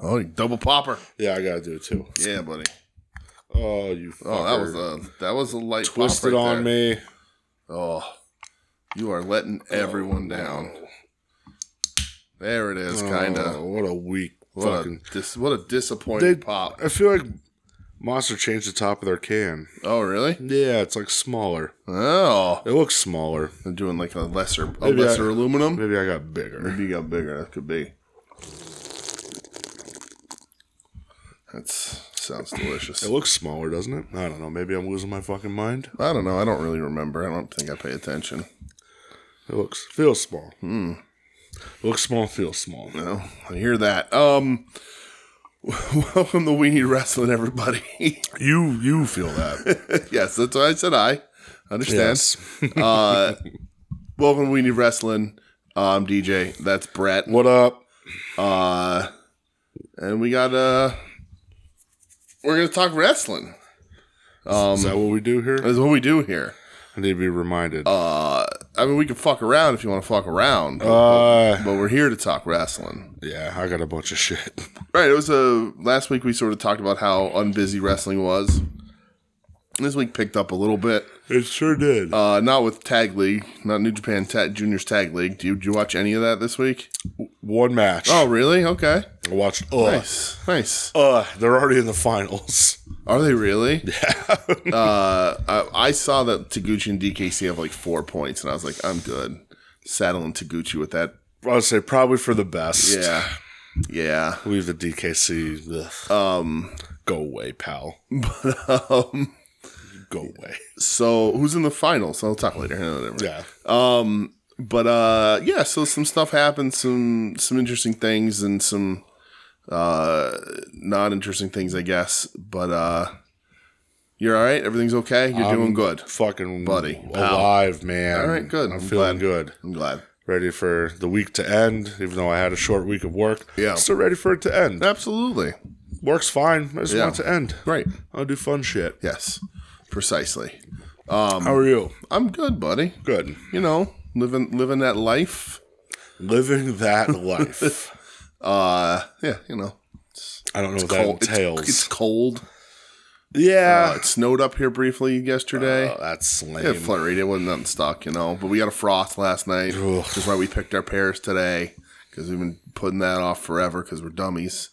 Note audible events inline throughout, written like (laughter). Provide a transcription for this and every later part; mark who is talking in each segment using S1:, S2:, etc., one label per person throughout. S1: Oh, double popper.
S2: Yeah, I gotta do it too.
S1: Yeah, buddy.
S2: Oh, you. Fucker.
S1: Oh, that was a that was a light
S2: twisted
S1: pop right
S2: on
S1: there.
S2: me.
S1: Oh, you are letting everyone down. There it is, kind
S2: Oh,
S1: of.
S2: what a weak
S1: What a,
S2: fucking.
S1: dis- what a disappointing
S2: They-
S1: pop.
S2: I feel like Monster changed the top of their can.
S1: Oh, really?
S2: Yeah, it's like smaller.
S1: Oh,
S2: It looks smaller.
S1: they're doing like a lesser a
S2: Maybe I-
S1: lesser aluminum.
S2: Maybe I got bigger.
S1: Maybe you got bigger. That could be. That sounds delicious.
S2: It looks smaller, doesn't it? I don't know. Maybe I'm losing my fucking mind.
S1: I don't know. I don't really remember. I don't think I pay attention.
S2: It looks feels small.
S1: Hmm.
S2: Looks small, feels small.
S1: No, I hear that. Um, (laughs) welcome to We Need Wrestling, everybody. (laughs)
S2: You you feel that?
S1: yes, that's what I said. I understand. (laughs) Uh, welcome to We Need Wrestling. Um, DJ, that's Brett.
S2: what up?
S1: Uh, and we got uh, we're gonna talk wrestling. Um,
S2: Is that what we do here?
S1: That's what we do here.
S2: I need to be reminded.
S1: Uh, I mean, we can fuck around if you want to fuck around,
S2: uh,
S1: but we're here to talk wrestling.
S2: yeah, I got a bunch of shit. (laughs)
S1: Right. It was a last week. We sort of talked about how unbusy wrestling was. This week picked up a little bit.
S2: It sure did.
S1: Uh, not with tag league, not New Japan ta- Juniors tag league. Do you, did you watch any of that this week?
S2: One match.
S1: Oh, really? Okay. Oh.
S2: I watched. Oh,
S1: Nice. Nice.
S2: uh, they're already in the finals. (laughs)
S1: Are they really? (laughs) Yeah. uh, I, I saw that Taguchi and DKC have like four points, and I was like, I'm good. Saddling Taguchi with that.
S2: I would say probably for the best.
S1: Yeah. Yeah.
S2: Leave the DKC. Um, go
S1: (laughs)
S2: away, pal.
S1: Um,
S2: Go away.
S1: so who's in the finals? I'll talk later. No, never mind.
S2: Yeah.
S1: but uh yeah so some stuff happened some some interesting things and some uh not interesting things i guess but uh you're all right everything's okay you're doing good
S2: Fucking
S1: Buddy, pal.
S2: alive, man.
S1: All right, good.
S2: I'm
S1: I'm
S2: feeling
S1: glad.
S2: good.
S1: i'm glad
S2: Ready for the week to end, even though I had a short week of work.
S1: Yeah.
S2: Still ready for it to end.
S1: absolutely
S2: Work's fine. I just
S1: Yeah.
S2: want it to end.
S1: right
S2: I'll do fun shit.
S1: yes precisely Um,
S2: How are you?
S1: i'm good buddy
S2: Good.
S1: you know living living that life (laughs)
S2: Living that life.
S1: uh yeah you know
S2: I don't know what
S1: cold- it's,
S2: that entails.
S1: it's cold uh,
S2: yeah.
S1: it snowed up here briefly yesterday
S2: oh, that's lame.
S1: It flurried. It wasn't nothing stuck, you know. But we got a frost last night,
S2: Ugh.
S1: which is why we picked our pairs today because we've been putting that off forever because we're dummies.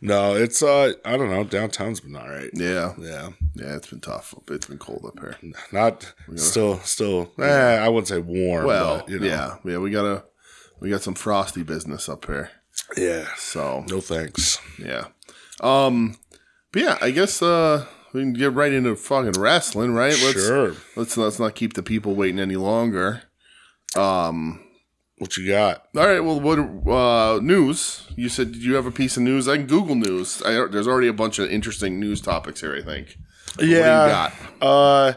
S2: No, it's uh, I don't know. Downtown's been all right.
S1: Yeah,
S2: Yeah,
S1: yeah. It's been tough. It's been cold up here.
S2: not still, still. Eh, I wouldn't say warm.
S1: Well,
S2: but, you know,
S1: yeah, yeah. We got a we got some frosty business up here.
S2: yeah.
S1: So
S2: No thanks.
S1: yeah, um, but yeah. I guess uh, we can get right into fucking wrestling, right? Let's
S2: sure.
S1: let's let's not keep the people waiting any longer.
S2: What you got?
S1: All right. Well, what uh, news? You said did you have a piece of news? I can Google news. I, there's already a bunch of interesting news topics here. I think.
S2: Yeah. Uh,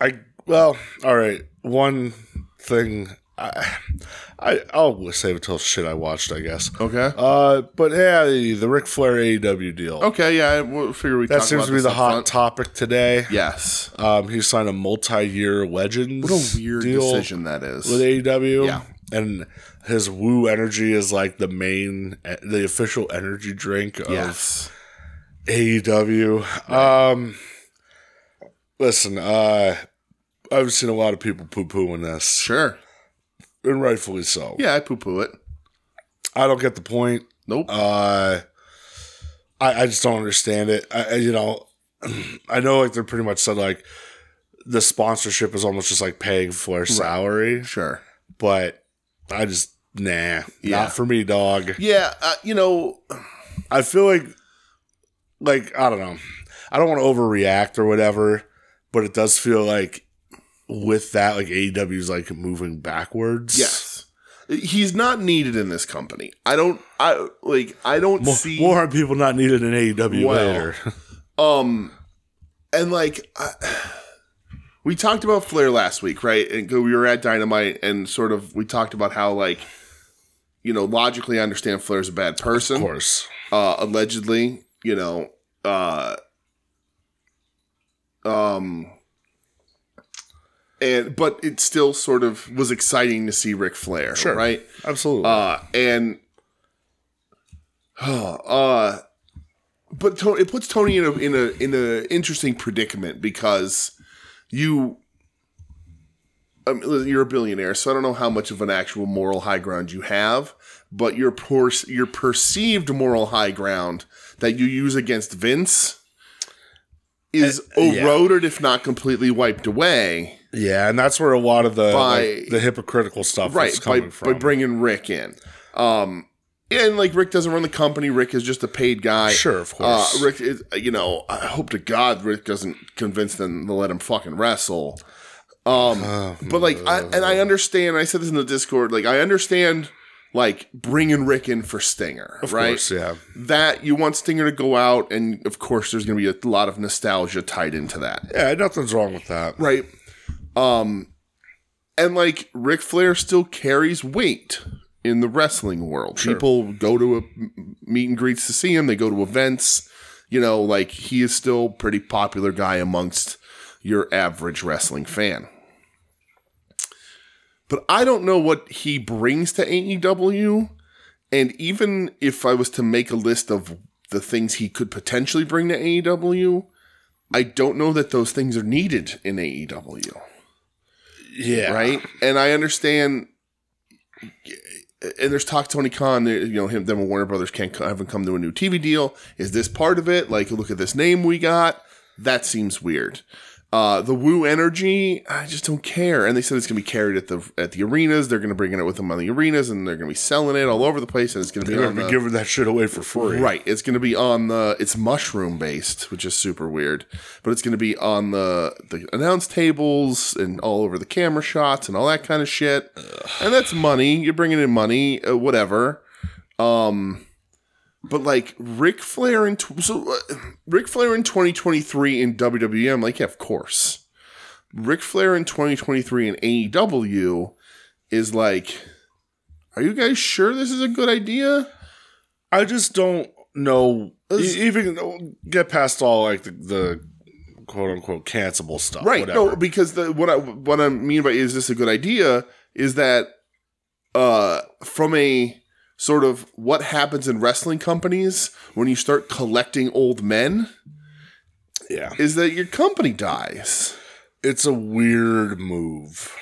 S2: I well, all right. One thing, I, I I'll save it till shit I watched. I guess.
S1: What do you got? Okay.
S2: Uh, but yeah, the, the Ric Flair AEW deal.
S1: okay. Yeah. I we'll figure we.
S2: That
S1: talk
S2: seems
S1: about
S2: to be
S1: this
S2: the
S1: up
S2: hot
S1: front.
S2: topic today.
S1: yes.
S2: Um, he signed a multi-year legends.
S1: What a weird
S2: deal.
S1: decision that is.
S2: with AEW.
S1: Yeah.
S2: And his Woo Energy is like the main, the official energy drink of
S1: yes.
S2: AEW. Um, listen, uh, I've seen a lot of people poo pooing this,
S1: Sure.
S2: and rightfully so.
S1: Yeah. I poo poo it.
S2: I don't get the point.
S1: Nope.
S2: Uh, I, I just don't understand it. I, I- you know, (clears throat) I know like they're pretty much said like the sponsorship is almost just like paying for salary,
S1: sure.
S2: but I just nah,
S1: Yeah.
S2: not for me, dog.
S1: Yeah. Uh, you know.
S2: I feel like, like I don't know, I don't want to overreact or whatever, but it does feel like with that, like AEW is like moving backwards.
S1: Yes. He's not needed in this company. I don't. I like. I don't
S2: More,
S1: see
S2: more people not needed in AEW
S1: Well,
S2: later.
S1: Um, and like I, we talked about Flair last week, right? And we were at Dynamite, and sort of we talked about how like, you know, logically I understand Flair's a bad
S2: of
S1: person,
S2: course.
S1: uh, allegedly, you know, uh, um. And but it still sort of was exciting to see Ric Flair,
S2: Sure.
S1: right?
S2: Absolutely.
S1: Uh, and uh but to- it puts Tony in a in a in a interesting predicament because you um, you're a billionaire, so I don't know how much of an actual moral high ground you have, but your per- your perceived moral high ground that you use against Vince is
S2: yeah.
S1: eroded, if not completely wiped away,
S2: Yeah, and that's where a lot of the
S1: By-
S2: like, the hypocritical stuff
S1: right?
S2: is
S1: By, by
S2: coming from.
S1: bringing Rick in, um, and like Rick doesn't run the company. Rick is just a paid guy.
S2: sure, of
S1: Uh,
S2: course.
S1: Rick, is, you know, I hope to God Rick doesn't convince them to let him fucking wrestle. Um,
S2: (sighs)
S1: but like, I, and I understand. I said this in the Discord. Like, I understand, like bringing Rick in for Stinger,
S2: of
S1: right?
S2: course, yeah.
S1: That you want Stinger to go out, and of course, there's going to be a lot of nostalgia tied into that
S2: Yeah, nothing's wrong with that.
S1: right? Um, and like Ric Flair still carries weight in the wrestling world. People go to a m- meet and greets to see him. They go to events. You know, like he is still a pretty popular guy amongst your average wrestling fan. But I don't know what he brings to AEW. And even if I was to make a list of the things he could potentially bring to E AEW, I don't know that those things are needed in AEW,
S2: Yeah,
S1: right? And I understand. And there's talk Tony Khan, you know him, them and Warner Brothers can't co- haven't come to a new TV deal. Is this part of it? Like, look at this name we got. That seems weird. Uh, the Woo Energy, I just don't care. And they said it's gonna be carried at the at the arenas. They're gonna bring it with them on the arenas, and they're gonna be selling it all over the place. And it's gonna be
S2: They're
S1: on the-
S2: gonna be giving that shit away for free.
S1: Right. It's going to be on the. It's mushroom based, which is super weird, but it's going to be on the the announce tables and all over the camera shots and all that kind of shit. And that's money. You're bringing in money, uh, whatever. Um, but like Ric Flair in tw- so uh, Ric Flair in 2023 in WWE, I'm like, yeah, of course. Ric Flair in 2023 in AEW is like, are you guys sure this is a good idea?
S2: I just don't know.
S1: This-
S2: e- even get past all like the, the quote unquote cancelable stuff.
S1: right
S2: uh, Whatever.
S1: no because the what i what i mean by is this a good idea is that uh from a sort of what happens in wrestling companies when you start collecting old men
S2: Yeah.
S1: is that your company dies
S2: It's a weird move.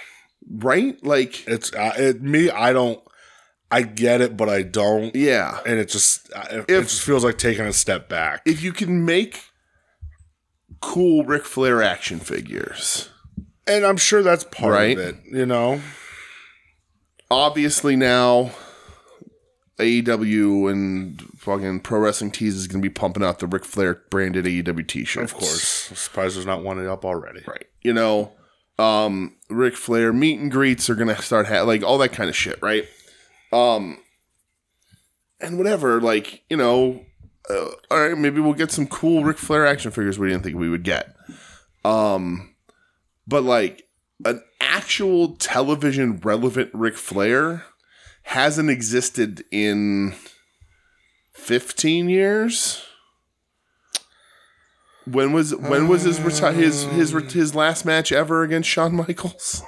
S1: right like
S2: It's uh, it me. I don't. I get it, but I don't.
S1: yeah
S2: And it just I- it
S1: If-
S2: just feels like taking a step back.
S1: if you can make cool Ric flair action figures
S2: and I'm sure that's part
S1: Right.
S2: of it. You know.
S1: obviously now AEW and fucking Pro Wrestling Tees is going to be pumping out the Ric Flair branded AEW t-shirts.
S2: Of course. I'm surprised there's not one up already.
S1: Right. You know, um, Ric Flair meet and greets are gonna start ha- like all that kind of shit, right? Um, and whatever, like you know, uh, all right, maybe we'll get some cool Ric Flair action figures we didn't think we would get. Um, but like an actual television relevant Ric Flair hasn't existed in fifteen years. When was when was his reti- his his
S2: Um.
S1: re- his last match ever against Shawn Michaels?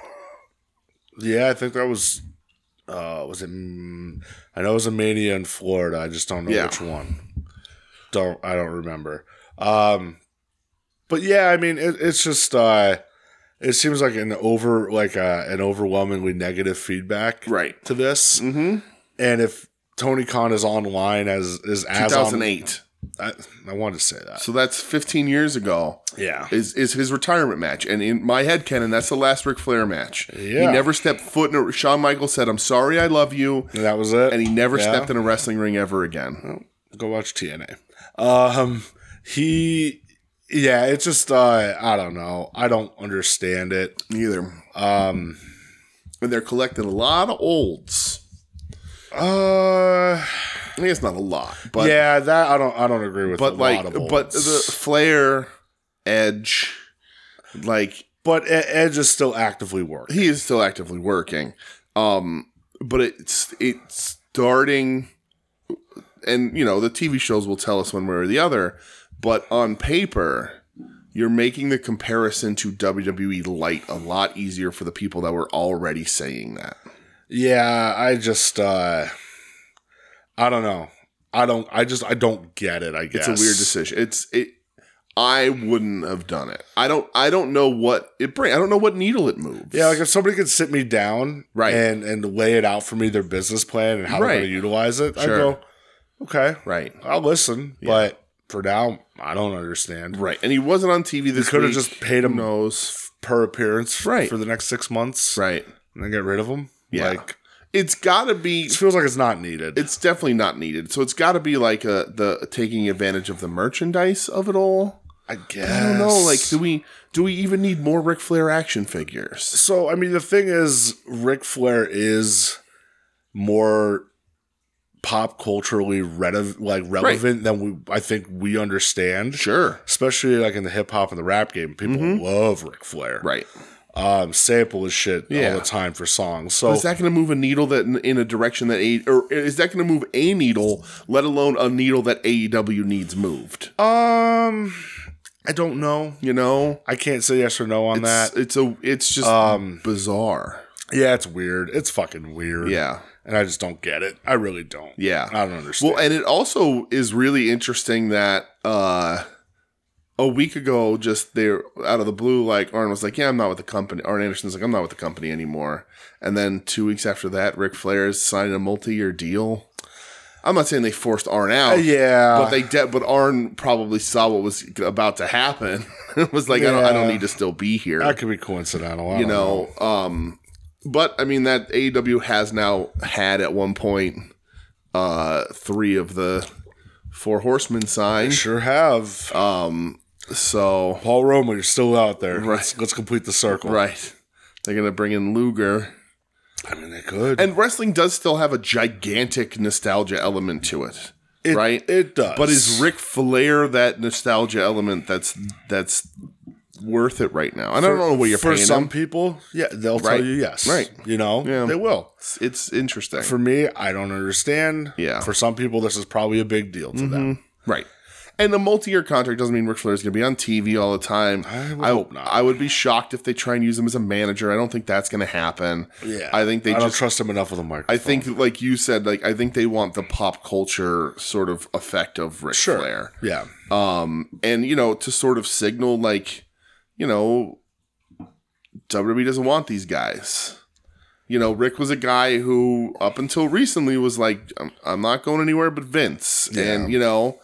S2: Yeah, I think that was. Uh, was it? mm, I know it was a mania in Florida. I just don't know
S1: Yeah.
S2: which one. Don't I don't remember. Um, but yeah, I mean, it, it's just uh, it seems like an over like uh, an overwhelmingly negative feedback
S1: Right.
S2: to this.
S1: Mm-hmm.
S2: And if Tony Khan is online as is as on,
S1: 2008.
S2: I, I wanted to say that.
S1: So that's 15 years ago.
S2: Yeah,
S1: Is is his retirement match? And in my head, Kenan, that's the last Ric Flair match. He
S2: Yeah.
S1: never stepped foot in. A, Shawn Michaels said, "I'm sorry, I love you,"
S2: and that was it.
S1: and he never
S2: Yeah. Oh.
S1: stepped in a wrestling ring ever again.
S2: go watch TNA. Um, he, yeah, it's just uh, I don't know. I don't understand it.
S1: Neither.
S2: Um,
S1: And they're collecting a lot of olds.
S2: uh,
S1: I mean, it's not a lot, but
S2: yeah, that I don't. I don't agree with.
S1: but
S2: a
S1: like,
S2: lot of
S1: but
S2: bullets.
S1: the Flair, Edge, like
S2: but E- Edge is still actively working.
S1: he is still actively working um but it's it's starting and you know the tv shows will tell us one way or the other but on paper you're making the comparison to wwe light a lot easier for the people that were already saying that
S2: Yeah, I just uh, I don't know. I don't. I just I don't get it. I guess
S1: It's a weird decision. It's it. I wouldn't have done it. I don't. I don't know what it brings. I don't know what needle it moves.
S2: Yeah, like if somebody could sit me down,
S1: Right.
S2: and and lay it out for me their business plan and how they're
S1: Right.
S2: going to utilize it,
S1: Sure.
S2: I go, okay,
S1: right,
S2: I'll listen,
S1: Yeah.
S2: but for now, I don't understand.
S1: right. And he wasn't on TV this.
S2: coulda
S1: week.
S2: just paid him-
S1: Who knows.
S2: Per appearance,
S1: Right.
S2: for the next six months,
S1: Right.
S2: and then get rid of them.
S1: Yeah.
S2: Like
S1: It's got to be.
S2: it feels like it's not needed.
S1: It's definitely not needed. So it's got to be like a, the taking advantage of the merchandise of it all.
S2: I guess
S1: I don't know. Like, do we do we even need more Ric Flair action figures?
S2: So I mean, the thing is, Ric Flair is more pop culturally retiv- like relevant than we I think we understand.
S1: Sure. Mm-hmm.
S2: Especially like in the hip hop and the rap game, people love Ric Flair.
S1: Right.
S2: Um, sample his shit
S1: Yeah.
S2: all the time for songs. So
S1: Is that going to move a needle that in, in a direction that a or is that going to move a needle, let alone a needle that AEW needs moved?
S2: um, I don't know.
S1: You know,
S2: I can't say yes or no on
S1: it's,
S2: that.
S1: it's a it's just bizarre.
S2: Yeah, it's weird. It's fucking weird.
S1: Yeah,
S2: and I just don't get it. I really don't.
S1: yeah.
S2: I don't understand.
S1: Well, and it also is really interesting that uh a week ago, just they're out of the blue, like Arn was like, "Yeah, I'm not with the company." Arn Anderson's like, "I'm not with the company anymore." And then two weeks after that, Ric Flair is signing a multi-year deal. I'm not saying they forced Arn out.
S2: Uh, yeah,
S1: But they de- but Arn probably saw what was about to happen. (laughs) It was like, I don't I don't
S2: Yeah.
S1: need to still be here.
S2: that could be coincidental. I
S1: you
S2: don't
S1: know, um but I mean that AEW has now had at one point uh three of the four horsemen signed.
S2: Sure have.
S1: Um so
S2: Paul Roma, you're still out there.
S1: Right.
S2: Let's, let's complete the circle.
S1: right. They're gonna bring in Luger.
S2: I mean, they could.
S1: And wrestling does still have a gigantic nostalgia element to it.
S2: it,
S1: right?
S2: It does.
S1: But is Ric Flair that nostalgia element that's that's worth it right now? And I don't know what you're
S2: for
S1: paying
S2: some
S1: him.
S2: people, yeah, they'll
S1: Right.
S2: tell you yes.
S1: Right.
S2: You know,
S1: Yeah.
S2: they will.
S1: It's, it's interesting.
S2: For me, I don't understand.
S1: Yeah. Mm-hmm.
S2: For some people, this is probably a big deal to them.
S1: right. And a multi-year contract doesn't mean Ric Flair is going to be on TV all the time. I
S2: would hope not.
S1: I would be shocked if they try and use him as a manager. I don't think that's going to happen.
S2: Yeah.
S1: I think they
S2: I don't
S1: just.
S2: trust him enough with a microphone.
S1: I think, like you said, like I think they want the pop culture sort of effect of Ric
S2: Sure.
S1: Flair.
S2: Yeah.
S1: um and you know to sort of signal like you know WWE doesn't want these guys you know Rick was a guy who up until recently was like I'm, I'm not going anywhere but Vince and you know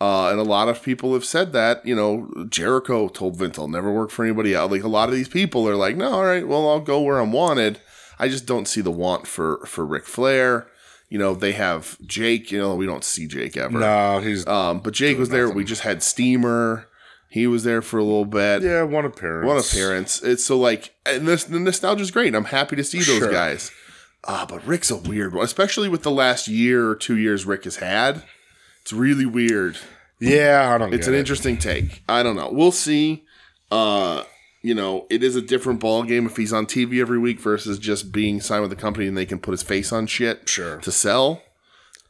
S1: uh, and a lot of people have said that you know Jericho told Vince I'll never work for anybody else like a lot of these people are like no all right well I'll go where I'm wanted I just don't see the want for for Ric Flair you know they have Jake you know we don't see Jake ever
S2: No, he's.
S1: um, but Jake was there. We just had Steamer. He was there for a little bit.
S2: yeah, one appearance.
S1: What appearance! It's so like, and this the nostalgia's great. I'm happy to see those
S2: Sure.
S1: guys. Ah, but Rick's a weird one, especially with the last year or two years Rick has had. It's really weird.
S2: Yeah, I don't
S1: It's
S2: get
S1: an
S2: it.
S1: interesting take. I don't know. We'll see. Uh, you know, it is a different ball game if he's on TV every week versus just being signed with the company and they can put his face on shit
S2: Sure.
S1: to sell.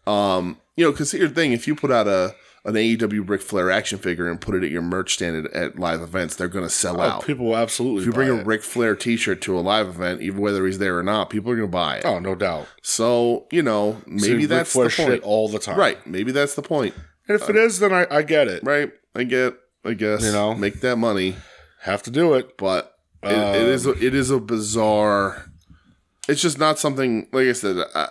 S1: Um, you know, because here's the thing: if you put out a an AEW Ric Flair action figure and put it at your merch stand at, at live events, they're going to sell
S2: Oh,
S1: out.
S2: people will absolutely.
S1: if you bring
S2: buy
S1: a
S2: it.
S1: Ric Flair T-shirt to a live event, even whether he's there or not, people are going to buy it.
S2: Oh, no doubt.
S1: So you know, maybe
S2: Ric
S1: that's the
S2: Flair
S1: point.
S2: shit all the time.
S1: right? Maybe that's the point.
S2: And if it is, then I, I get it.
S1: Right? I get. I guess
S2: You know?
S1: make that money,
S2: Have to do it.
S1: but it, it is a,
S2: Um,
S1: it is a bizarre. It's just not something like I said. I,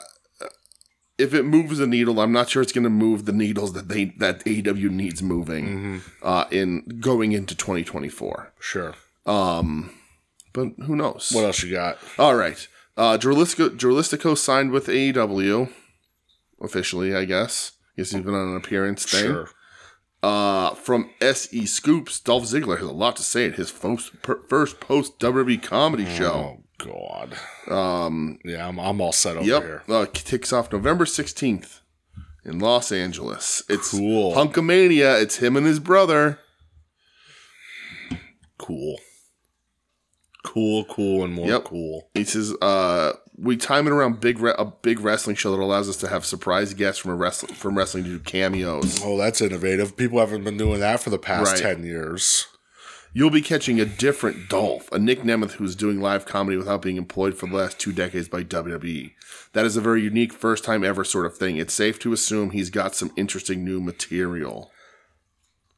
S1: if it moves a needle, I'm not sure it's going to move the needles that they that AEW needs moving
S2: Mm-hmm.
S1: uh, in going into 2024.
S2: Sure.
S1: But who knows?
S2: What else you got?
S1: All right, uh, Jorlistico, Jorlistico signed with AEW officially, I guess. Guess he's been on an appearance thing.
S2: Sure.
S1: Uh, from SE Scoops, Dolph Ziggler has a lot to say at his first, per, first post WWE comedy show.
S2: Oh God. Um. Yeah, I'm, I'm all set over here.
S1: Yep, uh, kicks off November sixteenth in Los Angeles. It's
S2: Cool.
S1: Hunkamania. It's him and his brother.
S2: Cool. Cool. Cool. And more
S1: Yep.
S2: cool.
S1: He says, uh, "We time it around big re- a big wrestling show that allows us to have surprise guests from a wrestling from wrestling to do cameos."
S2: Oh, that's innovative. People haven't been doing that for the past
S1: Right.
S2: ten years.
S1: You'll be catching a different Dolph, a Nick Nemeth who's doing live comedy without being employed for the last two decades by WWE. That is a very unique first time ever sort of thing. It's safe to assume he's got some interesting new material.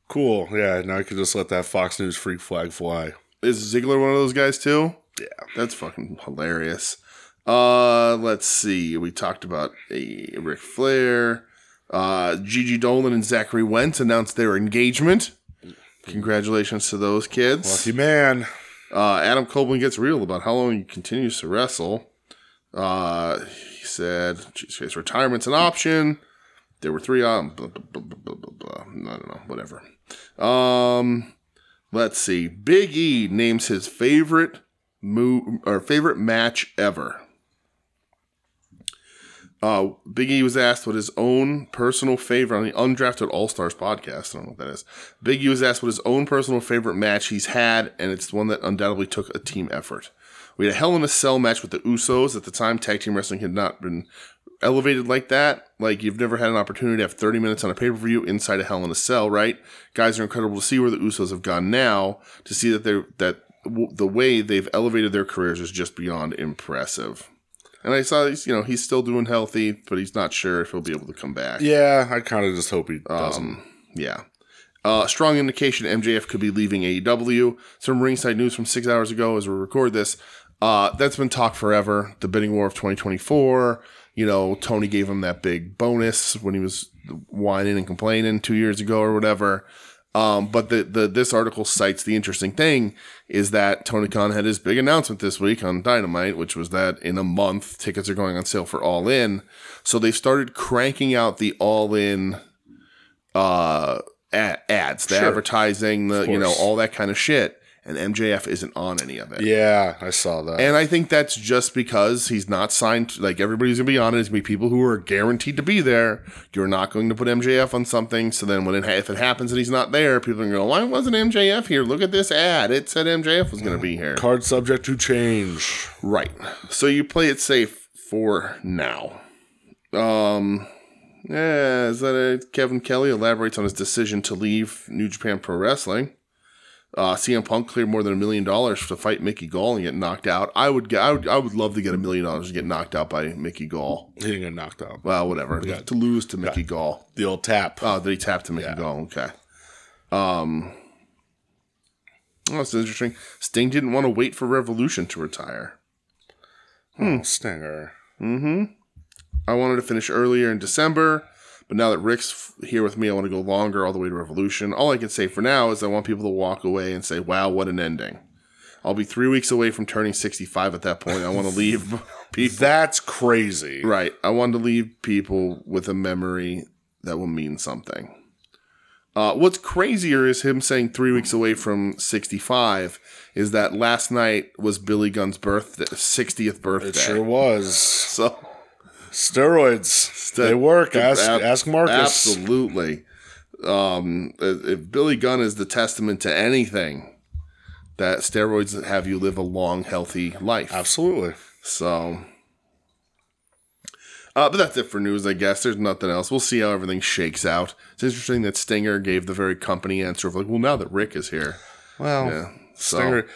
S2: Cool. Yeah. Now I can just let that Fox News freak flag fly.
S1: Is Ziggler one of those guys too?
S2: Yeah.
S1: That's fucking hilarious. Uh, let's see. We talked about a Ric Flair. Uh, Gigi Dolan and Zachary Wentz announced their engagement. Congratulations to those kids.
S2: Lucky man.
S1: Uh, Adam Copeland gets real about how long he continues to wrestle. Uh, he said, Jesus Christ, retirement's an option. There were three on. Blah, blah, blah, blah, blah, blah, blah. I don't know. Whatever. Um, let's see. Big E names his favorite move or favorite match ever. Uh, Big E was asked what his own personal favorite on the Undrafted All Stars podcast. I don't know what that is. Big E was asked what his own personal favorite match he's had, and it's one that undoubtedly took a team effort. We had a Hell in a Cell match with the Usos. At the time, tag team wrestling had not been elevated like that. Like, you've never had an opportunity to have 30 minutes on a pay per view inside a Hell in a Cell, right? Guys are incredible to see where the Usos have gone now, to see that they're, that w- the way they've elevated their careers is just beyond impressive. And I saw, he's, you know, he's still doing healthy, but he's not sure if he'll be able to come back.
S2: Yeah. I kind of just hope he
S1: Um,
S2: doesn't.
S1: Yeah. Uh, strong indication MJF could be leaving AEW. Some ringside news from six hours ago as we record this. Uh, that's been talked forever. The bidding war of 2024. You know, Tony gave him that big bonus when he was whining and complaining two years ago or whatever. Um, but the, the this article cites the interesting thing is that Tony Khan had his big announcement this week on Dynamite, which was that in a month tickets are going on sale for All In. So they started cranking out the All In uh, ad- ads, the
S2: Sure.
S1: advertising, the you know
S2: course.
S1: all that kind of shit, and MJF isn't on any of it.
S2: Yeah. I saw that.
S1: And I think that's just because he's not signed. Like everybody's gonna be on it. It's gonna be people who are guaranteed to be there. You're not going to put MJF on something. So then, when it ha- if it happens and he's not there, people are gonna go, "Why wasn't MJF here? Look at this ad. It said MJF was gonna be here."
S2: Card subject to change.
S1: Right. So you play it safe for now. Um yeah, is that it? Kevin Kelly elaborates on his decision to leave New Japan Pro Wrestling. Uh, CM Punk cleared more than a million dollars to fight Mickey Gall and get knocked out. I would, g- I would, I would love to get a million dollars to get knocked out by Mickey Gall.
S2: He didn't get knocked out.
S1: Well, whatever. to lose to Mickey Gall.
S2: The old tap.
S1: Oh, that he tapped to Mickey Gall. Okay. Um, oh, that's interesting. Sting didn't want to wait for Revolution to retire.
S2: Hmm. Stinger.
S1: I wanted to finish earlier in December, but now that Rick's f- here with me, I want to go longer all the way to Revolution. All I can say for now is I want people to walk away and say, wow, what an ending. I'll be three weeks away from turning 65 at that point. I
S2: (laughs)
S1: want to leave people.
S2: That's crazy.
S1: Right. I want to leave people with a memory that will mean something. Uh, what's crazier is him saying three weeks away from 65 is that last night was Billy Gunn's birthday, 60th birthday.
S2: It sure was.
S1: (laughs) So.
S2: Steroids. they work. Ask,
S1: Ab-
S2: ask Marcus.
S1: Absolutely. Um, if if Billy Gunn is the testament to anything, that steroids have you live a long, healthy life.
S2: Absolutely.
S1: So, uh, but that's it for news, I guess. There's nothing else. We'll see how everything shakes out. It's interesting that Stinger gave the very company answer of like, well, now that Rick is here,
S2: Well,
S1: yeah. So,
S2: Stinger.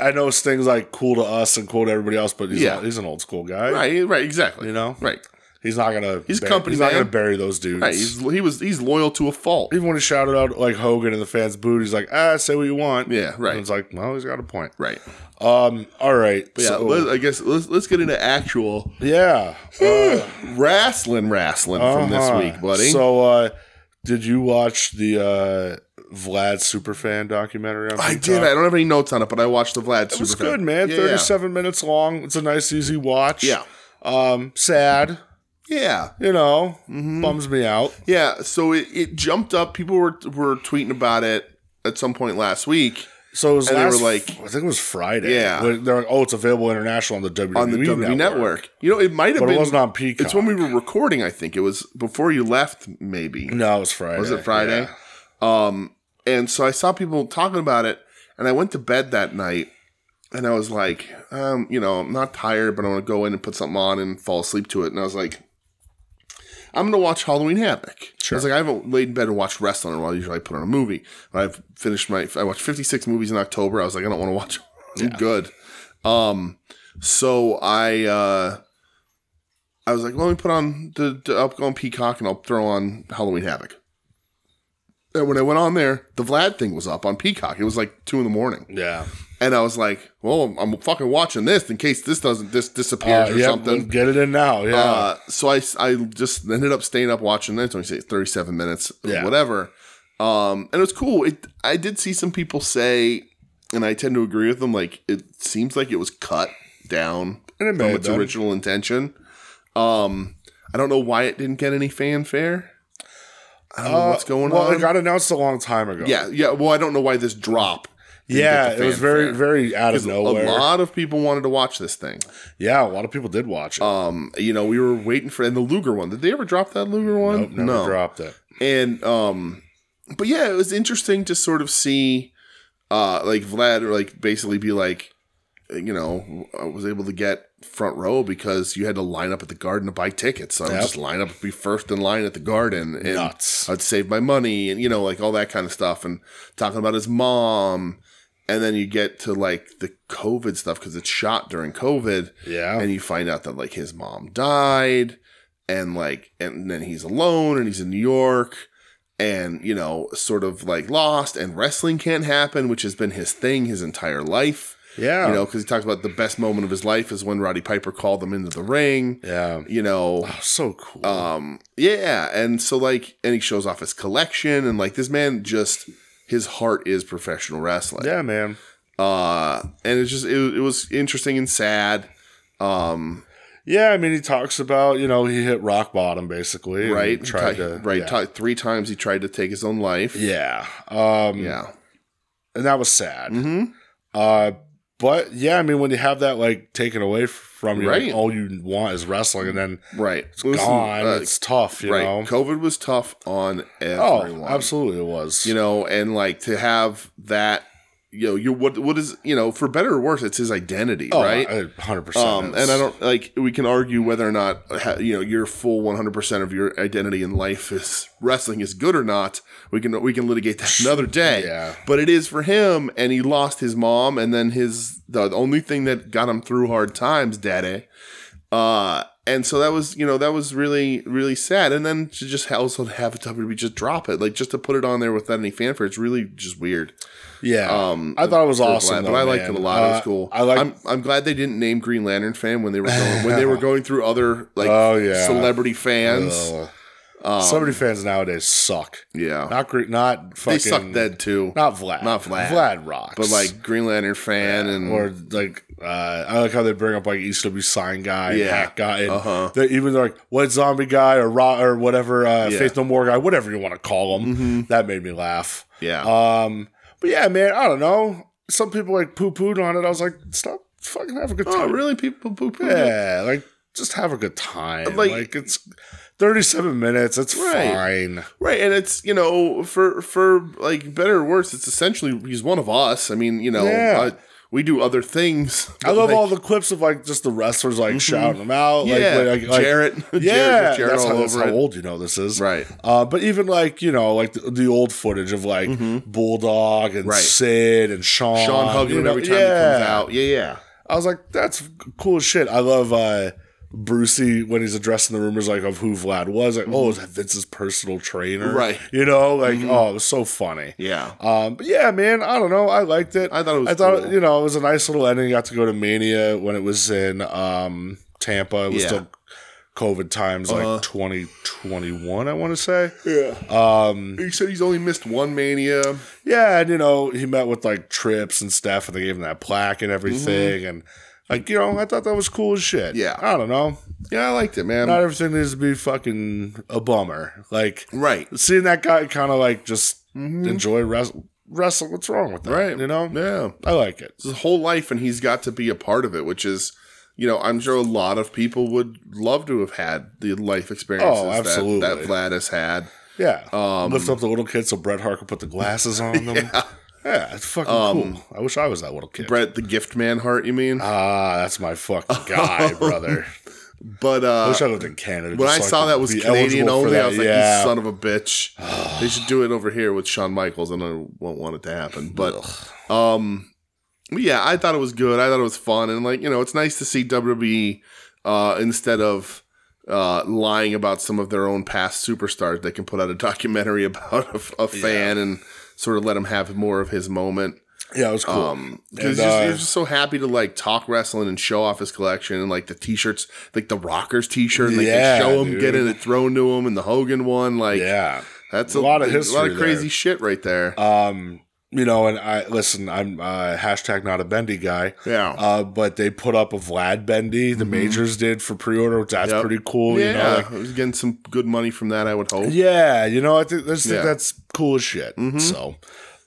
S2: I know Sting's like cool to us and cool to everybody else, but he's,
S1: Yeah.
S2: old- he's an old school guy.
S1: right, right, exactly.
S2: You know,
S1: right,
S2: he's not gonna.
S1: He's a
S2: bur-
S1: company
S2: He's not
S1: man.
S2: gonna bury those dudes.
S1: right. He's, he was he's loyal to a fault.
S2: Even when he shouted out like Hogan and the fans booed, he's like, "Ah, say what you want."
S1: Yeah, right.
S2: And it's like, well, he's got a point.
S1: Right.
S2: Um. All right.
S1: But yeah.
S2: so-
S1: let- I guess let's let's get into actual
S2: yeah. Uh,
S1: (sighs) wrestling wrestling Hmm. from this
S2: uh-huh.
S1: week, buddy.
S2: So, uh, did you watch the uh, Vlad superfan documentary? On
S1: I
S2: Peacock?
S1: did. I don't have any notes on it, but I watched the Vlad.
S2: It was good, man.
S1: Yeah, yeah.
S2: Thirty-seven minutes long. It's a nice, easy watch.
S1: Yeah.
S2: Um. Sad.
S1: Yeah.
S2: You know.
S1: Mm-hmm.
S2: Bums me out.
S1: Yeah, so it, it jumped up. People were were tweeting about it at some point last week
S2: So it was
S1: And they
S2: last-
S1: were like-
S2: I think it was Friday.
S1: Yeah.
S2: When They're like, oh, it's available international on the WWE,
S1: on the WWE network. You know, it might have
S2: but
S1: been.
S2: it wasn't on Peacock.
S1: it's when we were recording. I think it was before you left. Maybe
S2: No, it was Friday.
S1: was it Friday?
S2: Yeah.
S1: Um, and so I saw people talking about it, and I went to bed that night, and I was like, um, you know, I'm not tired, but I want to go in and put something on and fall asleep to it. And I was like, I'm gonna watch Halloween Havoc.
S2: Sure.
S1: It's like I haven't laid in bed and watched wrestling in a while. Usually I put on a movie. I've finished my, I watched 56 movies in October. I was like, I don't want to watch.
S2: (laughs)
S1: I'm good. Um, so I, uh, I was like, well, let me put on the, the upcoming Peacock and I'll throw on Halloween Havoc. And when I went on there, the Vlad thing was up on Peacock. It was like two in the morning.
S2: yeah.
S1: And I was like, well, I'm fucking watching this in case this doesn't this disappears
S2: Uh,
S1: or
S2: yeah,
S1: something.
S2: Get it in now. Yeah.
S1: Uh, so I, I just ended up staying up watching that. It's only say 37 minutes or
S2: Yeah.
S1: whatever. Um, and it was cool. It, I did see some people say, and I tend to agree with them, like it seems like it was cut down
S2: And it may
S1: from
S2: have
S1: its
S2: been.
S1: original intention. Um, I don't know why it didn't get any fanfare. I don't know what's going
S2: Uh, well,
S1: on.
S2: it got announced a long time ago.
S1: yeah, yeah. Well, I don't know why this drop. didn't
S2: Yeah.
S1: get
S2: It
S1: the
S2: was very,
S1: fanfare.
S2: very out of
S1: A
S2: nowhere.
S1: lot of people wanted to watch this thing.
S2: Yeah. A lot of people did watch it.
S1: Um, you know, we were waiting for and the Luger one. Did they ever drop that Luger one?
S2: nope, never dropped it.
S1: and um but yeah it was interesting to sort of see uh like vlad or like basically be like you know i was able to get front row because you had to line up at the garden to buy tickets so i would
S2: Yep.
S1: just line up be first in line at the garden and
S2: Nuts.
S1: i'd save my money and you know like all that kind of stuff and talking about his mom and then you get to like the covid stuff because it's shot during covid
S2: Yeah.
S1: and you find out that like his mom died and like and then he's alone and he's in new york and you know sort of like lost and wrestling can't happen which has been his thing his entire life
S2: yeah.
S1: you know because he talks about the best moment of his life is when roddy piper called him into the ring
S2: yeah.
S1: you know
S2: Oh, so cool.
S1: um yeah and so like and he shows off his collection and like this man just his heart is professional wrestling
S2: yeah, man.
S1: uh and it's just it, it was interesting and sad um
S2: Yeah, I mean, he talks about you know he hit rock bottom basically. and
S1: right?
S2: Tried
S1: Ti-
S2: to
S1: right
S2: Yeah.
S1: ti- three times he tried to take his own life.
S2: yeah. Um,
S1: Yeah.
S2: And that was sad.
S1: hmm
S2: Uh, but yeah, I mean, when you have that like taken away from you, like,
S1: Right.
S2: all you want is wrestling, and then
S1: Right.
S2: it's
S1: Listen,
S2: gone.
S1: uh,
S2: it's tough, you
S1: right.
S2: know.
S1: COVID was tough on
S2: Oh,
S1: everyone.
S2: absolutely, it was.
S1: You know, and like to have that, you know, you what what is you know for better or worse, it's his identity,
S2: oh,
S1: right?
S2: Hundred percent.
S1: um, and I don't like we can argue whether or not ha- you know your full 100 percent of your identity in life is wrestling is good or not. We can we can litigate that another day.
S2: Yeah.
S1: But it is for him, and he lost his mom, and then his the only thing that got him through hard times, daddy. Uh, and so that was you know that was really really sad. And then to just also have WWE just drop it, like just to put it on there without any fanfare, it's really just weird.
S2: Yeah.
S1: Um,
S2: I thought it was
S1: for
S2: awesome,
S1: Vlad,
S2: though,
S1: but I liked
S2: man.
S1: it a lot. it was
S2: Uh,
S1: cool.
S2: I like-
S1: I'm, I'm glad they didn't name Green Lantern fan when they were going, when they
S2: (laughs)
S1: were going through other like
S2: Oh, yeah.
S1: celebrity fans. Um,
S2: Ugh. so many uh, fans nowadays suck.
S1: Yeah,
S2: Not gre- not fucking.
S1: they suck dead too.
S2: Not Vlad.
S1: Not Vlad.
S2: Vlad rocks.
S1: but like Green Lantern fan and
S2: or like uh, I like how they bring up like ECW sign guy, and
S1: Yeah.
S2: hack guy, and
S1: Uh-huh.
S2: they even like what zombie guy or raw or whatever uh,
S1: Yeah. Mm-hmm.
S2: Faith No More guy, whatever you want to call him. That made me laugh.
S1: yeah,
S2: Um, but yeah, man, I don't know. Some people like poo pooed on it. I was like, stop, fucking have a good
S1: oh
S2: time.
S1: really? People poo poo.
S2: Yeah, like just have a good time. Like,
S1: Mm-hmm. Like-
S2: it's thirty seven minutes. It's
S1: Right.
S2: fine.
S1: Right, and it's you know for for like better or worse, it's essentially he's one of us. I mean, you know,
S2: Yeah.
S1: uh, we do other things.
S2: I love
S1: Like, Mm-hmm.
S2: all the clips of like just the wrestlers like shouting them out. Like,
S1: yeah,
S2: like, like-
S1: Jarrett,
S2: (laughs)
S1: (laughs)
S2: Yeah,
S1: Jarrett, Jarrett
S2: that's,
S1: all
S2: how, that's
S1: over
S2: how
S1: it.
S2: old you know this is,
S1: Right.
S2: Uh, but even like you know, like the, the old footage of like Bulldog and
S1: Mm-hmm. Right.
S2: Sid and Sean,
S1: Sean hugging
S2: you
S1: him
S2: know,
S1: every time he comes out. Yeah, yeah.
S2: I was like, that's cool as shit. I love uh, Brucey when he's addressing the rumors like of who Vlad was. Like, oh, is that Vince's personal trainer?
S1: Right. Mm-hmm.
S2: You know, like oh, it was so funny.
S1: Yeah.
S2: Um, but yeah, man, I don't know. I liked it.
S1: I thought it was
S2: I thought
S1: cool.
S2: you know it was a nice little ending. I got to go to Mania when it was in um, Tampa. It was
S1: Yeah.
S2: still COVID times,
S1: Uh-huh.
S2: like 2021. I want to say.
S1: Yeah.
S2: Um,
S1: He said he's only missed one mania.
S2: yeah, and you know he met with like Trips and stuff, and they gave him that plaque and everything, and like you know I thought that was cool as shit.
S1: Mm-hmm. Yeah.
S2: I don't know.
S1: Yeah, I liked it, man.
S2: Not everything needs to be fucking a bummer. Like
S1: right.
S2: seeing that guy kind of like just enjoy wrestle. Wrestle. What's wrong with that?
S1: Mm-hmm. Right.
S2: You know.
S1: Yeah.
S2: I like it.
S1: His whole life, and he's got to be a part of it, which is, you know, I'm sure a lot of people would love to have had the life experiences
S2: Oh,
S1: that-
S2: absolutely.
S1: That, Vlad has had.
S2: Yeah.
S1: Um,
S2: Lift up the little kid so Bret Hart could put the glasses
S1: (laughs)
S2: on them. Yeah, it's fucking
S1: Um,
S2: cool. I wish I was that little kid.
S1: Brett, the gift man heart, you mean? (laughs)
S2: ah, that's my fucking guy, brother.
S1: But
S2: I
S1: Oh. uh,
S2: wish I lived in Canada.
S1: when
S2: just
S1: I
S2: so
S1: saw
S2: could
S1: that was
S2: be
S1: Canadian
S2: eligible for
S1: only,
S2: that.
S1: I was like,
S2: yeah.
S1: you son of a bitch.
S2: (sighs)
S1: they should do it over here with Shawn Michaels, and I won't want it to happen. But um, yeah, I thought it was good. I thought it was fun, and like you know, it's nice to see WWE uh, instead of uh, lying about some of their own past superstars, they can put out a (laughs) documentary about a, a fan and sort of let him have more of his moment.
S2: yeah, it was cool.
S1: Um, because he's,
S2: And,
S1: just-
S2: uh,
S1: he's just so happy to like talk wrestling and show off his collection and like the t-shirts, like the Rockers t-shirt, and, like
S2: Yeah,
S1: they show him
S2: dude.
S1: getting it thrown to him, and the Hogan one, like
S2: yeah.
S1: that's a,
S2: A lot of
S1: a lot
S2: history
S1: of crazy
S2: there.
S1: shit right there.
S2: Um, you know, and I listen. I'm uh, hashtag not a bendy guy.
S1: yeah,
S2: Uh, but they put up a Vlad Bendy. The majors did for pre-order, which that's
S1: Mm-hmm. Yep.
S2: pretty cool.
S1: yeah,
S2: You know, like,
S1: I was getting some good money from that. I would hope.
S2: Yeah, you know, I think, I just think
S1: Yeah. Mm-hmm.
S2: that's cool as shit. So,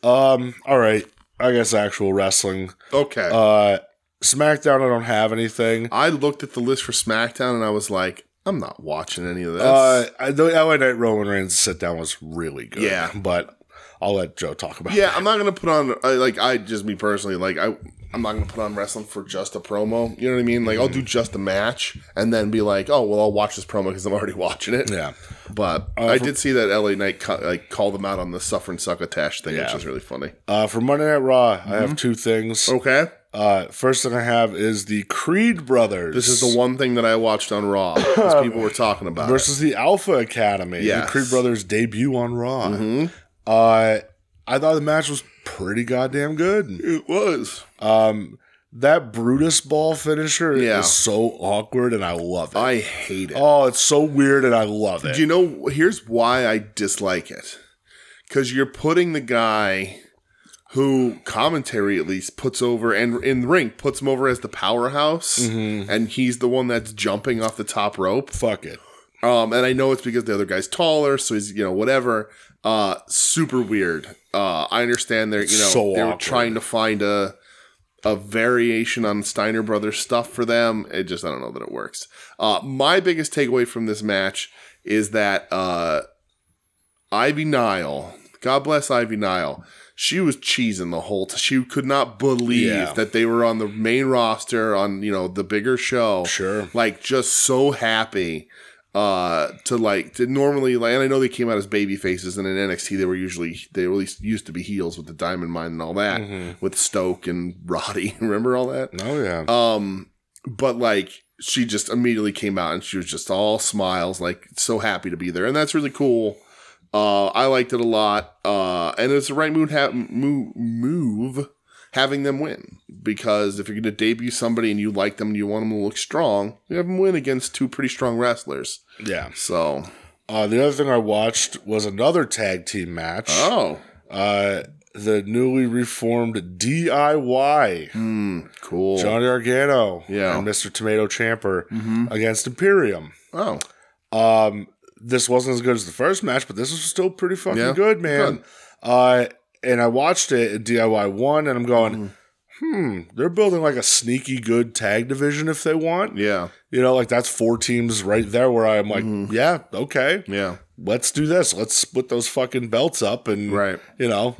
S2: um, all right, I guess actual wrestling.
S1: Okay,
S2: Uh, SmackDown, I don't have anything.
S1: I looked at the list for SmackDown and I was like, I'm not watching any of this.
S2: Uh, I, the LA Knight Roman Reigns sit down was really good.
S1: Yeah.
S2: but I'll let Joe talk about.
S1: yeah, I'm not gonna put on I, like I just me personally like I I'm not gonna put on wrestling for just a promo. You know what I mean? Like I'll do just a match and then be like, oh well, I'll watch this promo because I'm already (laughs) watching it.
S2: it. yeah.
S1: But I did see that LA Knight co- like call them out on the suffer and succotash thing, which
S2: Yeah.
S1: is really funny.
S2: Uh, for Monday Night Raw, I
S1: Mm-hmm.
S2: have two things.
S1: Okay,
S2: Uh, first thing I have is the Creed brothers.
S1: this is the one thing that I watched on Raw because people were talking about. it.
S2: versus the Alpha Academy.
S1: Yes. Mm-hmm.
S2: The Creed brothers debut on Raw. Uh, I thought the match was pretty goddamn good.
S1: It was.
S2: Um, that Brutus ball finisher
S1: Yeah.
S2: is so awkward, and I love it.
S1: I hate it.
S2: oh, it's so weird, and I love it.
S1: Do you know? Here's why I dislike it. Because you're putting the guy who commentary at least puts over and in the ring puts him over as the powerhouse, and he's the one that's jumping off the top rope.
S2: Fuck it.
S1: Um, and I know it's because the other guy's taller, so he's you know whatever. Uh, super weird. Uh, I understand they're you know
S2: So
S1: they were
S2: awkward.
S1: trying to find a a variation on Steiner Brothers stuff for them. It just I don't know that it works. Uh, my biggest takeaway from this match is that uh, Ivy Nile, God bless Ivy Nile. She was cheesing the whole. T- she could not believe
S2: Yeah.
S1: that they were on the main roster on you know the bigger show
S2: Sure.
S1: (laughs) like just so happy uh to like to normally like and I know they came out as baby faces and in NXT they were usually they were at least used to be heels with the diamond mine and all that with Stoke and Roddy (laughs) remember all that
S2: Oh yeah.
S1: um but like she just immediately came out and she was just all smiles like so happy to be there and that's really cool uh I liked it a lot uh and it's the right move ha- move move having them win because if you're going to debut somebody and you like them and you want them to look strong, you have them win against two pretty strong wrestlers.
S2: yeah.
S1: So,
S2: Uh, the other thing I watched was another tag team match.
S1: oh,
S2: Uh, the newly reformed DIY
S1: hmm, cool.
S2: Johnny Argano
S1: Yeah.
S2: and Mr. Tomato Champer
S1: Mhm.
S2: against Imperium.
S1: Oh,
S2: Um, this wasn't as good as the first match, but this was still pretty fucking
S1: Yeah,
S2: good, man.
S1: good.
S2: Uh, and I watched it at DIY one, and I'm going,
S1: Mm-hmm.
S2: hmm, they're building like a sneaky good tag division if they want.
S1: yeah,
S2: You know, like that's four teams right there where I'm like,
S1: Mm-hmm.
S2: yeah, okay,
S1: yeah,
S2: let's do this. Let's split those fucking belts up and
S1: Right.
S2: You know.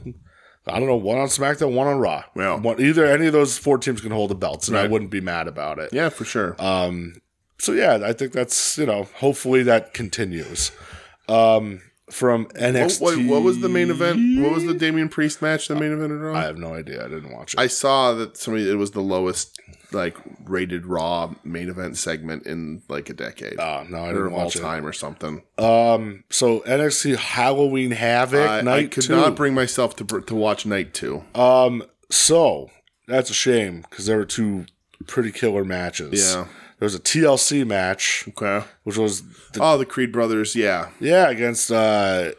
S2: I don't know, one on SmackDown, one on Raw.
S1: Yeah.
S2: One- either any of those four teams can hold the belts, and I
S1: Right.
S2: wouldn't be mad about it.
S1: yeah, for sure.
S2: Um, so yeah, I think that's you know hopefully that continues. Um, from
S1: what,
S2: NXT,
S1: what, what was the main event? What was the Damian Priest match? The main event at Raw?
S2: I
S1: I,
S2: have no idea. I didn't watch it.
S1: saw that somebody it was the lowest like rated Raw main event segment in like a decade
S2: Uh, no, I
S1: or
S2: didn't
S1: of all
S2: watch it.
S1: time or something.
S2: Um, so NXT Halloween Havoc
S1: I,
S2: night
S1: I could
S2: two.
S1: not bring myself to br- to watch night two.
S2: um, so that's a shame because there were two pretty killer matches.
S1: Yeah.
S2: there was a TLC match,
S1: Okay.
S2: which was the,
S1: Oh, the Creed brothers. Yeah,
S2: yeah against uh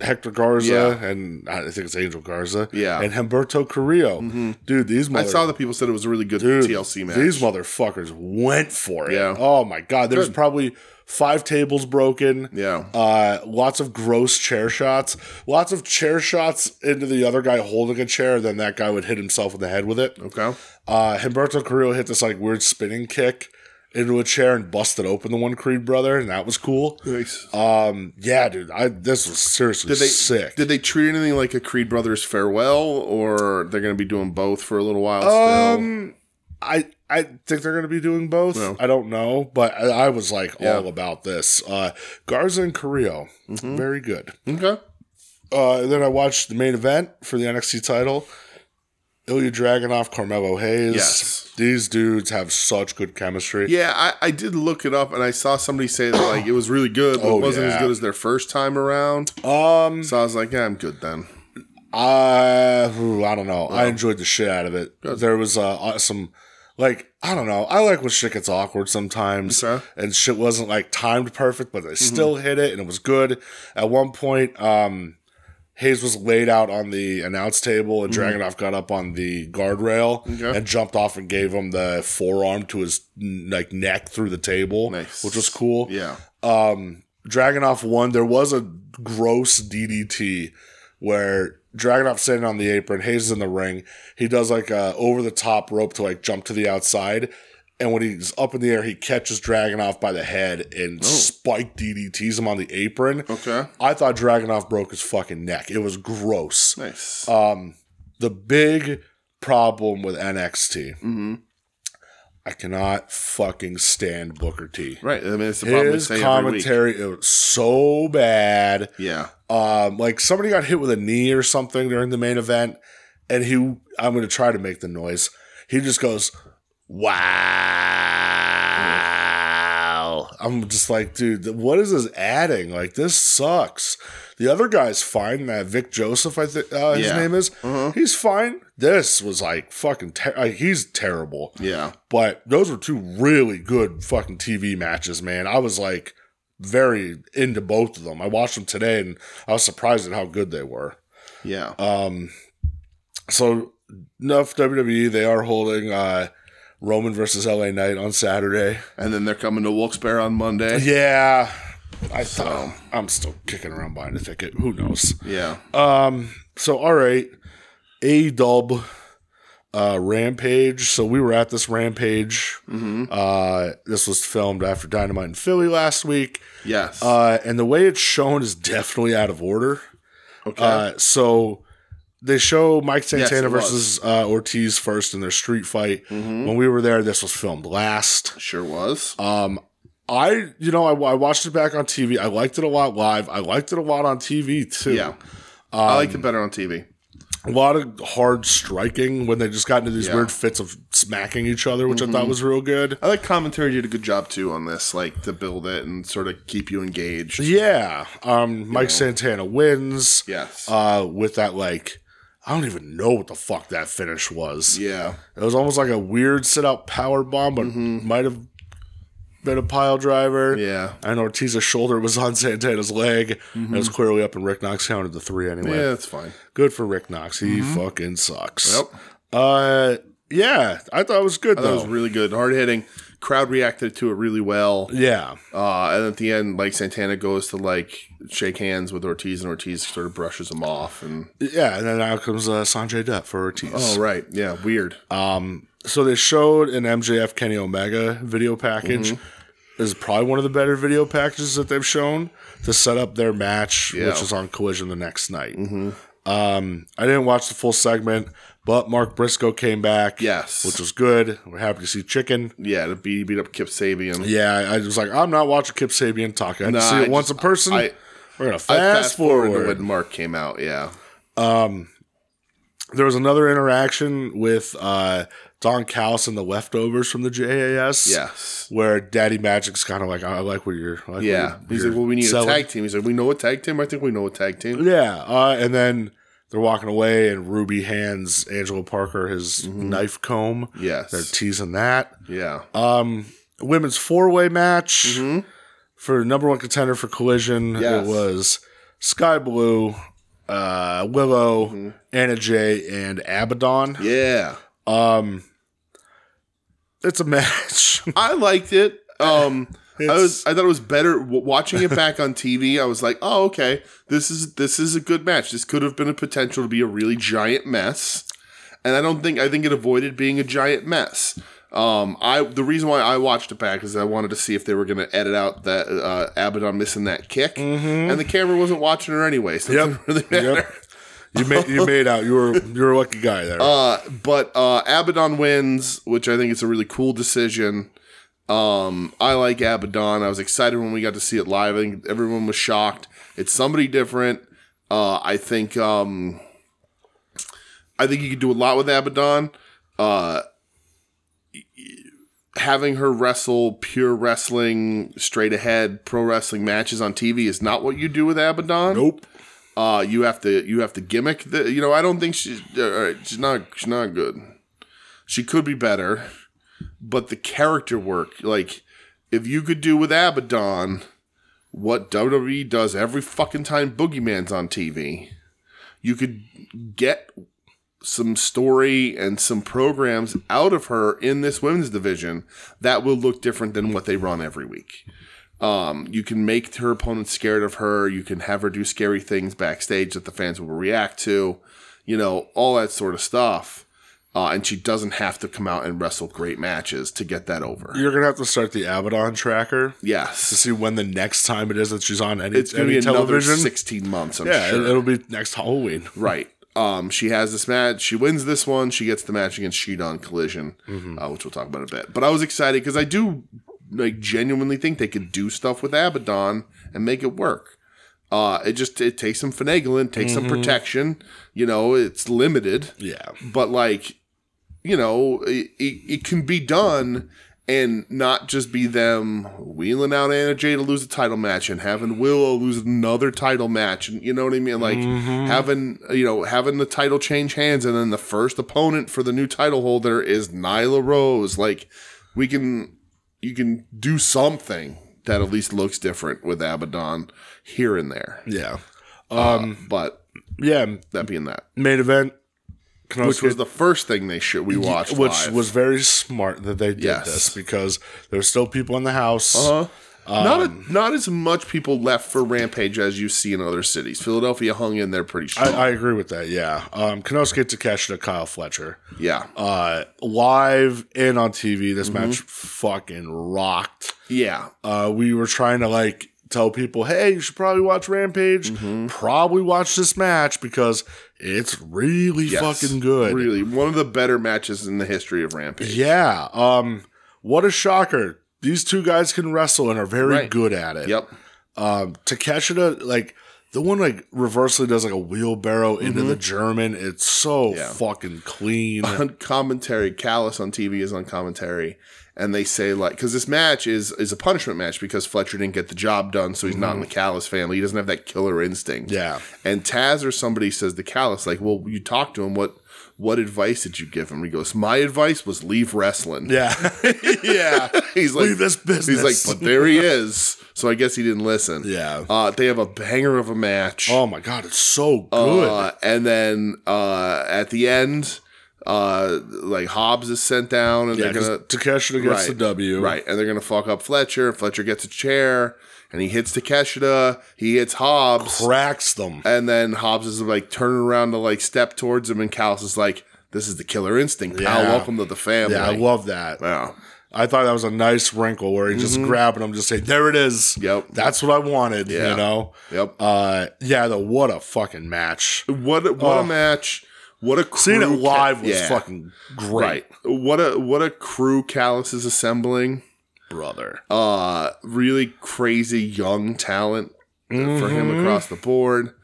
S2: Hector Garza
S1: Yeah.
S2: and I think it's Angel Garza,
S1: Yeah. Mm-hmm.
S2: and Humberto Carrillo. Dude, these
S1: I
S2: mother-
S1: saw that people said it was a really good
S2: Dude,
S1: TLC match.
S2: These motherfuckers went for it.
S1: Yeah.
S2: Oh my god, there's probably five tables broken.
S1: yeah,
S2: Uh, lots of gross chair shots. Lots of chair shots into the other guy holding a chair. Then that guy would hit himself in the head with it.
S1: okay.
S2: Uh, Humberto Carrillo hit this like weird spinning kick into a chair and busted open the one Creed brother, and that was cool.
S1: Nice.
S2: Um, yeah, dude, I this was seriously
S1: Did they
S2: sick.
S1: Did they treat anything like a Creed brothers farewell, or they're going to be doing both for a little while?
S2: um, I I think they're going to be doing both.
S1: No.
S2: I don't know, but I, I was like
S1: Yeah. Mm-hmm.
S2: all about this. Uh, Garza and Carrillo, very good.
S1: Okay.
S2: Uh, and then I watched the main event for the NXT title. Ilya Dragunov, Carmelo Hayes.
S1: Yes.
S2: These dudes have such good chemistry.
S1: Yeah, I, I did look it up and I saw somebody say that like it was really good, but
S2: Oh,
S1: it wasn't
S2: yeah.
S1: as good as their first time around.
S2: Um,
S1: So I was like, yeah, I'm good then.
S2: I ooh, I don't know. I enjoyed the shit out of it. There was uh, some like I don't know. I like when shit gets awkward sometimes,
S1: Okay.
S2: and shit wasn't like timed perfect, but they
S1: Mm-hmm.
S2: still hit it, and it was good. At one point, um, Hayes was laid out on the announce table, and Dragonoff got up on the guardrail
S1: Mm-hmm. Okay.
S2: and jumped off and gave him the forearm to his n- like neck through the table,
S1: Nice.
S2: which was cool.
S1: Yeah.
S2: um Dragonoff won. There was a gross DDT where Dragonoff standing on the apron, Hayes is in the ring. He does like a over the top rope to like jump to the outside. And when he's up in the air, he catches Dragonoff by the head and spike DDTs him on the apron.
S1: Okay.
S2: I thought Dragonoff broke his fucking neck. It was gross.
S1: Nice.
S2: Um, the big problem with NXT,
S1: hmm
S2: I cannot fucking stand Booker T.
S1: Right. I mean, it's the problem we
S2: His
S1: say every week.
S2: commentary it was so bad.
S1: Yeah.
S2: Um, like somebody got hit with a knee or something during the main event, and he I'm gonna try to make the noise. He just goes, Wow. I'm just like, dude, th- what is this adding? Like, this sucks. The other guy's fine. That Vic Joseph, I think uh, his
S1: Yeah.
S2: name is.
S1: Uh-huh.
S2: He's fine. This was like fucking. Ter- like, he's terrible.
S1: Yeah.
S2: But those were two really good fucking TV matches, man. I was like very into both of them. I watched them today and I was surprised at how good they were.
S1: Yeah.
S2: Um, so enough WWE. They are holding uh, Roman versus LA Knight on Saturday.
S1: And then they're coming to Wilkes-Barre on Monday.
S2: (laughs) Yeah, I
S1: So.
S2: thought I'm still kicking around behind a ticket. Who knows?
S1: Yeah.
S2: Um, so all right, A Dub, uh, Rampage. So we were at this Rampage.
S1: Mm-hmm.
S2: Uh, this was filmed after Dynamite in Philly last week.
S1: Yes.
S2: Uh, and the way it's shown is definitely out of order.
S1: okay.
S2: Uh, so they show Mike Santana
S1: it was. Mm-hmm.
S2: versus uh, Ortiz first in their street fight. When we were there, this was filmed last.
S1: sure was.
S2: Um, I, you know, I, I watched it back on TV. I liked it a lot live. I liked it a lot on TV too.
S1: yeah. I
S2: um,
S1: liked it better on TV.
S2: a lot of hard striking when they just got into these
S1: Yeah. Mm-hmm.
S2: weird fits of smacking each other, which I thought was real good.
S1: I like commentary did a good job too on this, like to build it and sort of keep you engaged.
S2: Yeah. Um, Mike Santana wins.
S1: Yes.
S2: Uh, with that, like, I don't even know what the fuck that finish was.
S1: yeah.
S2: It was almost like a weird sit out power bomb, but might have been a pile driver.
S1: Mm-hmm. Yeah.
S2: And Ortiz's shoulder was on Santana's leg. It was clearly up, and Rick Knox counted the three anyway.
S1: Mm-hmm. Yeah, that's fine.
S2: Good for Rick Knox. He fucking sucks.
S1: Yep.
S2: Uh, yeah, I thought it was good
S1: That
S2: though.
S1: was really good. Hard hitting. Crowd reacted to it really well.
S2: yeah,
S1: Uh, and at the end, like Santana goes to like shake hands with Ortiz, and Ortiz sort of brushes him off. And Oh,
S2: yeah. And then out comes uh, Sanjay Dutt for Ortiz.
S1: right, yeah, weird.
S2: Um, so they showed an MJF Kenny Omega video package.
S1: Mm-hmm.
S2: This is probably one of the better video packages that they've shown to set up their match,
S1: Yeah. Mm-hmm.
S2: which is on Collision the next night. Um, I didn't watch the full segment, but Mark Briscoe came back,
S1: yes,
S2: which was good. We're happy to see Chicken.
S1: yeah, to beat beat up Kip Sabian.
S2: Yeah, I was like, I'm not watching Kip Sabian talk. I had
S1: Nah,
S2: to see it
S1: I
S2: once
S1: just-
S2: a person.
S1: I-
S2: We're gonna fast,
S1: I fast forward to
S2: forward
S1: when Mark came out. Yeah,
S2: there was another interaction with uh, Don Callis and the leftovers from the JAS.
S1: yes,
S2: Where Daddy Magic's kind of like, I like what you're. I Like
S1: yeah.
S2: what you're-
S1: He's like, well, we need
S2: selling.
S1: a tag team. He's like, we know a tag team. I think we know a tag team.
S2: Yeah. Uh, and then they're walking away, and Ruby hands Angela Parker his
S1: Mm-hmm.
S2: knife comb. They're
S1: Yes,
S2: teasing that.
S1: yeah,
S2: Um, women's four way match
S1: Mhm.
S2: for number one contender for Collision.
S1: Yes.
S2: It was Sky Blue, uh, Willow,
S1: Mm-hmm.
S2: Anna Jay, and Abaddon.
S1: yeah.
S2: Um, it's a (laughs) match.
S1: I liked it.
S2: (laughs)
S1: Um, I
S2: It's-
S1: was I thought it was better w- watching it back on TV. I was like, oh okay, this is this is a good match. This could have been a potential to be a really giant mess, and I don't think I think it avoided being a giant mess. Um, I the reason why I watched it back is I wanted to see if they were going to edit out that uh, Abaddon missing that kick, and the camera wasn't watching her anyway, so it
S2: Mm-hmm. Yep.
S1: didn't (laughs) really
S2: (laughs)
S1: matter.
S2: Yep. You made you made out. You were you were a lucky guy there.
S1: Uh, but uh, Abaddon wins, which I think is a really cool decision. Um, I like Abaddon. I was excited when we got to see it live. I think everyone was shocked. It's somebody different. Uh, I think um, I think you could do a lot with Abaddon. Uh, having her wrestle pure wrestling, straight ahead pro wrestling matches on TV is not what you do with Abaddon.
S2: nope.
S1: Uh, you have to you have to gimmick the. You know, I don't think she's all right. She's not she's not good. She could be better, but the character work, like if you could do with Abaddon, what WWE does every fucking time Boogeyman's on TV, you could get some story and some programs out of her in this women's division that will look different than what they run every week. Um, you can make her opponent scared of her. You can have her do scary things backstage that the fans will react to, you know, all that sort of stuff. Uh, and she doesn't have to come out and wrestle great matches to get that over.
S2: You're gonna have to start the Abaddon tracker to
S1: Yes.
S2: see when the next time it is that she's on any,
S1: It's going to
S2: any
S1: be another
S2: television.
S1: 16 months, I'm
S2: yeah, uh,
S1: sure.
S2: it, will be next Halloween.
S1: Right. Um, she has this match. She wins this one. She gets the match against Sheet on Collision,
S2: Mm-hmm.
S1: uh, which we'll talk about in a bit. But I was excited because I do like genuinely think they could do stuff with Abaddon and make it work. Uh, it just it takes some finagling, takes
S2: Mm-hmm.
S1: some protection. You know, it's limited
S2: Yeah,
S1: but like you know it, it, it can be done and not just be them wheeling out Anna Jay to lose a title match and having Willow lose another title match and you know what I mean like
S2: Mm-hmm.
S1: having you know having the title change hands and then the first opponent for the new title holder is Nyla Rose like we can you can do something that at least looks different with Abaddon here and there
S2: yeah, Mm-hmm.
S1: but
S2: yeah.
S1: that being that
S2: Main event, Kenosuke
S1: which was the first thing they should we watched
S2: which
S1: live.
S2: was very smart that they did
S1: Yes.
S2: this because there's still people in the house.
S1: Uh-huh.
S2: Um,
S1: not a, not as much people left for Rampage as you see in other cities. Philadelphia hung in there pretty strong.
S2: I, I agree with that. Yeah, um, Kenosuke Takeshita, Kyle Fletcher,
S1: yeah,
S2: uh, live and on TV. This match fucking rocked.
S1: yeah,
S2: Uh, we were trying to like tell people, hey, you should probably watch Rampage.
S1: Mm-hmm.
S2: Probably watch this match because it's really
S1: Yes.
S2: fucking good.
S1: Really, one of the better matches in the history of Rampage.
S2: Yeah. Um, what a shocker. These two guys can wrestle and are very
S1: Right.
S2: good at it.
S1: Yep.
S2: Um, Takeshita, like the one like reversely does like a wheelbarrow into the German. It's so
S1: Mm-hmm. Yeah.
S2: fucking
S1: (laughs)
S2: clean.
S1: on commentary, Callus on TV is on commentary, and they say like because this match is is a punishment match because Fletcher didn't get the job done, so he's not in the Callus family. He doesn't have that killer instinct.
S2: Mm-hmm. Yeah.
S1: And Taz or somebody says to Callus like, well, you talked to him. What what advice did you give him? He goes, my advice was leave wrestling.
S2: yeah. (laughs) yeah.
S1: (laughs) He's like,
S2: Leave this business.
S1: He's like, but there
S2: (laughs)
S1: he is. So I guess he didn't listen.
S2: Yeah.
S1: Uh, they have a banger of a match.
S2: oh my God, it's so Oh, good.
S1: Uh, and then uh, at the end, uh, like Hobbs is sent down, and
S2: yeah,
S1: they're gonna
S2: 'cause Takeshita gets the
S1: Right.
S2: W.
S1: right, and they're gonna fuck up Fletcher. Fletcher gets a chair, and he hits Takeshita. He hits Hobbs,
S2: Cracks them.
S1: and then Hobbs is like turning around to like step towards him, and Callus is like, "This is the killer instinct, pal.
S2: Yeah.
S1: Welcome to the family."
S2: Yeah, I love that.
S1: yeah.
S2: I thought that was a nice wrinkle where he just grabbing them, just say, "There it is."
S1: Mm-hmm. Yep.
S2: That's what I wanted.
S1: Yeah.
S2: You know.
S1: Yep.
S2: Uh, yeah. The what a fucking match.
S1: What a- what a match! What a crew
S2: Oh. Seeing it live was
S1: yeah.
S2: fucking great,
S1: right. What a what a crew Callus is assembling.
S2: brother.
S1: Uh, really crazy young talent for
S2: Mm-hmm.
S1: him across the board.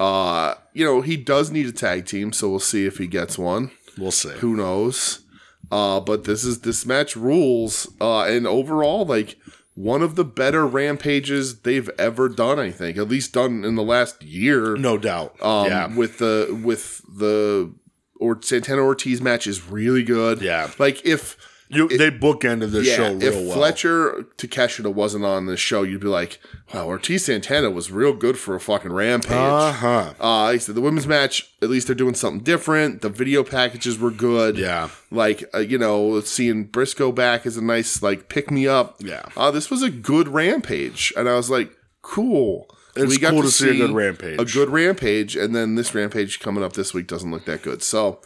S1: Uh, you know he does need a tag team, so we'll see if he gets one.
S2: We'll see.
S1: Who knows? Uh, but this is this match rules. Uh, and overall, like one of the better rampages they've ever done. I think at least done in the last year
S2: no doubt.
S1: um,
S2: yeah.
S1: with the with the or Santana Ortiz match is really good.
S2: Yeah.
S1: like if
S2: You, they bookended the
S1: yeah,
S2: show real
S1: if
S2: well.
S1: Fletcher Takeshita wasn't on the show, you'd be like, wow, Ortiz Santana was real good for a fucking rampage.
S2: uh
S1: Uh,
S2: huh.
S1: like I said, the women's match, at least they're doing something different. The video packages were good.
S2: Yeah.
S1: Like, uh, you know, seeing Briscoe back is a nice, like, pick me up.
S2: Yeah.
S1: Uh, this was a good rampage. And I was like, cool.
S2: It's cool to see a good rampage.
S1: A good rampage. And then this rampage coming up this week doesn't look that good. So,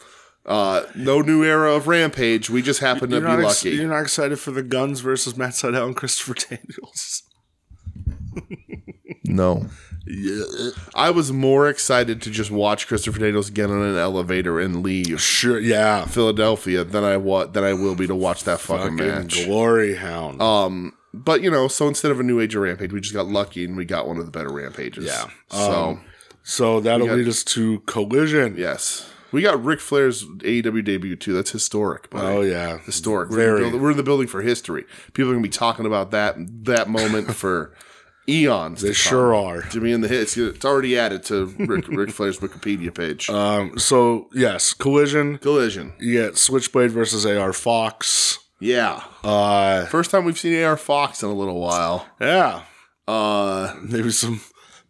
S1: uh, no new era of rampage. We just happen to
S2: You're
S1: be
S2: not,
S1: lucky.
S2: ex- you're not excited for the (laughs) Guns versus Matt Sydal and Christopher Daniels.
S1: no. I was more excited to just watch Christopher Daniels get on an elevator and leave
S2: Sure, yeah.
S1: Philadelphia than I wa- than I will be to watch that fucking,
S2: Fucking
S1: match.
S2: glory hound.
S1: Um, but you know, so instead of a new age of rampage, we just got lucky and we got one of the better rampages.
S2: Yeah.
S1: So
S2: Um, so that'll
S1: got-
S2: lead us to collision.
S1: yes, we got Ric Flair's AEW debut too. That's historic. buddy.
S2: Oh yeah.
S1: historic. We're, in
S2: Very.
S1: the building, we're in the building for history. People are gonna be talking about that that
S2: (laughs)
S1: moment for eons.
S2: They sure are.
S1: Jimmy in the hits. It's already added to Rick, Ric Flair's Wikipedia page.
S2: Um, so yes, collision.
S1: Collision.
S2: You get Switchblade versus AR Fox.
S1: Yeah.
S2: Uh,
S1: First time we've seen AR Fox in a little while.
S2: yeah.
S1: Uh,
S2: Maybe some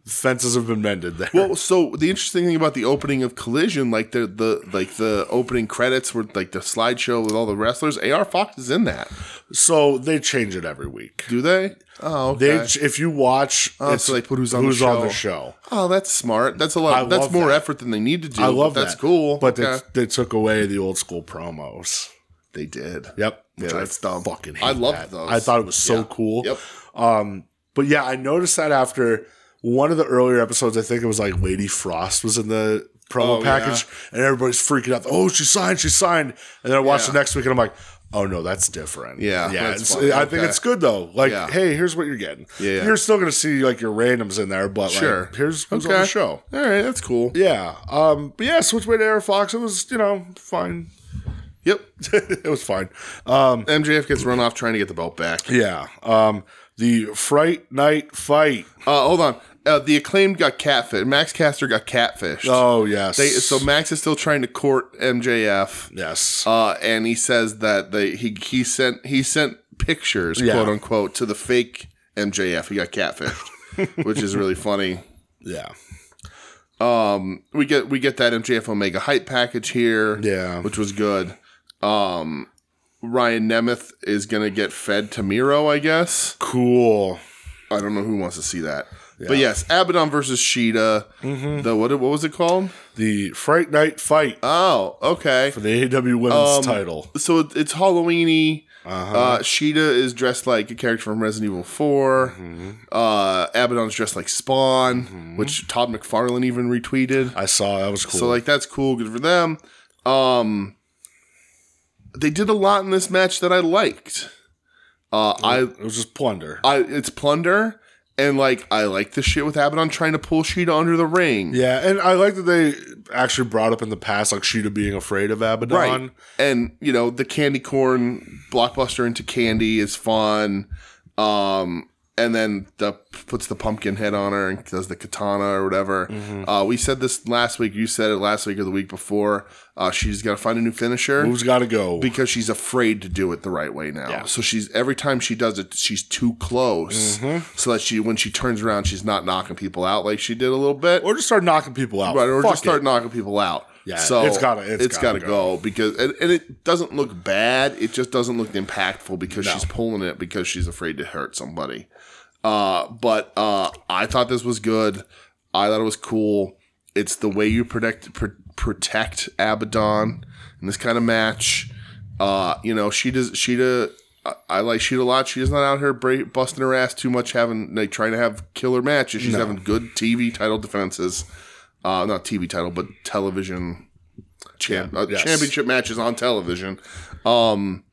S2: fences have been mended there.
S1: well, so the interesting thing about the opening of Collision, like the the like the opening credits were like the slideshow with all the wrestlers. AR Fox is in that.
S2: so they change it every week.
S1: Do they? Oh, okay.
S2: They, ch if you watch,
S1: Oh, so they put who's on the
S2: who's on the show.
S1: oh, that's smart. That's a lot.
S2: I
S1: that's
S2: love
S1: more
S2: that.
S1: effort than they need to do.
S2: I
S1: but
S2: love
S1: Oh, that's
S2: that.
S1: cool.
S2: But
S1: Okay.
S2: they, they took away the old school promos.
S1: they did.
S2: Yep. Which I
S1: that's dumb.
S2: Fucking hate
S1: I loved
S2: that.
S1: those.
S2: I thought it was so cool.
S1: Yep.
S2: Um, but yeah, I noticed that after one of the earlier episodes, I think it was like Lady Frost was in the promo
S1: Oh,
S2: package, and everybody's freaking out. Oh, she signed, she signed. And then I watched the
S1: Yeah.
S2: next week, and I'm like, oh no, that's different.
S1: Yeah,
S2: yeah.
S1: that's
S2: it's-
S1: fine.
S2: I think
S1: Okay.
S2: it's good though. Like,
S1: Yeah.
S2: hey, here's what you're getting.
S1: Yeah.
S2: You're still gonna see like your randoms in there, but
S1: Sure.
S2: like, here's who's on
S1: Okay.
S2: the show.
S1: All right, that's cool.
S2: Yeah. Um. But yeah, Switchblade Air Fox. It was you know fine. (laughs)
S1: Yep.
S2: it was fine. Um.
S1: MJF gets run off trying to get the belt back.
S2: Yeah. Um, the Fright Night Fight.
S1: Uh, hold on. Uh, the acclaimed got catfished. Max Caster got catfished.
S2: Oh yes.
S1: They- so Max is still trying to court MJF,
S2: yes.
S1: uh, and he says that they he he sent he sent pictures
S2: Yeah.
S1: quote unquote to the fake MJF. He got
S2: (laughs)
S1: catfished, which is really funny.
S2: yeah.
S1: We get we get that MJF Omega hype package here,
S2: Yeah.
S1: which was good. Um, Ryan Nemeth is gonna get fed to Miro, I guess.
S2: Cool.
S1: I don't know who wants to see that. But yes, Abaddon versus Sheeta.
S2: Mm-hmm.
S1: The what? What was it called?
S2: The Fright Night Fight
S1: Oh, okay.
S2: for the AEW Women's
S1: Um,
S2: title.
S1: So it- it's Halloweeny.
S2: Uh-huh.
S1: Uh, Sheeta is dressed like a character from Resident Evil 4
S2: Mm-hmm.
S1: Uh, Abaddon's dressed like Spawn, which Todd McFarlane even retweeted.
S2: I saw that was Mm-hmm. cool.
S1: So like that's cool, good for them. Um, they did a lot in this match that I liked. Uh, I
S2: it was just plunder.
S1: I it's plunder and like I like the shit with Abaddon trying to pull Sheeta under the ring.
S2: yeah, and I like that they actually brought up in the past like Sheeta being afraid of Abaddon.
S1: Right. And you know, the candy corn blockbuster into candy is fun. Um and then the puts the pumpkin head on her and does the katana or whatever. Uh, we said this last week. You said it last week or the week before. Uh, she's got to find a new finisher
S2: Who's got to go?
S1: because she's afraid to do it the right way now. So she's every time she does it, she's too close, so that she when she turns around, she's not knocking people out like she did a little bit.
S2: or just start knocking people out.
S1: Right, or
S2: Fuck
S1: just start
S2: it.
S1: knocking people out.
S2: Yeah,
S1: so
S2: it's gotta- it's
S1: it's
S2: gotta
S1: gotta, go. because and, and it doesn't look bad. It just doesn't look impactful because she's pulling it because she's afraid to hurt somebody. Uh, but uh, I thought this was good. I thought it was cool. It's the way you protect pr- protect Abaddon in this kind of match. Uh, you know, she does. Sheeta, I, I like Sheeta a lot. She is not out here bra- busting her ass too much, having like trying to have killer matches. She's having good TV title defenses. Uh, not TV title, but television champ- uh,
S2: yes.
S1: championship matches on television. Um,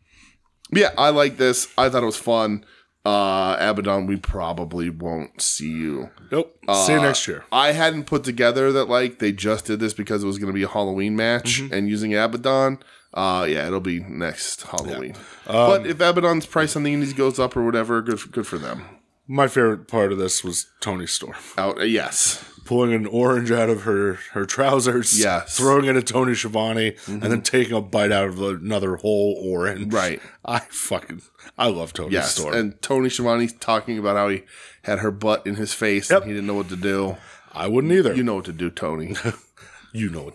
S1: yeah, I like this. I thought it was fun. Uh, Abaddon, we probably won't see you.
S2: Nope. See you
S1: Uh,
S2: next year.
S1: I hadn't put together that like they just did this because it was going to be a Halloween match and using Abaddon. Uh, yeah, it'll be next Halloween. but if Abaddon's price on the Indies goes up or whatever, good for, good for them.
S2: My favorite part of this was Tony Storm (laughs)
S1: Out, uh, yes,
S2: pulling an orange out of her her trousers,
S1: Yes. Mm-hmm.
S2: throwing it at Tony Schiavone, and then taking a bite out of the- another whole orange.
S1: Right.
S2: I fucking I love Tony
S1: yes.
S2: Storm.
S1: And Tony Schiavone talking about how he had her butt in his face and he didn't know what to do.
S2: I wouldn't either.
S1: You
S2: You,
S1: know what to do, Tony.
S2: know what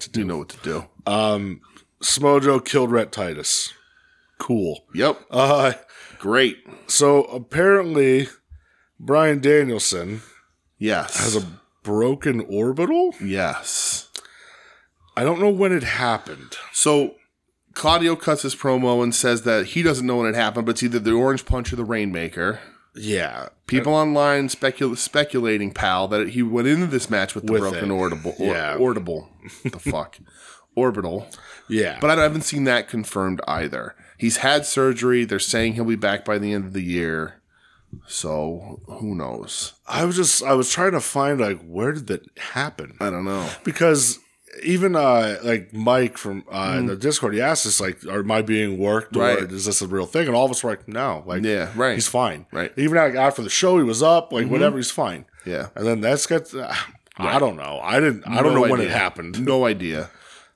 S2: to do.
S1: you know what to do.
S2: Smojo killed Rhett Titus. Cool.
S1: Yep,
S2: Uh,
S1: great.
S2: so apparently, Brian Danielson
S1: Yes,
S2: has a broken orbital.
S1: yes.
S2: I don't know when it happened.
S1: So Claudio cuts his promo and says that he doesn't know when it happened, but it's either the orange punch or the rainmaker.
S2: Yeah.
S1: People online specul- speculating, pal, that he went into this match with the
S2: With
S1: broken
S2: it.
S1: orbital. Or,
S2: Yeah.
S1: Orbital. the
S2: (laughs)
S1: fuck? Orbital.
S2: Yeah.
S1: But I haven't seen that confirmed either. He's had surgery. They're saying he'll be back by the end of the year. So who knows?
S2: I was just I was trying to find like where did that happen?
S1: I don't know.
S2: Because even uh like Mike from uh the Discord, he asked us like, "Are am I being worked
S1: Right.
S2: or is this a real thing?" And all of us were like, "No, like
S1: Yeah, right.
S2: he's fine."
S1: Right. Mm-hmm.
S2: Even like after the show, he was up like whatever, he's fine.
S1: Yeah.
S2: And then that's got uh, I don't know. I didn't. I don't know
S1: No
S2: when it
S1: idea.
S2: happened.
S1: No idea.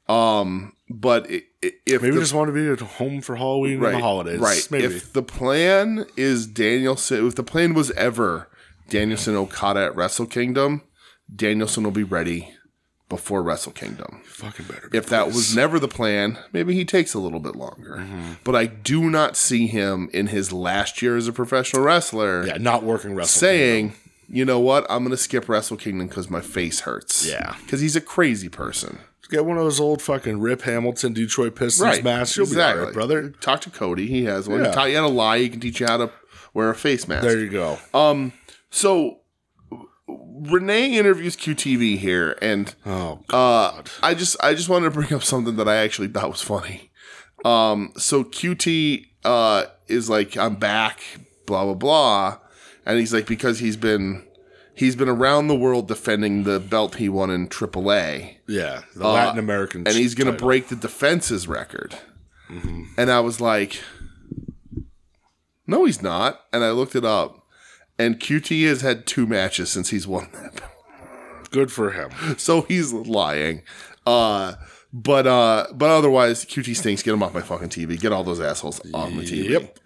S1: Um, but i- i- if
S2: Maybe
S1: the-
S2: just wanted to be at home for Halloween and the holidays.
S1: Right.
S2: Maybe.
S1: If the plan is Danielson, if the plan was ever Danielson Okada at Wrestle Kingdom, Danielson will be ready before Wrestle Kingdom.
S2: Fucking better. be.
S1: If that was never the plan, maybe he takes a little bit longer.
S2: Mm-hmm.
S1: But I do not see him in his last year as a professional wrestler
S2: yeah, not working wrestling.
S1: saying, you know what, I'm going to skip Wrestle Kingdom because my face hurts.
S2: Yeah.
S1: Because he's a crazy person.
S2: Get one of those old fucking Rip Hamilton Detroit Pistons
S1: Right.
S2: masks. You'll be all
S1: Exactly.
S2: right, brother.
S1: Talk to Cody. He has one.
S2: Yeah.
S1: He taught you how to lie. He can teach you how to wear a face mask.
S2: There you go.
S1: Uh, So Renee interviews QTV here, and
S2: oh,
S1: uh, I just I just wanted to bring up something that I actually thought was funny. Um, so QT uh, is like, I'm back, blah blah blah, and he's like because he's been he's been around the world defending the belt he won in AAA,
S2: yeah, the Latin American.
S1: uh, and he's gonna break the defenses record. And I was like, No, he's not. And I looked it up, and QT has had two matches since he's won that. belt.
S2: good
S1: (laughs)
S2: for him.
S1: so he's lying. Uh, but uh, but otherwise, QT stinks. Get him off my fucking TV. Get all those assholes off my TV.
S2: Yep.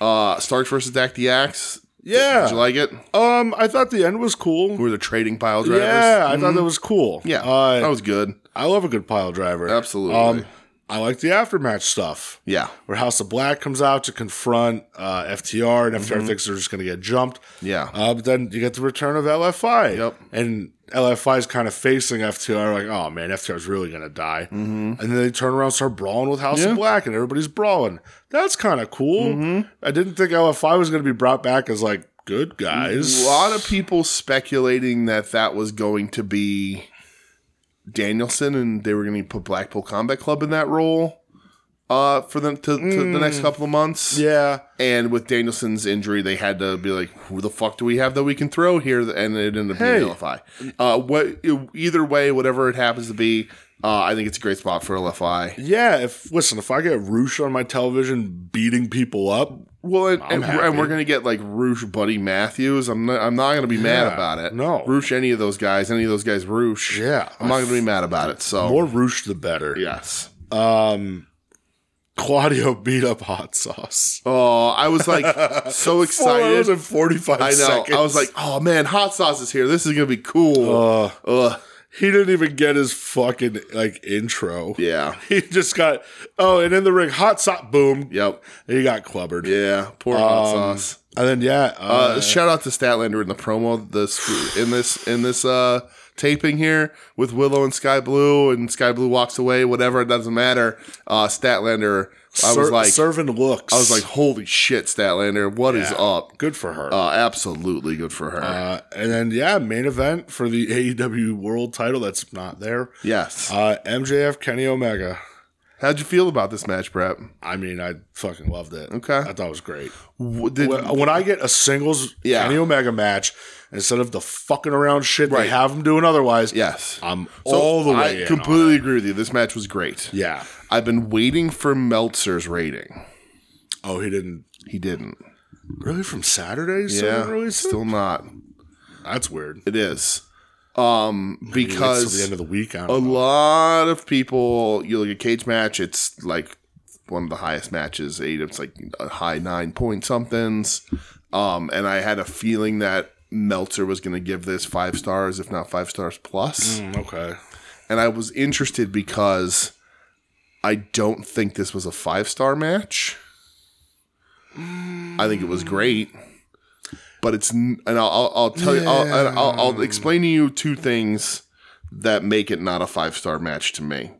S1: Uh, Starks versus Dak the Axe.
S2: Yeah.
S1: Did you like it?
S2: Um, I thought the end was cool.
S1: Who are the trading pile drivers? Mm,
S2: Yeah, I thought that was cool.
S1: Mm-hmm. Yeah. that
S2: uh,
S1: was good.
S2: I love a good pile driver.
S1: Absolutely.
S2: Um, I like the aftermatch stuff.
S1: Yeah.
S2: where House of Black comes out to confront uh, FTR, and
S1: Mm-hmm.
S2: FTR thinks they're just going to get jumped.
S1: Yeah.
S2: Uh, but then you get the return of LFI.
S1: Yep.
S2: And LFI is kind of facing FTR, like, oh man, FTR's really going to die. Mm-hmm. And then they turn around and start brawling with House
S1: Yeah. Mm-hmm.
S2: of Black, and everybody's brawling. That's kind of cool. I didn't think LFI was going to be brought back as, like, good guys.
S1: A lot of people speculating that that was going to be Danielson, and they were going to put Blackpool Combat Club in that role uh, for them to, to the next
S2: Mm.
S1: couple of months.
S2: Yeah.
S1: And with Danielson's injury, they had to be like, "Who the fuck do we have that we can throw here?" And it ended up
S2: Hey.
S1: being LFI. Uh, what? Either way, whatever it happens to be, uh, I think it's a great spot for LFI.
S2: Yeah, if listen, if I get Roosh on my television beating people up,
S1: Well, and, and,
S2: happy.
S1: and we're gonna get like Roosh, Buddy Matthews. I'm not, I'm not gonna be mad
S2: Yeah,
S1: about it.
S2: no.
S1: Roosh, any of those guys, any of those guys, Roosh.
S2: Yeah.
S1: I'm not gonna be mad about it. So
S2: more Roosh the better. Um,
S1: yes.
S2: Claudio beat up hot sauce.
S1: Oh, I was like so
S2: (laughs) Four
S1: excited.
S2: hours and 45
S1: I know.
S2: seconds.
S1: I was like, oh man, hot sauce is here. This is gonna be cool.
S2: uh,
S1: Ugh.
S2: he didn't even get his fucking like intro.
S1: Yeah.
S2: He just got oh, and in the ring, hot sauce, boom.
S1: Yep.
S2: He got clubbered.
S1: Yeah. Poor hot sauce.
S2: And then yeah,
S1: Uh,
S2: Um, uh,
S1: shout out to Statlander in the promo this in this in this uh taping here with Willow and Sky Blue and Sky Blue walks away, whatever, it doesn't matter. Uh Statlander I was
S2: ser-
S1: like
S2: serving looks.
S1: I was like, holy shit, Statlander, what is up?
S2: good for her. Uh,
S1: Uh absolutely good for her.
S2: and then yeah, main event for the AEW World Title that's not there.
S1: yes.
S2: Uh, MJF Kenny Omega.
S1: How'd you feel about this match, Brett?
S2: I mean, I fucking loved it.
S1: Okay.
S2: I thought it was great.
S1: W- did-
S2: when, when I get a singles
S1: Yeah.
S2: Kenny Omega match instead of the fucking around shit they
S1: Right.
S2: have him doing otherwise,
S1: yes.
S2: I'm
S1: So,
S2: uh, all the way
S1: I
S2: in on
S1: completely agree with you. This match was great.
S2: it. Yeah.
S1: I've been waiting for Meltzer's rating.
S2: Oh, he didn't
S1: He didn't.
S2: really from Saturday. So
S1: Yeah.
S2: really
S1: Still not.
S2: That's weird.
S1: It is. Um,
S2: He waits till
S1: because um,
S2: the end of the week, I
S1: a
S2: don't know.
S1: lot of people, you look at cage match, it's like one of the highest matches. Eight, it's like a high nine point somethings. Um, and I had a feeling that Meltzer was going to give this five stars, if not five stars plus.
S2: Mm, okay.
S1: And I was interested because I don't think this was a five star match. I think it was great, but it's n- and I'll I'll, I'll tell you I'll, and I'll I'll explain to you two things that make it not a five star match to me.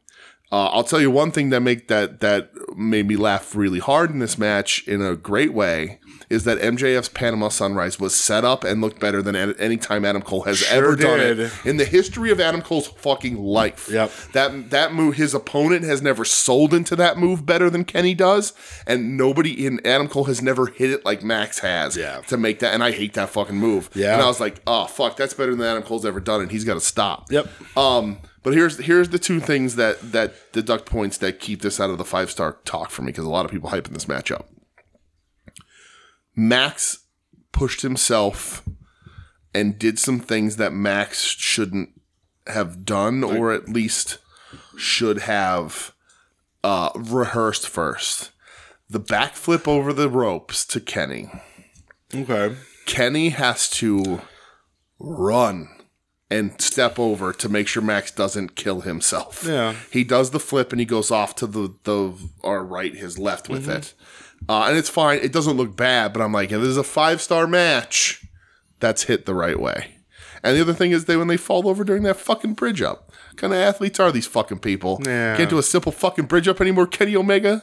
S1: Uh, I'll tell you one thing that make that that made me laugh really hard in this match in a great way is that MJF's Panama Sunrise was set up and looked better than at any time Adam Cole has
S2: Sure
S1: ever done
S2: did.
S1: it in the history of Adam Cole's fucking life.
S2: Yep.
S1: That that move his opponent has never sold into that move better than Kenny does and nobody in Adam Cole has never hit it like Max has
S2: Yeah.
S1: to make that and I hate that fucking move.
S2: Yeah.
S1: And I was like, "Oh fuck, that's better than Adam Cole's ever done and he's got to stop."
S2: Yep.
S1: Um, but here's here's the two things that that deduct points that keep this out of the five star talk for me because a lot of people hyping this matchup. Max pushed himself and did some things that Max shouldn't have done, or at least should have uh, rehearsed first. The backflip over the ropes to Kenny.
S2: Okay.
S1: Kenny has to run and step over to make sure Max doesn't kill himself.
S2: Yeah.
S1: He does the flip and he goes off to the, the our right, his left with it. Uh, and it's fine. It doesn't look bad, but I'm like, if this is a five star match, that's hit the right way. And the other thing is they when they fall over during that fucking bridge up. What kind of athletes are these fucking people?
S2: Yeah.
S1: Can't do a simple fucking bridge up anymore, Kenny Omega.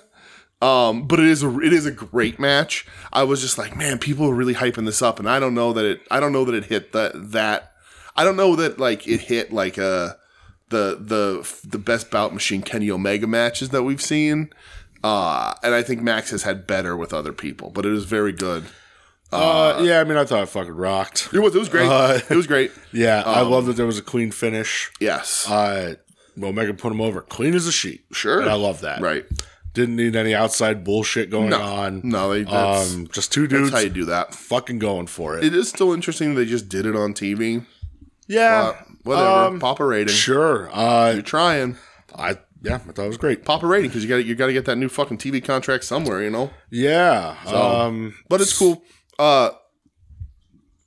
S1: Um, but it is a, it is a great match. I was just like, man, people are really hyping this up, and I don't know that it I don't know that it hit that that I don't know that like it hit like uh the the the best bout machine Kenny Omega matches that we've seen. Uh, and I think Max has had better with other people, but it was very good.
S2: Uh, yeah, I mean, I thought it fucking rocked.
S1: It was it was great.
S2: Uh,
S1: it was great.
S2: Yeah, I
S1: Um,
S2: love that there was a clean finish.
S1: Yes.
S2: Uh, Omega put him over clean as a sheet.
S1: Sure.
S2: And I love that.
S1: right.
S2: Didn't need any outside bullshit going on.
S1: No, they, that's,
S2: Um, just two
S1: that's
S2: dudes
S1: how you do that.
S2: fucking going for it.
S1: It is still interesting they just did it on TV.
S2: yeah.
S1: Uh, whatever.
S2: Um,
S1: Pop a rating.
S2: sure. Uh,
S1: You're trying.
S2: I yeah, I thought it was great.
S1: Pop a rating because you got you got to get that new fucking TV contract somewhere, you know.
S2: Yeah. um,
S1: But it's cool. Uh,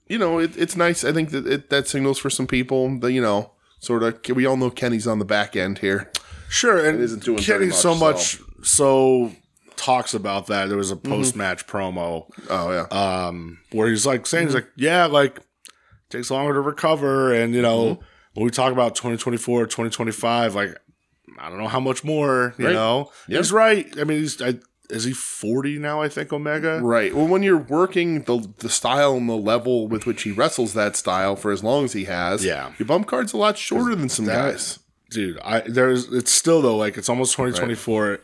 S1: you know, it, it's nice. I think that it, that signals for some people that you know, sort of. We all know Kenny's on the back end here.
S2: Sure, and
S1: isn't doing
S2: Kenny
S1: very much,
S2: so
S1: so-
S2: much so talks about that. There was a
S1: Mm-hmm.
S2: post match promo
S1: Oh yeah,
S2: um, where he's like saying, he's like, yeah, like takes longer to recover, and you know
S1: Mm-hmm.
S2: when we talk about 2024, 2025, like I don't know how much more. You
S1: Right.
S2: know,
S1: Yeah.
S2: he's right. I mean, he's I, is he 40 now? I think Omega.
S1: right. Well, when you're working the the style and the level with which he wrestles that style for as long as he has,
S2: Yeah.
S1: your bump card's a lot shorter than some
S2: that-
S1: guys.
S2: Dude, I there's it's still though like it's almost 2024.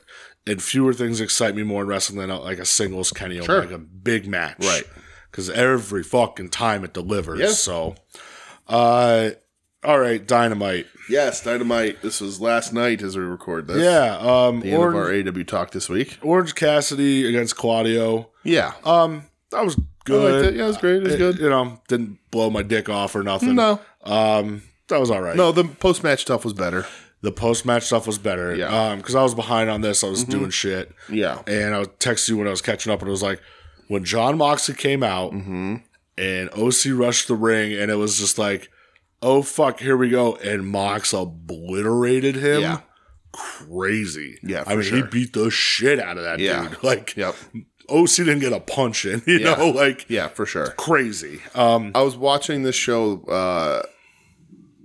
S2: And fewer things excite me more in wrestling than uh, like a singles Kenny
S1: Sure.
S2: Omega big match,
S1: Right.
S2: Because every fucking time it delivers.
S1: Yeah.
S2: So, uh, all right, Dynamite.
S1: Yes, Dynamite. This was last night as we record this.
S2: Yeah, um,
S1: The end of
S2: Orange,
S1: our AW talk this week.
S2: Orange Cassidy against Claudio.
S1: Yeah.
S2: Um, that was
S1: I liked
S2: good.
S1: it. Yeah, it was great. It was
S2: It-
S1: good.
S2: You know, didn't blow my dick off or nothing.
S1: No.
S2: Um, that was all right.
S1: No, the post match stuff was better.
S2: The post match stuff was better.
S1: Yeah. Mm-hmm.
S2: Um, because I was behind on this, I was doing shit.
S1: Yeah.
S2: and I texted you when I was catching up, and it was like when John Moxley came out
S1: Mm-hmm.
S2: and OC rushed the ring, and it was just like, oh fuck, here we go, and Mox obliterated him.
S1: Yeah.
S2: Crazy.
S1: Yeah, for
S2: I mean, he
S1: sure.
S2: beat the shit out of that
S1: Yeah.
S2: dude. (laughs) Like,
S1: Yep.
S2: OC didn't get a punch in. (laughs) You
S1: Yeah.
S2: know, like
S1: Yeah, for sure.
S2: crazy. Um,
S1: I was watching this show. Uh,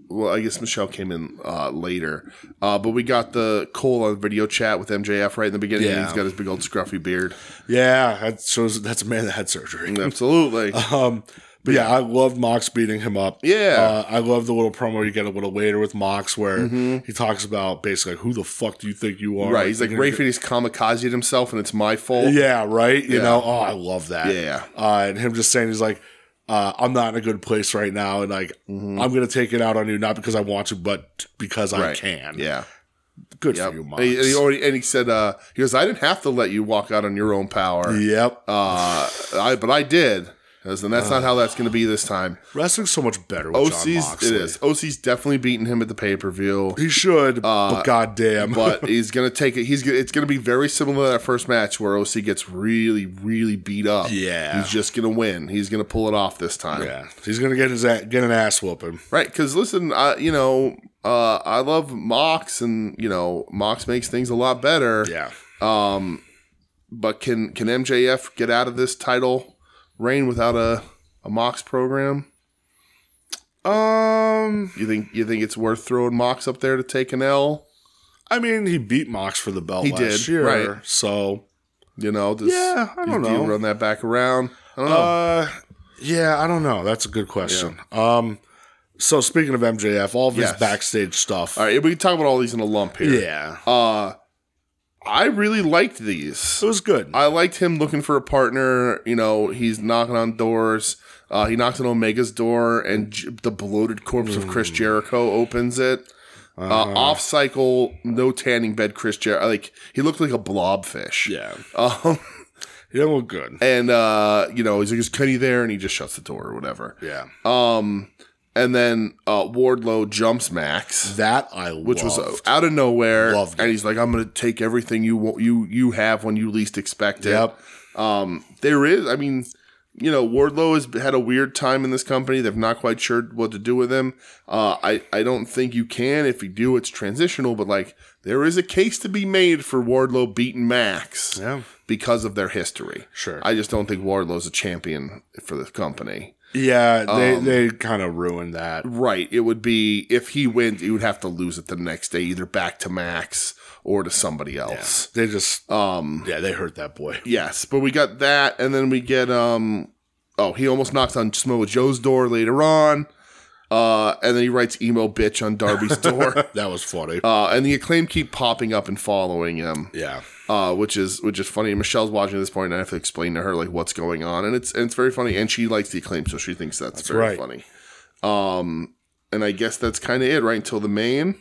S1: well, I guess Michelle came in uh, later, uh, but we got the Cole on video chat with MJF right in the beginning. and
S2: Yeah.
S1: He's got his big old scruffy beard.
S2: yeah, that shows that's a man that had
S1: Mm,
S2: surgery.
S1: (laughs) Absolutely.
S2: Um, but yeah, I loved Mox beating him up.
S1: Yeah. Mm-hmm.
S2: Uh, I love the little promo you get a little later with Mox where he talks about basically who the fuck do you think you are?
S1: right. He's like (laughs)
S2: you're gonna
S1: Ray Finney's kamikaze himself, and it's my
S2: get-
S1: fault.
S2: Yeah, right. You
S1: Yeah.
S2: know, oh, I love that.
S1: Yeah.
S2: Uh, and him just saying, he's like, uh, I'm not in a good place right now. And like, I'm going to take it out on you, not because I want to, but because I
S1: Mm-hmm. Right.
S2: can.
S1: Yeah.
S2: Good
S1: Yep.
S2: for you,
S1: And
S2: Mox.
S1: he, and he already and he said uh, he goes, I didn't have to let you walk out on your own power.
S2: yep.
S1: Uh, I but I did. Goes, And that's not how that's going to be this time.
S2: Wrestling's so much better with John
S1: OC's
S2: Moxley.
S1: it is. OC's definitely beating him at the pay per view.
S2: He should, but goddamn.
S1: Uh,
S2: (laughs)
S1: but he's gonna take it. He's gonna, it's gonna be very similar to that first match where OC gets really, really beat up.
S2: Yeah.
S1: he's just gonna win. He's gonna pull it off this time.
S2: yeah. He's going to get his a- get an ass whooping.
S1: Right? Because listen, I you know uh, I love Mox, and you know Mox makes things a lot better.
S2: Yeah.
S1: But can can MJF get out of this title reign without a a Mox program?
S2: Um,
S1: Um, You think you think it's worth throwing Mox up there to take an L?
S2: I mean, he beat Mox for the belt
S1: He
S2: last
S1: did,
S2: year,
S1: right.
S2: so
S1: You know, does,
S2: Yeah, I don't
S1: do you
S2: know.
S1: run that back around. I don't know.
S2: Uh, yeah, I don't know. That's a good question. Um, so speaking of MJF, all of his
S1: Yes.
S2: backstage stuff.
S1: all right, we can talk about all these in a lump here.
S2: Yeah,
S1: Uh, I really liked these.
S2: it was good.
S1: I liked him looking for a partner. You know, he's knocking on doors. Uh, he knocks on Omega's door, and J- the bloated corpse of
S2: Hmm.
S1: Chris Jericho opens it. Uh,
S2: Uh-huh.
S1: Off cycle, no tanning bed. Chris Jericho, like he looked like a blobfish.
S2: yeah,
S1: Um,
S2: (laughs) yeah, well, good.
S1: and uh, you know, he's like, "Is Kenny there?" And he just shuts the door or whatever.
S2: Yeah,
S1: Um, and then uh, Wardlow jumps Max,
S2: that I
S1: which was
S2: loved.
S1: uh, out of nowhere,
S2: Loved it.
S1: and he's like, "I'm going to take everything you want, you you have when you least expect it."
S2: Yep.
S1: Um, there is, I mean, you know, Wardlow has had a weird time in this company. They've not quite sure what to do with him. Uh, I I don't think you can. If you do, it's transitional. But like, there is a case to be made for Wardlow beating Max
S2: Yeah.
S1: because of their history.
S2: Sure.
S1: I just don't think Wardlow's a champion for the company.
S2: yeah, they
S1: um,
S2: they kind of ruined that.
S1: Right. It would be if he wins, he would have to lose it the next day, either back to Max or to somebody else.
S2: They just
S1: Um
S2: yeah, they hurt that boy. (laughs)
S1: yes, but we got that and then we get um oh, he almost knocks on Samoa Joe's door later on. Uh and then he writes emo bitch on Darby's
S2: (laughs)
S1: door.
S2: That was funny.
S1: Uh, and the acclaim keep popping up and following him,
S2: yeah,
S1: uh, which is which is funny. And Michelle's watching at this point, and I have to explain to her like what's going on, and it's and it's very funny. And she likes the acclaim, so she thinks that's, very
S2: right.
S1: funny. Um, and I guess that's kind of it, right? Until the main,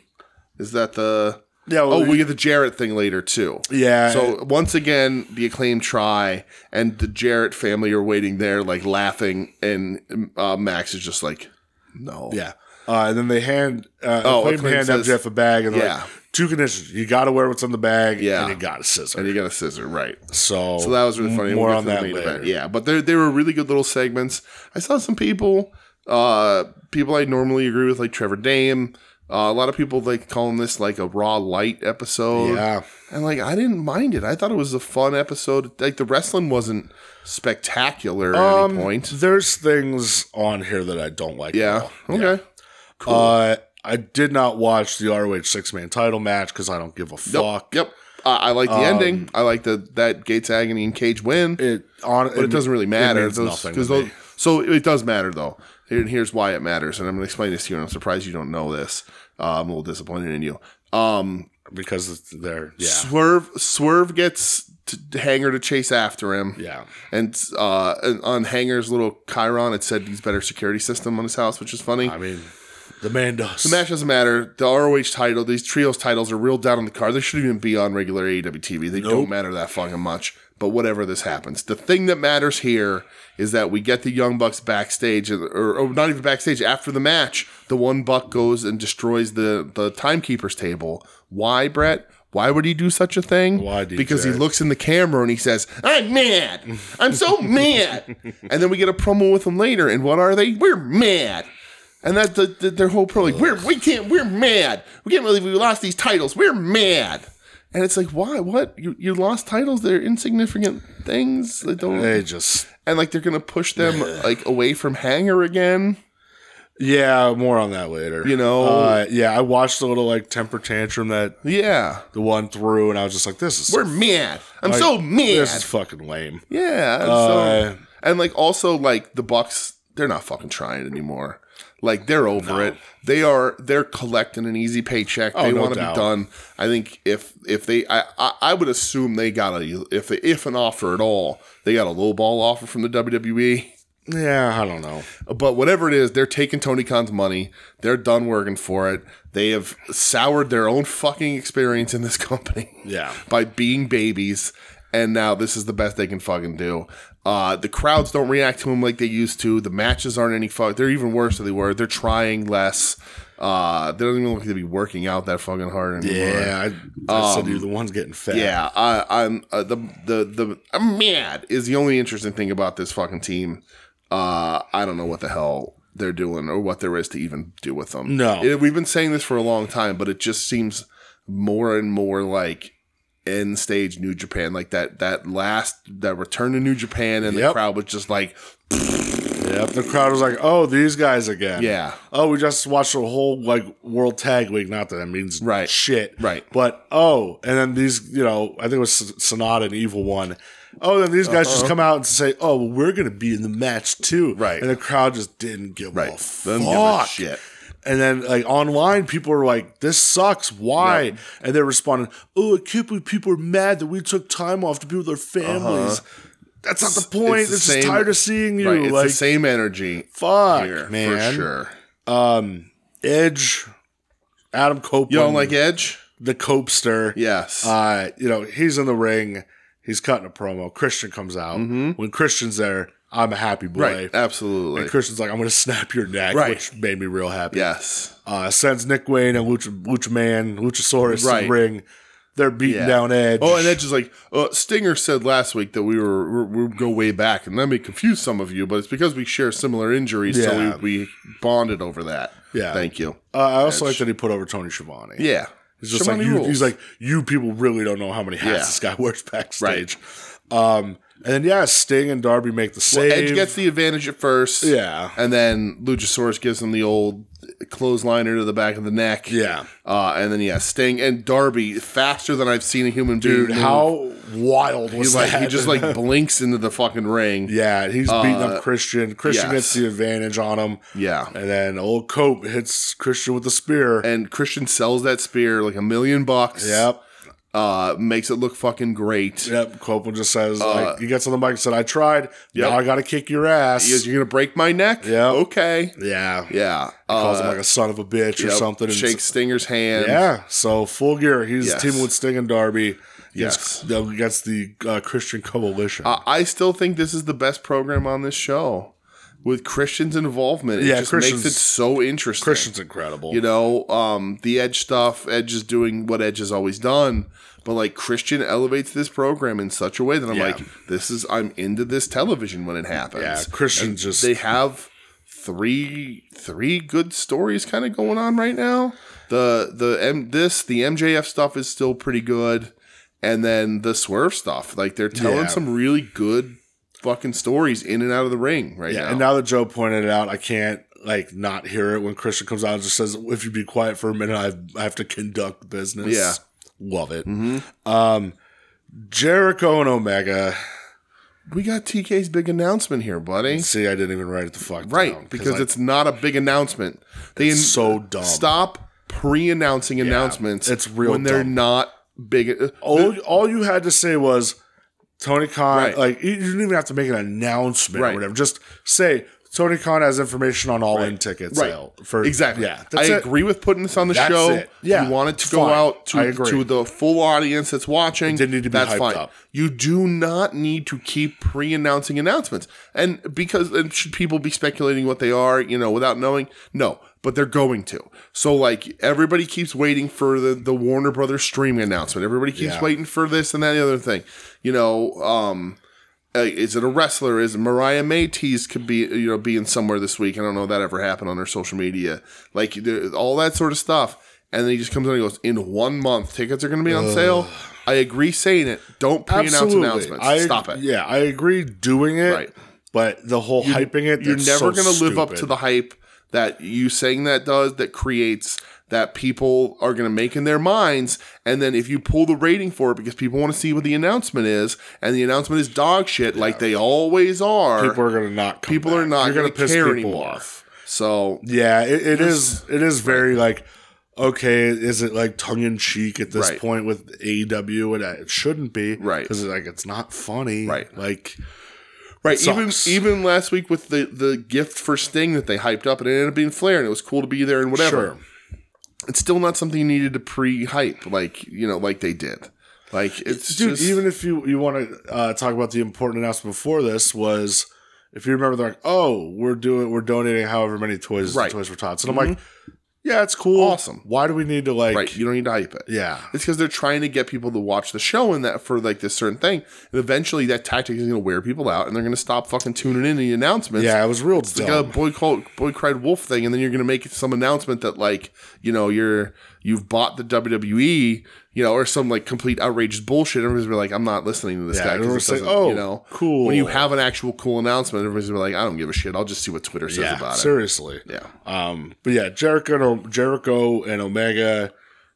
S1: is that the
S2: yeah.
S1: oh we get the Jarrett thing later too.
S2: yeah.
S1: So once again, the acclaim try and the Jarrett family are waiting there, like laughing, and uh, Max is just like, no,
S2: Yeah. Uh, and then they hand uh,
S1: Oh,
S2: Clayton
S1: Acclaim
S2: hand
S1: says-
S2: MJF a bag and they're
S1: Yeah.
S2: like, two conditions: you got to wear what's on the bag,
S1: Yeah.
S2: and you got to scissor.
S1: and you got a scissor, right?
S2: so,
S1: So that was really funny.
S2: More
S1: get
S2: on
S1: to the
S2: that
S1: main
S2: later.
S1: Yeah, but they they were really good little segments. I saw some people, uh, people I normally agree with, like Trevor Dame. Uh, a lot of people like calling this like a raw light episode.
S2: Yeah.
S1: and like I didn't mind it. I thought it was a fun episode. Like the wrestling wasn't spectacular at
S2: Um,
S1: any point.
S2: There's things on here that I don't like. at
S1: Yeah.
S2: all.
S1: Okay. Cool.
S2: Uh, I did not watch the ROH six man title match because I don't give a
S1: Nope.
S2: fuck. Um,
S1: Yep. I I like the ending. I like the that Gates Agony and Cage win.
S2: It on
S1: but it, doesn't really matter.
S2: means
S1: Those-
S2: nothing
S1: 'cause
S2: to
S1: those-
S2: me.
S1: so it does matter though. Here, here's why it matters, and I'm going to explain this to you. And I'm surprised you don't know this. Uh, I'm a little disappointed in you. Um,
S2: because it's there. Yeah,
S1: Swerve Swerve gets to, Hanger to chase after him.
S2: yeah,
S1: And uh, and on Hanger's little Chiron, it said he's better security system on his house, which is funny.
S2: I mean, the man does.
S1: The match doesn't matter. The ROH title, these trios titles are real down on the card. They shouldn't even be on regular E AEW TV. They don't matter that fucking much. But whatever this happens, the thing that matters here is that we get the Young Bucks backstage, or, or not even backstage. After the match, the one Buck goes and destroys the the timekeeper's table. Why, Brett? Why would he do such a thing?
S2: Why, DJ?
S1: Because he looks in the camera and he says, "I'm mad. I'm so mad." And then we get a promo with him later. And what are they? We're mad. And that the, the, their whole pro like we're we can't we're mad. We can't believe we lost these titles. We're mad. And it's like why? What you you lost titles? They're insignificant things. They don't.
S2: They just
S1: And like they're gonna push them like away from Hanger again.
S2: yeah. More on that later.
S1: You know?
S2: Uh, yeah, I watched a little like temper tantrum that
S1: Yeah,
S2: the one through, and I was just like, this is
S1: we're mad. I'm so mad.
S2: this is fucking lame.
S1: yeah. and
S2: Uh,
S1: so, and like also like the Bucks, they're not fucking trying anymore. Like they're over it. They are they're collecting an easy paycheck. they
S2: Oh, no
S1: want to
S2: doubt.
S1: be done. I think if if they I, I I would assume they got a if they, if an offer at all, they got a lowball offer from the WWE.
S2: Yeah, I don't know.
S1: But whatever it is, they're taking Tony Khan's money. They're done working for it. They have soured their own fucking experience in this (laughs) company
S2: Yeah.
S1: by being babies, and now this is the best they can fucking do. Uh, the crowds don't react to him like they used to. The matches aren't any fuck. They're even worse than they were. They're trying less. Uh, they don't even look to be working out that fucking hard anymore.
S2: Yeah, I, I said you're the one's getting fat.
S1: Um, Yeah, I, I'm uh, the the the I'm mad is the only interesting thing about this fucking team. Uh, I don't know what the hell they're doing or what there is to even do with them.
S2: No.
S1: It- we've been saying this for a long time, but it just seems more and more like end stage New Japan, like that that last that return to New Japan, and the
S2: Yep.
S1: crowd was just like
S2: Yep. The crowd was like, "Oh, these guys again."
S1: Yeah.
S2: Oh, we just watched the whole like World Tag Week. Not that that means
S1: Right.
S2: shit.
S1: Right.
S2: But oh, and then these, you know, I think it was Sonata and Evil One. Oh, then these guys just come out and say, "Oh, well, we're gonna be in the match too."
S1: Uh-huh. Right.
S2: And the crowd just didn't give
S1: Right.
S2: a
S1: Doesn't give a
S2: fuck.
S1: shit.
S2: And then like online, people are like, "This sucks. Why?" And they're responding, "Oh, I can't believe people are mad that we took time off to be with our families." That's not the point. It's,
S1: Uh-huh. the
S2: just
S1: same-
S2: tired of seeing you.
S1: right. It's
S2: like,
S1: the same energy
S2: fuck,
S1: here
S2: man.
S1: for sure.
S2: Um, Edge, Adam Copeland,
S1: You don't like Edge?
S2: the Copester.
S1: Yes.
S2: Uh, you know, he's in the ring. He's cutting a promo. Christian comes out. When Christian's there, I'm a happy boy.
S1: Mm-hmm. right. Absolutely.
S2: And Christian's like, I'm going to snap your neck,
S1: Right.
S2: which made me real happy.
S1: yes.
S2: Uh, sends Nick Wayne and Lucha, Lucha Man, Luchasaurus to
S1: Right.
S2: the ring. They're beating
S1: Yeah.
S2: down Edge.
S1: Oh, and Edge is like, uh, Stinger said last week that we were we we go way back, and that may confuse some of you, but it's because we share similar injuries,
S2: Yeah.
S1: so we, we bonded over that.
S2: Yeah.
S1: Thank you.
S2: Uh, I also like that he put over Tony Schiavone.
S1: Yeah.
S2: It's just
S1: Shimano
S2: like you,
S1: rules.
S2: he's like, you people really don't know how many hats
S1: Yeah.
S2: this guy wears backstage. Um, and then yeah, Sting and Darby make the save.
S1: Edge gets the advantage at first.
S2: yeah,
S1: And then Luchasaurus gives him the old clothesliner to the back of the neck.
S2: yeah,
S1: Uh, and then yeah, Sting and Darby faster than I've seen a human being.
S2: dude,
S1: move.
S2: how wild was
S1: he like
S2: that?
S1: he just (laughs) like blinks into the fucking ring.
S2: (laughs) yeah, he's beating up Christian. Christian
S1: Uh, yes.
S2: gets the advantage on him,
S1: Yeah.
S2: and then old Cope hits Christian with the spear.
S1: And Christian sells that spear like a million bucks.
S2: yep,
S1: Uh, makes it look fucking great.
S2: yep. Copeland just says
S1: Uh,
S2: like he gets on the mic and said, "I tried. Now I got to kick your ass."
S1: He goes, You're gonna break my neck?
S2: Yeah.
S1: Okay.
S2: yeah,
S1: Yeah.
S2: calls
S1: Uh,
S2: him like a son of a bitch (laughs) or
S1: yep.
S2: something. and-
S1: Shakes Stinger's hand.
S2: Yeah, so full gear. He's
S1: Yes.
S2: teaming with Sting and Darby.
S1: Yes. Uh,
S2: Yes, against the uh, Christian Coalition.
S1: I- I still think this is the best program on this show. With Christian's involvement, it
S2: Yeah,
S1: just
S2: Christian's-
S1: makes it so interesting.
S2: Christian's incredible.
S1: You know, um, the Edge stuff, Edge is doing what Edge has always done, but like Christian elevates this program in such a way that I'm
S2: Yeah.
S1: like, this is I'm into this television when it happens.
S2: yeah, Christian just
S1: They have three three good stories kind of going on right now. The the M this, the MJF stuff is still pretty good. And then the swerve stuff. Like they're telling
S2: Yeah.
S1: some really good fucking stories in and out of the ring right
S2: yeah.
S1: now.
S2: And now that Joe pointed it out, I can't like not hear it when Christian comes out and just says, "If you be quiet for a minute, I, I have to conduct business."
S1: Yeah.
S2: love it.
S1: Mhm.
S2: Um, Jericho and Omega.
S1: we got TK's big announcement here, buddy.
S2: See, I didn't even write it the fuck
S1: Right,
S2: down,
S1: because
S2: I-
S1: it's not a big announcement. They
S2: it's
S1: an-
S2: so dumb.
S1: stop pre-announcing announcements.
S2: it's real
S1: when they're
S2: dumb.
S1: not big. uh,
S2: all all you had to say was Tony Khan.
S1: Right.
S2: Like you didn't even have to make an announcement
S1: Right.
S2: or whatever. Just say Tony Khan has information on all in tickets.
S1: Right.
S2: sale for
S1: Exactly.
S2: Yeah, that's
S1: I
S2: it.
S1: agree with putting this on the
S2: That's
S1: show.
S2: it. Yeah,
S1: you want it to
S2: it's
S1: go
S2: fine.
S1: out
S2: I
S1: to,
S2: agree.
S1: to the full audience that's watching.
S2: didn't need to be
S1: that's
S2: hyped up.
S1: You do not need to keep pre-announcing announcements, and because and should people be speculating what they are, you know, without knowing? No, but they're going to. So like everybody keeps waiting for the the Warner Brothers streaming announcement. Everybody keeps
S2: Yeah.
S1: waiting for this and that and the other thing. You know, um, uh, is it a wrestler? Is Mariah May teased could be you know being somewhere this week? I don't know if that ever happened on her social media, like there- all that sort of stuff. And then he just comes in and goes, "In one month, tickets are going to be on sale." I agree, saying it. Don't pre-announce
S2: Absolutely.
S1: announcements.
S2: I,
S1: Stop it.
S2: Yeah, I agree doing it.
S1: Right.
S2: But the whole hyping it,
S1: You're
S2: that's
S1: never
S2: so
S1: going to live up
S2: stupid.
S1: to the hype that you saying that does that creates that people are going to make in their minds. And then if you pull the rating for it because people want to see what the announcement is, and the announcement is dog shit, like they always are.
S2: people are going to not. Come
S1: people
S2: back.
S1: are not
S2: You're
S1: going
S2: gonna
S1: to care anymore. So
S2: Yeah, it, it is. It is very like okay. Is it like tongue in cheek at this
S1: Right.
S2: point with AEW? And it shouldn't be,
S1: Right.
S2: Because like it's not funny,
S1: Right.
S2: Like
S1: right, even
S2: sucks.
S1: even last week with the the gift for Sting that they hyped up and it ended up being Flair and it was cool to be there and whatever.
S2: sure,
S1: It's still not something you needed to pre-hype like you know like they did. Like it's
S2: dude.
S1: just
S2: even if you you want to uh, talk about the important announcement before this was. If you remember, they're like, "Oh, we're doing, we're donating however many toys,
S1: Right. Mm-hmm.
S2: toys for tots," and I'm like, "Yeah, it's cool,
S1: Awesome.
S2: Why do we need to like,
S1: right, you don't need to hype it.
S2: yeah,
S1: It's because they're trying to get people to watch the show and that for like this certain thing. And eventually that tactic is going to wear people out and they're going to stop fucking tuning in to the announcements.
S2: yeah?" It was real
S1: It's
S2: dumb.
S1: like a boy called boy cried wolf thing, and then you're gonna make some announcement that like you know you're you've bought the WWE E, you know, or some like complete outrageous bullshit. Everybody's gonna be like, I'm not listening to this
S2: Yeah,
S1: guy. 'cause
S2: everyone's
S1: it
S2: like,
S1: doesn't-
S2: "Oh,
S1: you know,
S2: cool."
S1: When you have an actual cool announcement, everybody's gonna be like, I don't give a shit. I'll just see what Twitter says
S2: yeah,
S1: about
S2: seriously.
S1: it. Yeah.
S2: Um, but yeah, Jericho and, O- Jericho and Omega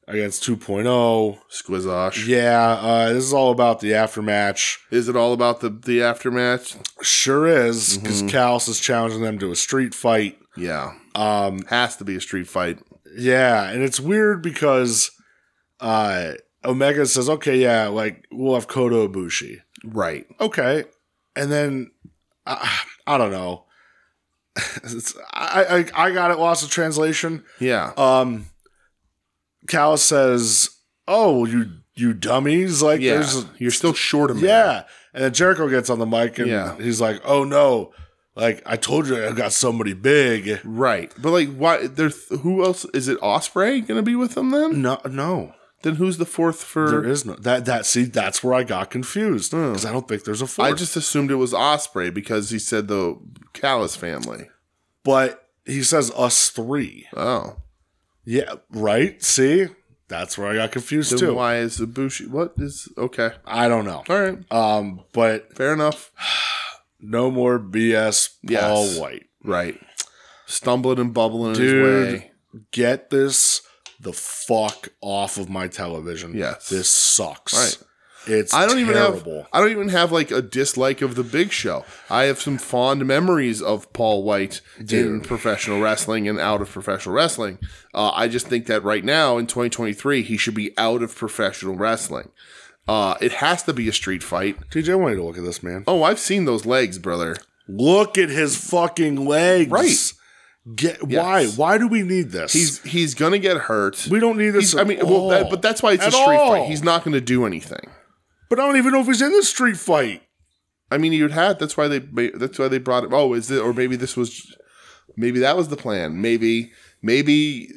S2: against 2.0.
S1: Squizosh.
S2: Yeah, uh, this is all about the aftermatch.
S1: Is it all about the the aftermath?
S2: Sure is, because
S1: Mm-hmm.
S2: Callis is challenging them to a street fight.
S1: Yeah.
S2: Um,
S1: Has to be a street fight.
S2: yeah, and it's weird because uh, Omega says, okay, yeah, like we'll have Kota Ibushi.
S1: Right.
S2: Okay. And then I, I don't know. (laughs) It's- I, I, I got it lost in translation.
S1: Yeah.
S2: Um, Cal says, "Oh, you you dummies! Like,
S1: yeah.
S2: there's
S1: You're still short of
S2: yeah." And then Jericho gets on the mic and
S1: Yeah.
S2: he's like, "Oh no! Like I told you, I got somebody big."
S1: Right. But like why there's who else is it Osprey gonna be with them then?
S2: No, no,
S1: Then who's the fourth
S2: there
S1: for
S2: is no that that. See, that's where I got confused because I don't think there's a fourth.
S1: Hmm. I just assumed it was Osprey because he said the Callis family.
S2: but he says us three.
S1: Oh.
S2: Yeah, right. See, that's where I got confused
S1: Then
S2: too.
S1: why is Ibushi what is okay.
S2: I don't know.
S1: All right.
S2: Um, but
S1: Fair enough.
S2: no more BS.
S1: Yes.
S2: Paul White.
S1: Right. Stumbling and bubbling in
S2: Dude.
S1: his way.
S2: get this the fuck off of my television.
S1: Yes.
S2: This sucks.
S1: Right.
S2: It's
S1: I don't even
S2: terrible.
S1: have I don't even have like a dislike of the Big Show. I have some fond memories of Paul White in professional wrestling and out of professional wrestling. Uh, I just think that right now in 2023 he should be out of professional wrestling. Uh, it has to be a street fight.
S2: TJ, I want you to look at this, man.
S1: Oh, I've seen those legs, brother.
S2: Look at his fucking legs.
S1: Right.
S2: Get why? Why do we need this?
S1: He's he's gonna get hurt.
S2: we don't need this.
S1: He's- I
S2: at
S1: mean, well, that,
S2: all.
S1: but that's why it's a
S2: At
S1: street
S2: all.
S1: fight. He's not gonna do anything.
S2: But I don't even know if he's in the street fight.
S1: I mean, you'd had. That's why they. ma- That's why they brought it. Oh, is it? Or maybe this was. Maybe that was the plan. Maybe maybe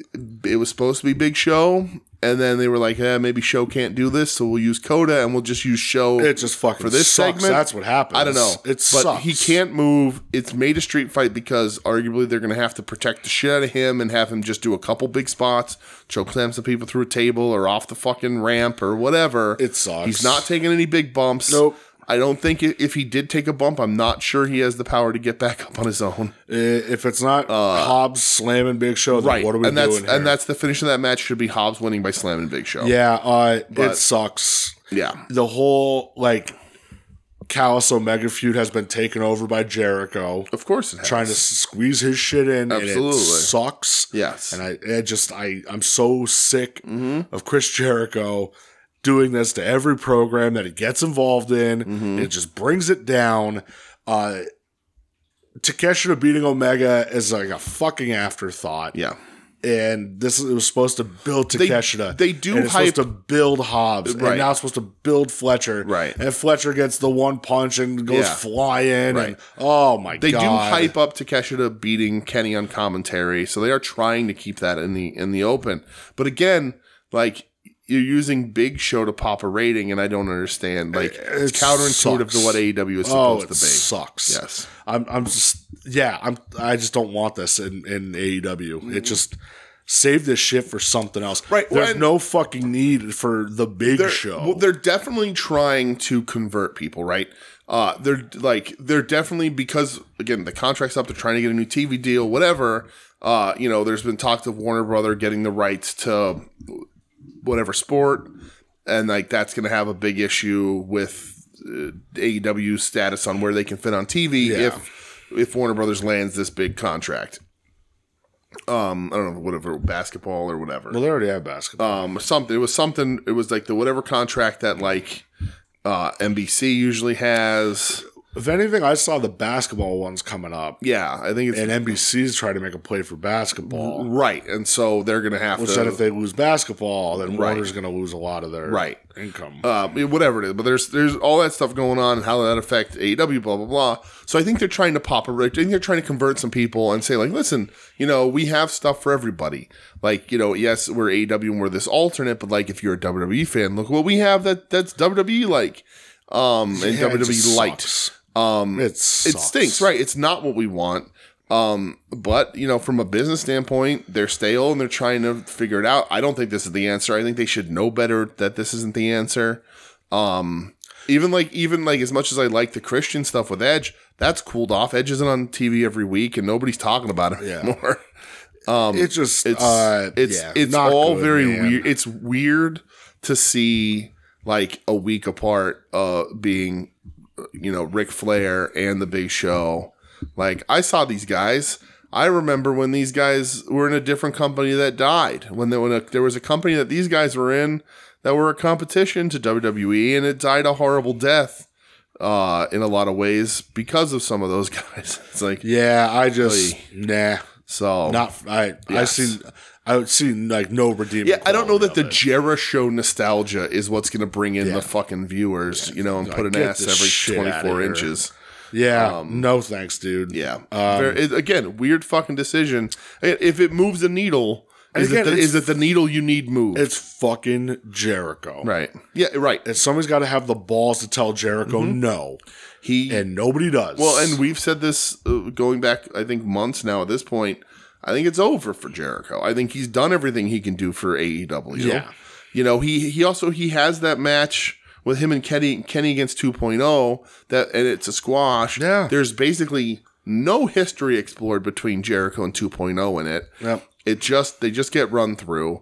S1: it was supposed to be Big Show, and then they were like, eh, maybe Show can't do this, so we'll use Coda, and we'll just use Show.
S2: It just fucking
S1: For this
S2: sucks.
S1: segment,
S2: That's what happened.
S1: I don't know.
S2: It but
S1: but
S2: sucks.
S1: he can't move. It's made a street fight because arguably they're going to have to protect the shit out of him and have him just do a couple big spots, choke slam some people through a table or off the fucking ramp or whatever.
S2: It sucks.
S1: He's not taking any big bumps.
S2: Nope.
S1: I don't think i- if he did take a bump, I'm not sure he has the power to get back (laughs) up on his own.
S2: I- If it's not Hobbs slamming Big Show, then what are we
S1: Uh, and
S2: doing
S1: that's
S2: here?
S1: and that's the finish of that match should be Hobbs winning by slamming Big Show.
S2: yeah, uh, it sucks.
S1: Yeah.
S2: the whole like Callus Omega feud has been taken over by Jericho,
S1: Of course it has.
S2: trying to s- squeeze his shit in. and
S1: Absolutely.
S2: it sucks.
S1: Yes. Mm-hmm.
S2: and I, I just I I'm so sick of Chris Jericho doing this to every program that he gets involved in.
S1: Mm-hmm.
S2: It just brings it down. Uh, Takeshita beating Omega is like a fucking afterthought,
S1: yeah.
S2: and this it was supposed to build Takeshita.
S1: They do
S2: And it's
S1: hype
S2: supposed to build Hobbs,
S1: Right.
S2: and now it's supposed to build Fletcher.
S1: Right.
S2: And Fletcher gets the one punch and goes
S1: Yeah.
S2: flying.
S1: Right.
S2: And, oh my
S1: They
S2: god!
S1: do hype up Takeshita beating Kenny on commentary, so they are trying to keep that in the in the open. But again, like you're using Big Show to pop a rating, and I don't understand. Like it's counterintuitive to
S2: sucks.
S1: what AEW is
S2: Oh,
S1: supposed
S2: it
S1: to be.
S2: sucks.
S1: Yes.
S2: I'm. I'm just. Yeah. I'm. I just don't want this in in AEW. It just. Save this shit for something else.
S1: Mm-hmm. Right, well,
S2: There's
S1: and-
S2: no fucking need for the big
S1: They're,
S2: show.
S1: Well, they're definitely trying to convert people, right? Uh, they're like they're definitely because again the contract's up. They're trying to get a new TV deal, whatever. Uh, you know, there's been talks of Warner Brother getting the rights to whatever sport, and like that's going to have a big issue with uh, AEW status on where they can fit on TV
S2: Yeah.
S1: if if Warner Brothers lands this big contract. Um, I don't know whatever basketball or whatever
S2: Well, they already have basketball.
S1: um, or something. It was something. It was like the whatever contract that like uh, NBC usually has.
S2: if anything, I saw the basketball ones coming up,
S1: Yeah, I think it's
S2: and NBC's trying to make a play for basketball.
S1: right. And so they're gonna have
S2: Which
S1: to.
S2: then, if they lose basketball, then
S1: Right.
S2: Warner's going to lose a lot of their
S1: Right.
S2: income.
S1: uh, whatever it is, but there's there's all that stuff going on and how that affect AEW, blah blah blah. So I think they're trying to pop a. I think they're trying to convert some people and say like, listen, you know, we have stuff for everybody. Like you know, yes, we're AEW and we're this alternate, but like if you're a WWE fan, look what we have that that's WWE like, um, and
S2: Yeah, it
S1: WWE
S2: just
S1: E light.
S2: sucks. Um, it
S1: It
S2: sucks.
S1: stinks, right? It's not what we want. Um, but you know, from a business standpoint, they're stale and they're trying to figure it out. I don't think this is the answer. I think they should know better that this isn't the answer. Um, even like even like as much as I like the Christian stuff with Edge, that's cooled off. Edge isn't on TV every week, and nobody's talking about him
S2: Yeah.
S1: anymore.
S2: it's just
S1: It's
S2: uh,
S1: Um, it's
S2: yeah,
S1: it's
S2: not
S1: all
S2: good,
S1: very
S2: man.
S1: weird. It's weird to see like a week apart, uh, being you know Ric Flair and the Big Show. Like I saw these guys. I remember when these guys were in a different company that died. When there, when a, there was a company that these guys were in that were a competition to WWE, and it died a horrible death uh, in a lot of ways because of some of those (laughs) guys. It's like
S2: Yeah, I just nah.
S1: so
S2: Not I. I
S1: Yes.
S2: seen. I would see like no redeeming.
S1: Yeah, I don't know that the
S2: quality of it.
S1: Jera show nostalgia is what's going to bring in
S2: Yeah.
S1: the fucking viewers, you know, and put an
S2: get
S1: ass
S2: this
S1: every
S2: shit outta
S1: 24
S2: here.
S1: inches.
S2: Yeah, no thanks, dude.
S1: um, Yeah. Very- it- again, weird fucking decision. I- If it moves a needle, is,
S2: again,
S1: it the,
S2: it's-
S1: is it the needle you need moved?
S2: it's fucking Jericho.
S1: right. Yeah, right.
S2: And somebody's got to have the balls to tell Jericho no,
S1: He
S2: and nobody does.
S1: Mm-hmm. Well, and we've said this uh, going back, I think, months now at this point. I think it's over for Jericho. I think he's done everything he can do for AEW.
S2: Yeah.
S1: You know, he he also he has that match with him and Kenny Kenny against 2.0 that and it's a squash.
S2: Yeah.
S1: There's basically no history explored between Jericho and 2.0 in it.
S2: Yep.
S1: It just they just get run through.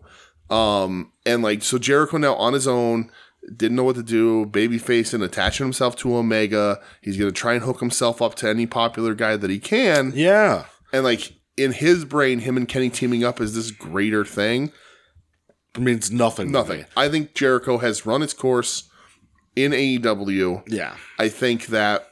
S1: Um and like so Jericho now on his own didn't know what to do, babyface and attaching himself to Omega. He's gonna try and hook himself up to any popular guy that he can.
S2: yeah,
S1: And like in his brain, him and Kenny teaming up is this greater thing.
S2: it means nothing. to
S1: Nothing.
S2: me.
S1: I think Jericho has run its course in AEW.
S2: Yeah,
S1: I think that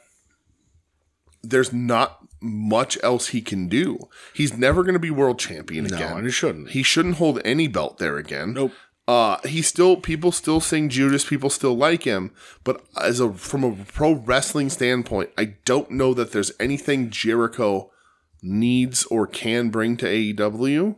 S1: there's not much else he can do. He's never going to be world champion
S2: no,
S1: again.
S2: and you shouldn't.
S1: He shouldn't hold any belt there again.
S2: Nope.
S1: Uh, he still people still sing Judas. People still like him, but as a from a pro wrestling standpoint, I don't know that there's anything Jericho needs or can bring to AEW.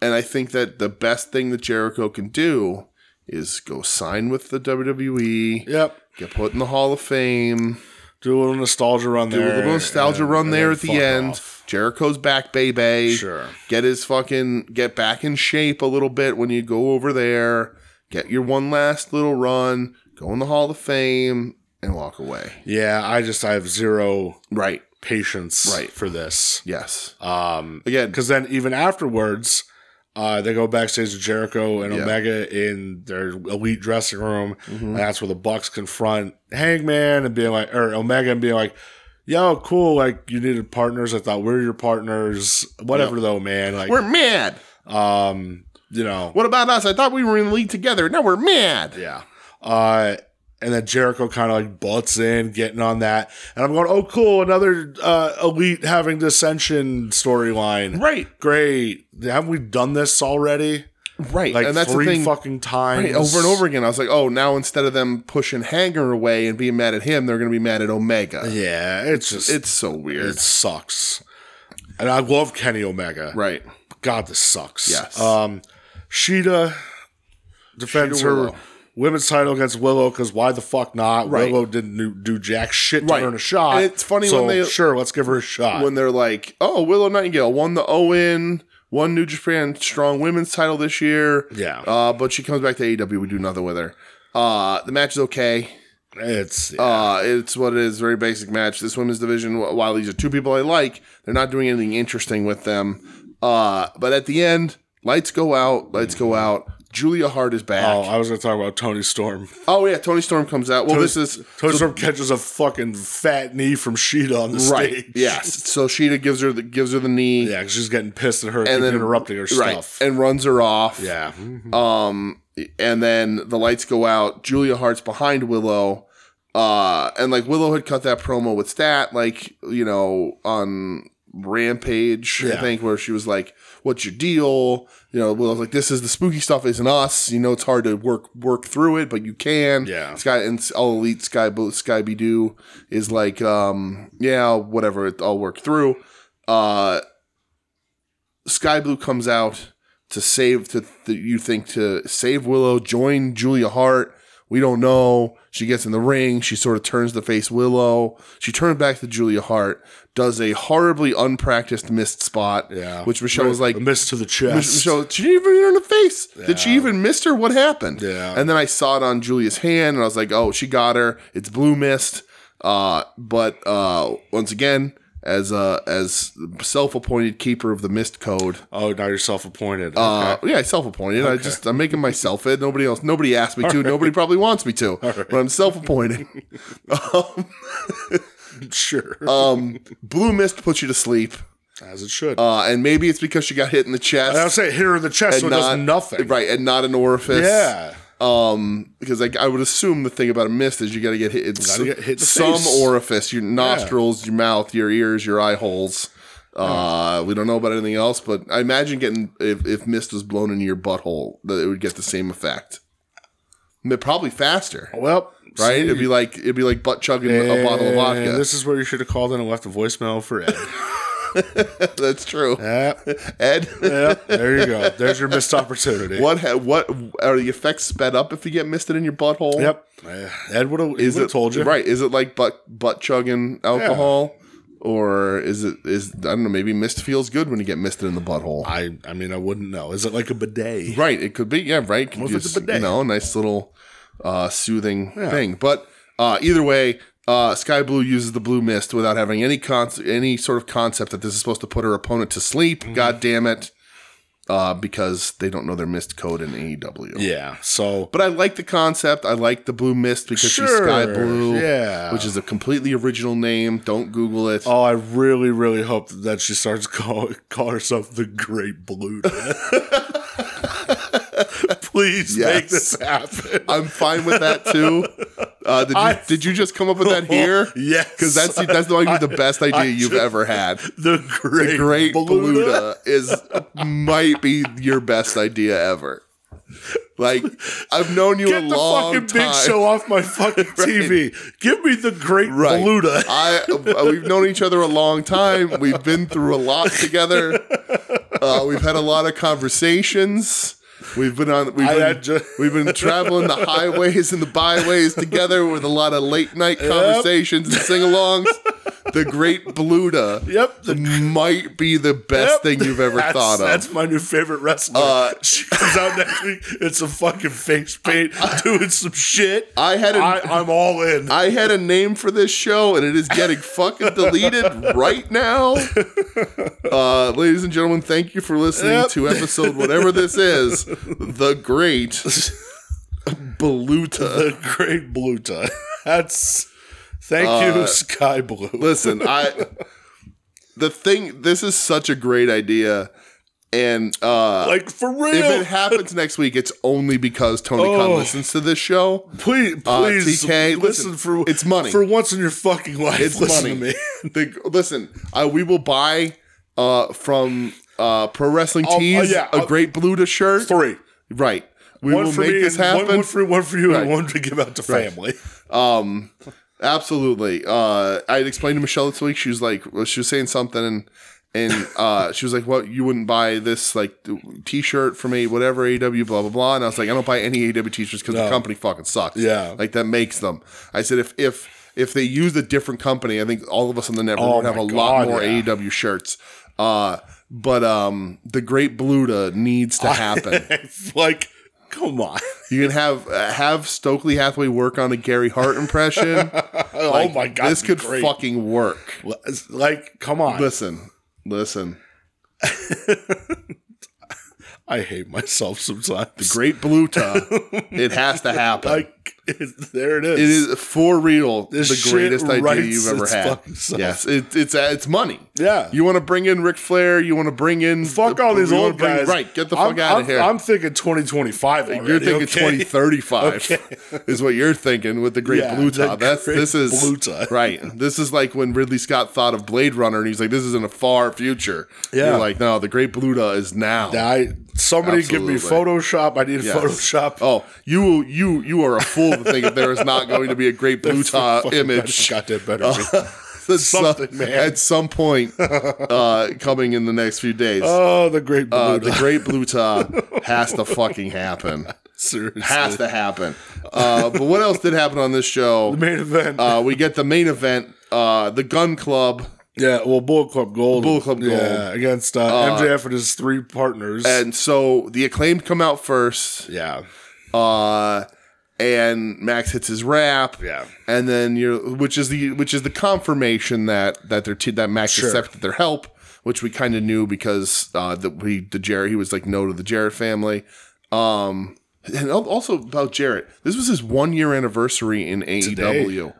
S1: And I think that the best thing that Jericho can do is go sign with the WWE,
S2: Yep.
S1: get put in the Hall of Fame,
S2: Do a little nostalgia run
S1: do
S2: there.
S1: a little nostalgia
S2: and-
S1: run
S2: and
S1: there
S2: then
S1: at the
S2: fuck
S1: end.
S2: off.
S1: Jericho's back, baby
S2: Sure.
S1: get his fucking get back in shape a little bit when you go over there get your one last little run go in the hall of fame and walk away
S2: Yeah, I just I have zero
S1: right
S2: patience
S1: Right.
S2: for this.
S1: yes
S2: Um,
S1: again
S2: because then even afterwards, uh, they go backstage to Jericho and
S1: Yeah. Mm-hmm.
S2: Omega in their elite dressing room, and that's where the Bucks confront Hangman and being like, or Omega and being like, "Yo, cool, like you needed partners. I thought we are your partners. Whatever though, man. Like,
S1: we're mad
S2: um, you know,
S1: what about us i thought we were in the league together now we're mad
S2: yeah. Uh, and then Jericho kind of like butts in, getting on that, and I'm going, "Oh, cool, another uh, elite having dissension storyline."
S1: right
S2: Great. Haven't we done this already?
S1: right
S2: like
S1: and that's
S2: three
S1: the thing
S2: fucking times
S1: Right, over and over again i was like oh now instead of them pushing hanger away and being mad at him they're gonna be mad at omega
S2: Yeah, it's just
S1: it's so weird
S2: it sucks. And I love Kenny Omega.
S1: right
S2: God, this sucks.
S1: Yes.
S2: Um, Sheeta defends
S1: Sheeta
S2: her
S1: Willow.
S2: women's title against Willow because why the fuck not?
S1: Right.
S2: Willow didn't do, do jack shit to
S1: Right.
S2: earn a shot.
S1: And it's funny
S2: so
S1: when they-
S2: sure let's give her a shot.
S1: when they're like, "Oh, Willow Nightingale won the Owen, won New Japan Strong Women's title this year."
S2: Yeah.
S1: uh, but she comes back to AEW. We do nothing with her. Uh, the match is okay.
S2: it's
S1: Uh, it's what it is. Very basic match. This women's division. wh- While these are two people I like, they're not doing anything interesting with them. Uh, but at the end, lights go out. Lights go out. Julia Hart is back.
S2: oh,
S1: Oh,
S2: I was gonna talk about Tony
S1: (laughs)
S2: Storm.
S1: yeah, Tony Storm comes out. Well, this is
S2: Tony Storm catches a fucking fat knee from Sheeta on the
S1: right.
S2: stage.
S1: Yes. So Sheeta gives her the gives her the knee.
S2: Yeah, 'cause she's getting pissed at her
S1: And
S2: keep
S1: then
S2: interrupting her
S1: right,
S2: stuff.
S1: and runs her off.
S2: yeah.
S1: Um, and then the lights go out. Julia Hart's behind Willow. Uh, and like Willow had cut that promo with Stat, like, you know, on Rampage, I
S2: Yeah.
S1: think, where she was like, What's your deal? You know, Willow's like, This is the spooky stuff isn't us. You know, it's hard to work work through it, but you can.
S2: Yeah.
S1: Sky and all elite Sky Bo- Sky Be Doo is like, um, yeah, whatever, I'll work through. Uh Sky Blue comes out to save to th- you think to save Willow, join Julia Hart. We don't know. She gets in the ring. She sort of turns to face Willow. She turns back to Julia Hart, does a horribly unpracticed missed spot,
S2: Yeah.
S1: which Michelle was like,
S2: a miss to the chest.
S1: Michelle, she didn't even hit her in the face. Did she even miss her? What happened?
S2: Yeah.
S1: And then I saw it on Julia's hand, and I was like, oh, she got her. It's blue mist. Uh, but uh, once again, as uh, as self-appointed keeper of the mist code,
S2: oh, now you're self-appointed.
S1: uh, yeah, self-appointed. I just I'm making myself it. Nobody else. Nobody asked me to. Nobody probably wants me to. But I'm self-appointed.
S2: Okay, (laughs) sure.
S1: um, blue mist puts you to sleep,
S2: As it should.
S1: uh, and maybe it's because she got hit in the chest.
S2: I'll say hit her in the chest so it does nothing.
S1: Right, and not an orifice.
S2: Yeah.
S1: Um, because like I would assume the thing about a mist is you got to get hit. in some-
S2: get hit in the
S1: some
S2: face.
S1: orifice, your nostrils, your mouth, your ears, your eye holes. Uh, we don't know about anything else, but I imagine getting if, if mist was blown into your butthole, that it would get the same effect. But probably faster,
S2: Well,
S1: right? It'd be like it'd be like butt chugging a bottle of vodka.
S2: And this is where you should have called in and left a voicemail for Ed.
S1: (laughs)
S2: (laughs)
S1: That's true.
S2: yeah,
S1: Ed, (laughs)
S2: yeah, there you go. There's your missed opportunity.
S1: what ha- what are the effects sped up if you get misted in your butthole?
S2: Yep. Eh, Ed would have
S1: Is it
S2: told you.
S1: right? Is it like butt butt chugging alcohol, or is it is I don't know? Maybe mist feels good when you get misted in the butthole.
S2: I, I mean, I wouldn't know. Is it like a bidet?
S1: Right? It could be. Yeah. Right. Could
S2: What if it's a
S1: just,
S2: bidet?
S1: You know, a nice little uh, soothing thing. But uh, either way. Uh, Sky Blue uses the blue mist without having any con- any sort of concept that this is supposed to put her opponent to sleep.
S2: Mm-hmm.
S1: God damn it! Uh, because they don't know their mist code in E AEW.
S2: Yeah. So,
S1: But I like the concept. I like the blue mist because she's
S2: Sure,
S1: sky blue,
S2: yeah.
S1: which is a completely original name. Don't Google it.
S2: oh, I really, really hope that she starts (laughs) call, call herself the Great Blue. (laughs) Please
S1: Yes.
S2: make this happen.
S1: I'm fine with that too. Uh, did you
S2: I- Oh,
S1: did you just come up
S2: (laughs)
S1: with that here?
S2: Yes.
S1: because that's the- that's going to be the best idea you've
S2: just-
S1: ever had.
S2: The Great,
S1: Great Bluta
S2: Bluta.
S1: is might be your best idea ever. Like I've known you
S2: Get
S1: a
S2: the
S1: long
S2: fucking
S1: time.
S2: Big Show off my
S1: (laughs)
S2: fucking TV. Give me the Great
S1: Right. Uh,
S2: Bluta.
S1: I we've known each other a long time. We've been through a lot together. Uh, we've had a lot of conversations. We've been on. We've
S2: I
S1: been,
S2: had ju-
S1: we've been traveling the highways and the byways together with a lot of late night conversations and
S2: (laughs)
S1: sing-alongs. The Great Bluta.
S2: Yep, the-
S1: might be the best thing you've ever
S2: That's-
S1: thought of.
S2: That's my new favorite wrestler.
S1: Uh,
S2: (laughs) she comes out next week. It's a fucking face
S1: (laughs)
S2: paint doing some shit.
S1: I had an-
S2: I, I'm all in.
S1: Uh, I had a name for this show and it is getting fucking
S2: (laughs)
S1: deleted right now. Uh, ladies and gentlemen, thank you for listening
S2: Yep.
S1: to episode whatever this is, The Great Beluta.
S2: the Great Bluta. (laughs) That's thank you, Sky Blue.
S1: Uh, Listen, I the thing this is such a great idea and uh
S2: Like for
S1: if it
S2: real.
S1: happens next week, it's only because Tony Khan
S2: Oh.
S1: listens to this
S2: (laughs)
S1: show.
S2: Please, please
S1: TK,
S2: listen,
S1: uh, listen,
S2: for
S1: it's money.
S2: for once in your fucking life.
S1: It's
S2: listen
S1: money.
S2: to me.
S1: (laughs) The, listen, uh, we will buy uh, from uh, Pro Wrestling
S2: uh,
S1: Tees
S2: yeah,
S1: a
S2: I'll-
S1: Great Bluta shirt.
S2: Three.
S1: Right. We
S2: One
S1: will
S2: for
S1: make
S2: me
S1: this
S2: and
S1: happen.
S2: One, one for one for you
S1: Right.
S2: and one to give out to family. (laughs)
S1: um, absolutely. Uh, I had explained to Michelle this week. She was like, well, she was saying something, and and
S2: (laughs)
S1: uh, she was like, "What? You wouldn't buy this like T-shirt from a whatever AW blah blah blah." And I was like, "I don't buy any AW T-shirts because the company fucking sucks.
S2: Yeah.
S1: like that makes them." I said, "If if." If they used a different company, I think all of us on the network would have
S2: Oh my
S1: a lot
S2: God,
S1: more
S2: yeah.
S1: AEW shirts. Uh, but um, the Great Bluta needs to happen.
S2: (laughs) like, come on.
S1: You can have uh, have Stokely Hathaway work on a Gary Hart impression.
S2: (laughs) oh my god,
S1: this could
S2: great.
S1: fucking work.
S2: (laughs) Like, come on.
S1: Listen, listen.
S2: I hate myself sometimes.
S1: Great Bluta. it has to happen.
S2: (laughs) like, it- there it is.
S1: it is for real
S2: This
S1: the
S2: shit
S1: greatest idea
S2: writes
S1: you've ever
S2: its
S1: had.
S2: fucking self.
S1: Yes, it, it's uh, it's money.
S2: Yeah.
S1: You want to bring in Ric Flair. You want to bring in
S2: fuck
S1: the-
S2: all these
S1: you wanna
S2: old
S1: bring-
S2: guys.
S1: Right, get the fuck
S2: I'm-
S1: out
S2: I'm-
S1: of here.
S2: I'm thinking 2025. Already,
S1: you're thinking
S2: okay?
S1: 2035
S2: (laughs)
S1: is what you're thinking with the Great
S2: Yeah,
S1: Blue
S2: the
S1: Top. That's
S2: Great
S1: this is
S2: Blue (laughs) Top.
S1: right. This is like when Ridley Scott thought of Blade Runner, and he's like, "This is in a far future."
S2: Yeah.
S1: you're like, "No, the Great Blue Top is now."
S2: I somebody give me
S1: Absolutely.
S2: Photoshop. I need
S1: Yes.
S2: Photoshop. (laughs)
S1: Oh, you you you are a fool to think that there is not going to be a
S2: (laughs)
S1: Great Blue Top
S2: Fucking
S1: image. Uh,
S2: Goddamn
S1: (laughs)
S2: better.
S1: at some-
S2: something, man.
S1: At some
S2: (laughs)
S1: point uh, coming in uh, the next few days.
S2: (laughs) oh, the Oh, great blue.
S1: Uh, the Great Blue Top has to fucking happen.
S2: Seriously.
S1: Has to happen. Uh, but what else did happen on this show?
S2: the main event.
S1: Uh, we get the main event, uh, the Gun Club,
S2: yeah, well, Bullet Club Gold.
S1: Bullet Club Gold.
S2: Yeah, against uh, MJF and his three partners.
S1: and so the acclaimed come out first,
S2: yeah,
S1: uh, and Max hits his rap,
S2: Yeah.
S1: and then you're which is the which is the confirmation that that their te- that Max
S2: Sure.
S1: accepted their help, which we kind of knew because uh, the we the Jarrett he was like no to the Jarrett family, um, and al- also about Jarrett, this was his one year anniversary in AEW.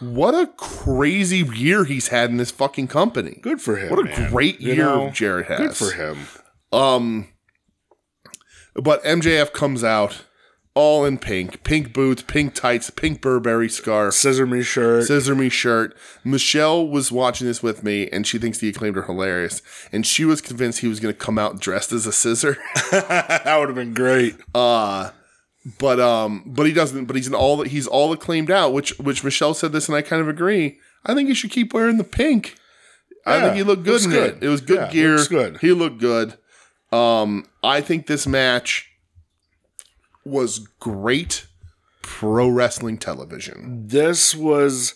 S1: What a crazy year he's had in this fucking company.
S2: good for him.
S1: What a
S2: man.
S1: great
S2: You
S1: year
S2: know,
S1: Jarrett has.
S2: Good for him.
S1: But MJF comes out all in pink, pink boots, pink tights, pink Burberry scarf,
S2: Scissor
S1: (laughs)
S2: me shirt.
S1: scissor me shirt. Michelle was watching this with me, and she thinks the acclaimed are hilarious, and she was convinced he was going to come out dressed as a scissor. (laughs)
S2: that would have been great.
S1: but um, but he doesn't. But he's an all he's all acclaimed out, which which Michelle said this, and I kind of agree. I think he should keep wearing the pink. I
S2: Yeah,
S1: think he looked good
S2: looks
S1: in
S2: good.
S1: it. It was good
S2: Yeah,
S1: gear.
S2: looks good.
S1: He looked good. Um, I think this match was great pro wrestling television.
S2: This was,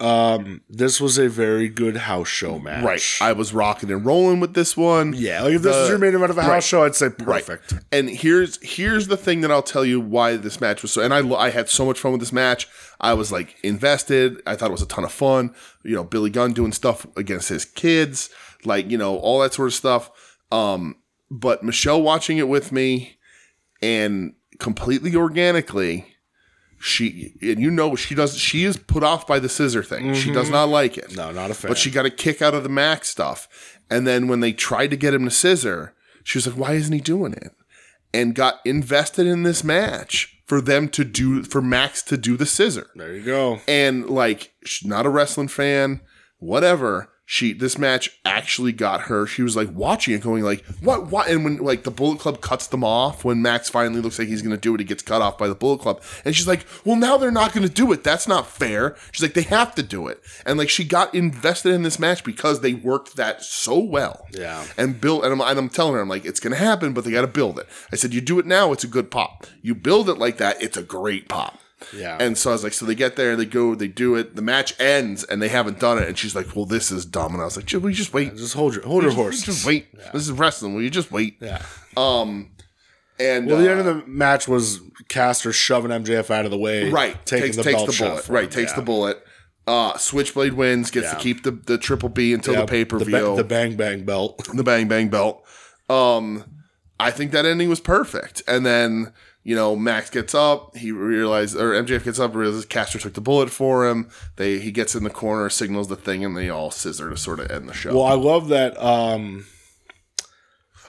S2: um, this was a very good house show match.
S1: I was rocking and rolling with this one.
S2: yeah, like if this was your main event of a house show, I'd say perfect.
S1: And here's here's the thing that I'll tell you why this match was so. And I lo- I had so much fun with this match. I was like invested. I thought it was a ton of fun. You know, Billy Gunn doing stuff against his kids, like you know all that sort of stuff. Um, but Michelle watching it with me, and completely organically, she and you know she does she is put off by the scissor thing. She does not like it.
S2: No, not a fan.
S1: But she got a kick out of the Mac stuff. And then when they tried to get him to scissor, she was like, why isn't he doing it? And got invested in this match for them to do, for Max to do the scissor.
S2: there you go.
S1: (laughs) And like, she's not a wrestling fan, whatever. She, this match actually got her. She was like watching it going like, what, what? And when like the Bullet Club cuts them off, when Max finally looks like he's going to do it, he gets cut off by the Bullet Club. And she's like, well, now they're not going to do it. That's not fair. She's like, they have to do it. And like, she got invested in this match because they worked that so well.
S2: Yeah.
S1: And built, and I'm, and I'm telling her, I'm like, it's going to happen, but they got to build it. I said, you do it now, it's a good pop. You build it like that, it's a great pop.
S2: Yeah.
S1: And so I was like, so they get there, they go, they do it, the match ends, and they haven't done it. And she's like, well, this is dumb. And I was like, will you just wait?
S2: Just hold your hold your
S1: Just,
S2: horses.
S1: (laughs) just wait. This is wrestling. Will you just wait?
S2: Yeah.
S1: And
S2: Well, the
S1: uh,
S2: end of the match was Caster shoving MJF out of the way.
S1: right
S2: Taking
S1: takes,
S2: the
S1: takes
S2: belt
S1: the
S2: shot
S1: bullet.
S2: from
S1: Right,
S2: him,
S1: takes
S2: yeah.
S1: the bullet. Uh, Switchblade wins, gets
S2: Yeah.
S1: to keep the, the triple B until
S2: Yeah,
S1: the pay per
S2: ba-
S1: view.
S2: The, bang bang belt.
S1: the bang bang belt. Um, I think that ending was perfect. And then you know Max gets up, he realizes, or MJF gets up, realizes Castro took the bullet for him. They he gets in the corner, signals the thing, and they all scissor to sort of end the show.
S2: Well, I love that. Um, it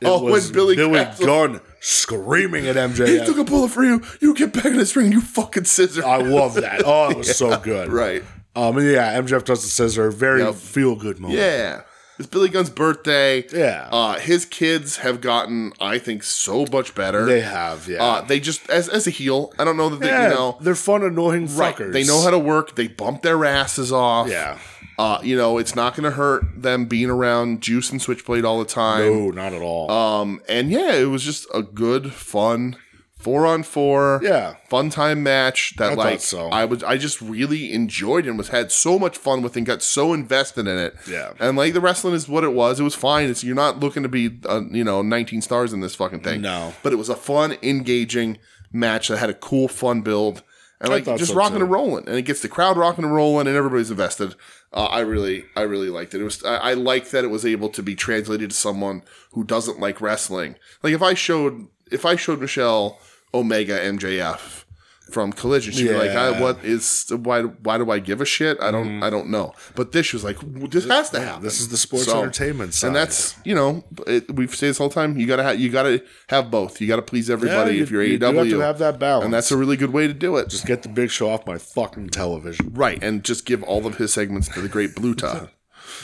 S1: Oh, when
S2: was
S1: Billy
S2: Billy
S1: Castle-
S2: Gunn screaming at
S1: he
S2: MJF.
S1: took a bullet for you. You get back in this ring, and you fucking scissor.
S2: I love that. Oh, it was so
S1: (laughs)
S2: good.
S1: right.
S2: Um, and yeah, MJF does the scissor. Very feel good moment.
S1: Yeah. It's Billy Gunn's birthday.
S2: Yeah.
S1: Uh, his kids have gotten, I think, so much better.
S2: They have, yeah.
S1: uh, they just as as a heel. I don't know that they,
S2: yeah
S1: you know
S2: they're fun, annoying
S1: Right.
S2: fuckers.
S1: They know how to work. They bump their asses off.
S2: Yeah.
S1: Uh, you know, it's not going to hurt them being around Juice and Switchblade all the time.
S2: No, Oh, not at all.
S1: Um, and yeah, it was just a good, fun four on four.
S2: Yeah.
S1: Fun time match that like
S2: so.
S1: I was I just really enjoyed and was had so much fun with and got so invested in it.
S2: Yeah.
S1: And like the wrestling is what it was. It was fine. It's you're not looking to be uh, you know 19 stars in this fucking thing.
S2: No.
S1: But it was a fun, engaging match that had a cool, fun build. And like
S2: thought
S1: just
S2: so,
S1: rocking
S2: too.
S1: and rolling, and it gets the crowd rocking and rolling, and everybody's invested. Uh, I really, I really liked it. It was, I, I liked that it was able to be translated to someone who doesn't like wrestling. Like if I showed, if I showed Michelle Omega MJF from Collision, she'd be like, I,
S2: Yeah. Mm-hmm.
S1: "What is? Why? Why do I give a shit? I don't, I don't know." But this she was like, "W- "This has to happen."
S2: this is the sports
S1: So-
S2: entertainment side.
S1: and that's you know it, we've said this whole time. You gotta ha- you gotta have both. You gotta please everybody
S2: you-
S1: if you're
S2: you do
S1: AEW.
S2: have to have that balance.
S1: and that's a really good way to do it.
S2: just get the big show off my fucking television.
S1: Right, and just give all of his segments to the great
S2: (laughs)
S1: Bluta.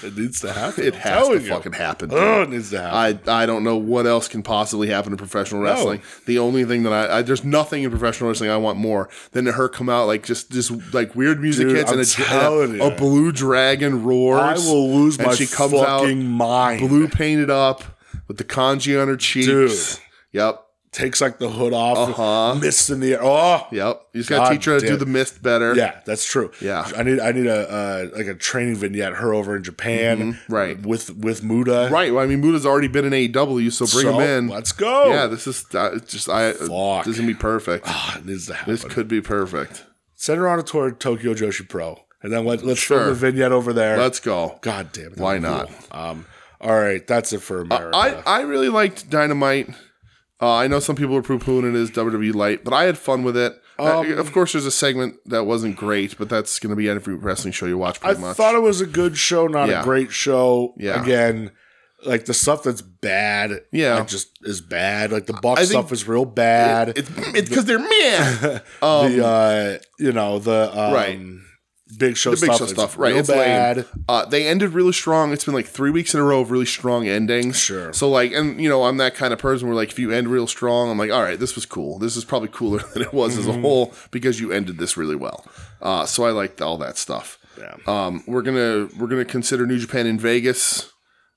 S2: It needs to happen.
S1: it
S2: I'm
S1: has to
S2: telling you.
S1: fucking happen. dude.
S2: Oh, it needs to happen.
S1: I I don't know what else can possibly happen in professional wrestling. The only thing that I, I there's nothing in professional wrestling I want more than to her come out like just just like weird music
S2: Dude,
S1: hits and
S2: I'm
S1: a-
S2: telling
S1: and
S2: you.
S1: a, a blue dragon roars.
S2: I will lose
S1: and
S2: my
S1: she comes out
S2: fucking mind.
S1: blue painted up with the kanji on her cheeks.
S2: Dude.
S1: Yep.
S2: takes like the hood off,
S1: Uh-huh.
S2: mist in the air. Oh,
S1: Yep. You just got
S2: God
S1: to teach her to do
S2: damn.
S1: the mist better.
S2: yeah, that's true.
S1: Yeah.
S2: I need I need a uh, like a training vignette her over in Japan,
S1: right.
S2: With with Muda,
S1: Right. Well, I mean, Muda's already been in AEW, so bring
S2: So,
S1: him in.
S2: Let's go.
S1: Yeah, this is uh, it's just I.
S2: Oh. Fuck.
S1: This is gonna be perfect.
S2: Ah, it needs to happen.
S1: This could be perfect.
S2: Send her on a tour to Tokyo Joshi Pro, and then let, let's
S1: Sure.
S2: film the vignette over there.
S1: Let's go.
S2: God damn it!
S1: Why
S2: that'd be
S1: not?
S2: cool. Um, all right, that's it for America.
S1: I I really liked Dynamite. Uh, I know some people are poo pooing it as WWE light, but I had fun with it. Uh,
S2: Um,
S1: of course, there's a segment that wasn't great, but that's going to be every wrestling show you watch
S2: I
S1: pretty much.
S2: thought it was a good show, not
S1: Yeah.
S2: a great show.
S1: Yeah.
S2: Again, like the stuff that's bad,
S1: Yeah.
S2: like, just is bad. Like the buff
S1: think
S2: stuff is real bad.
S1: it's because they're
S2: (laughs)
S1: meh. Um,
S2: the uh, you know the um,
S1: Right.
S2: big show
S1: the big
S2: stuff,
S1: show
S2: is
S1: stuff,
S2: real
S1: right? It's
S2: bad.
S1: lame. Uh, they ended really strong. It's been like three weeks in a row of really strong endings.
S2: Sure.
S1: So like, and you know, I'm that kind of person where like, if you end real strong, I'm like, all right, this was cool. This is probably cooler (laughs) than it was
S2: Mm-hmm.
S1: as a whole because you ended this really well. Uh, so I liked all that stuff.
S2: Yeah.
S1: Um, we're gonna we're gonna consider New Japan in Vegas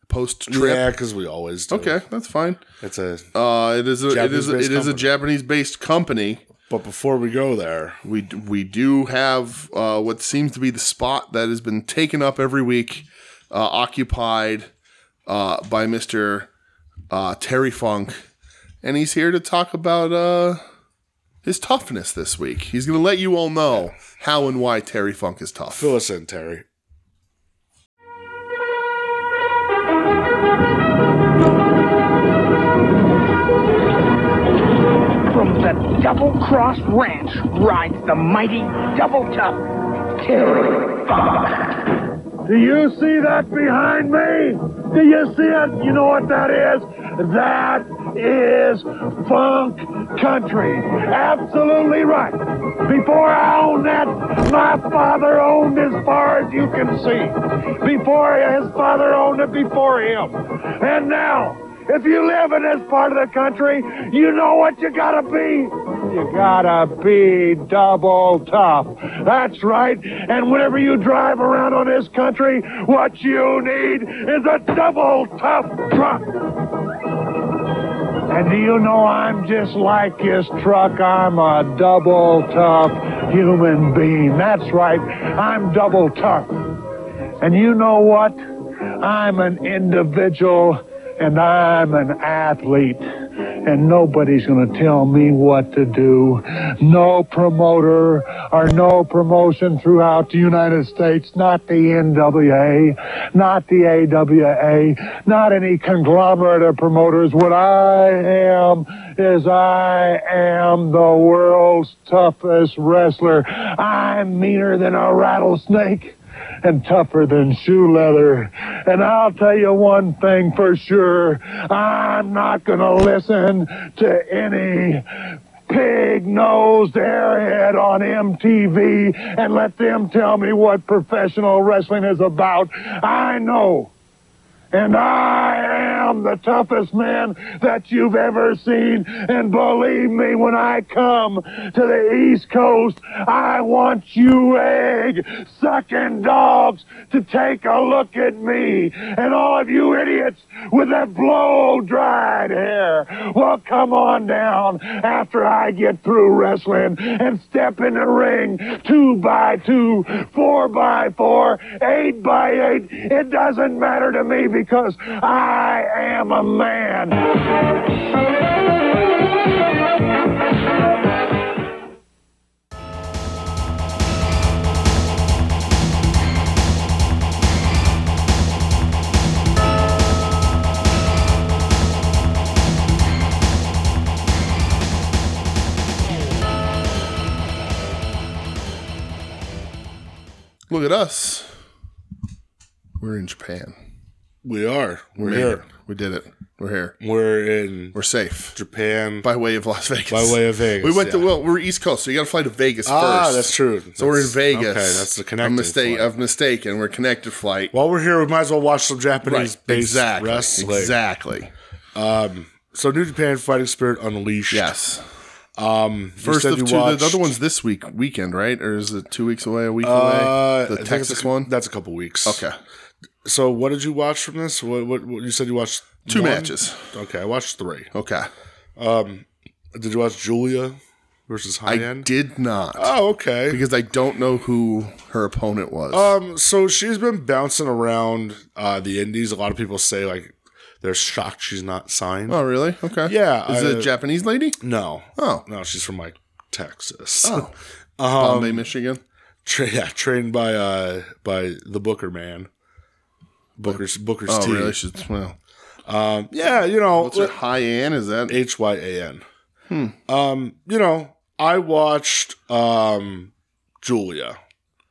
S1: post trip.
S2: Yeah, because we always do.
S1: Okay, that's fine.
S2: It's a.
S1: Uh, it is a it is a,
S2: Japanese-based
S1: it is a
S2: company.
S1: Japanese based company.
S2: But before we go there,
S1: We d- we do have uh, what seems to be the spot that has been taken up every week, uh, occupied uh, by Mister uh, Terry Funk, and he's here to talk about uh, his toughness this week. He's going to let you all know how and why Terry Funk is tough.
S2: fill us in, Terry.
S3: From the Double Cross Ranch rides the mighty Double Tough Terry Funk.
S4: Do you see that behind me? Do you see it? You know what that is? That is funk country. Absolutely right. Before I owned that, my father owned as far as you can see. Before his father owned it before him. And now, if you live in this part of the country, you know what you gotta be. You gotta be double tough. That's right. And whenever you drive around on this country, what you need is a double tough truck. And do you know I'm just like his truck? I'm a double tough human being. That's right. I'm double tough. And you know what? I'm an individual and I'm an athlete. And nobody's going to tell me what to do. No promoter or no promotion throughout the United States, not the NWA, not the AWA, not any conglomerate of promoters. What I am is I am the world's toughest wrestler. I'm meaner than a rattlesnake and tougher than shoe leather. And I'll tell you one thing for sure I'm not going to listen to any pig nosed airhead on MTV and let them tell me what professional wrestling is about. I know. And I am the toughest man that you've ever seen. And believe me, when I come to the East Coast, I want you egg sucking dogs to take a look at me. And all of you idiots with that blow dried hair, well, come on down after I get through wrestling and step in the ring two by two, four by four, eight by eight. It doesn't matter to me because I am a man.
S1: Look at us. We're in Japan.
S2: We are. We're
S1: We made
S2: here.
S1: it. We did it. We're here.
S2: We're in
S1: We're safe.
S2: Japan.
S1: by way of Las Vegas.
S2: By way of Vegas,
S1: We went to
S2: yeah.
S1: well, we're East Coast, so you got to fly to Vegas
S2: Ah,
S1: first.
S2: that's true.
S1: So we're in
S2: That's-
S1: Vegas.
S2: okay, that's the connecting
S1: I'm mistake.
S2: flight.
S1: I've mistaken. We're a connected flight.
S2: While we're here, we might as well watch some Japanese based
S1: Exactly.
S2: wrestling.
S1: Exactly.
S2: So New Japan Fighting Spirit Unleashed.
S1: Yes.
S2: Um,
S1: First
S2: you said
S1: of
S2: you
S1: two. The,
S2: watched-
S1: the other one's this week weekend, right? Or is it two weeks away? A week
S2: Uh, I
S1: away?
S2: think
S1: The
S2: it's
S1: Texas
S2: a,
S1: one.
S2: That's a couple weeks.
S1: okay.
S2: So what did you watch from this? What, what, what you said you watched
S1: Two
S2: one?
S1: matches.
S2: Okay, I watched three.
S1: Okay.
S2: Did you watch Julia versus High
S1: I
S2: End?
S1: did not
S2: Oh, okay.
S1: because I don't know who her opponent was.
S2: Um, so she's been bouncing around uh, the indies. A lot of people say like they're shocked she's not signed.
S1: oh, really? Okay.
S2: Yeah,
S1: Is it
S2: I- uh,
S1: a Japanese lady?
S2: No, (laughs)
S1: Oh.
S2: no, she's from like Texas.
S1: Oh. Bombay, Michigan.
S2: Tra- yeah, trained by uh by the Booker man, Booker's Booker's
S1: Oh,
S2: team.
S1: really? She's, well,
S2: Yeah, you know,
S1: what's Hmm. it? High Ann? Is that?
S2: H Y A N. Um, you know, I watched um Julia.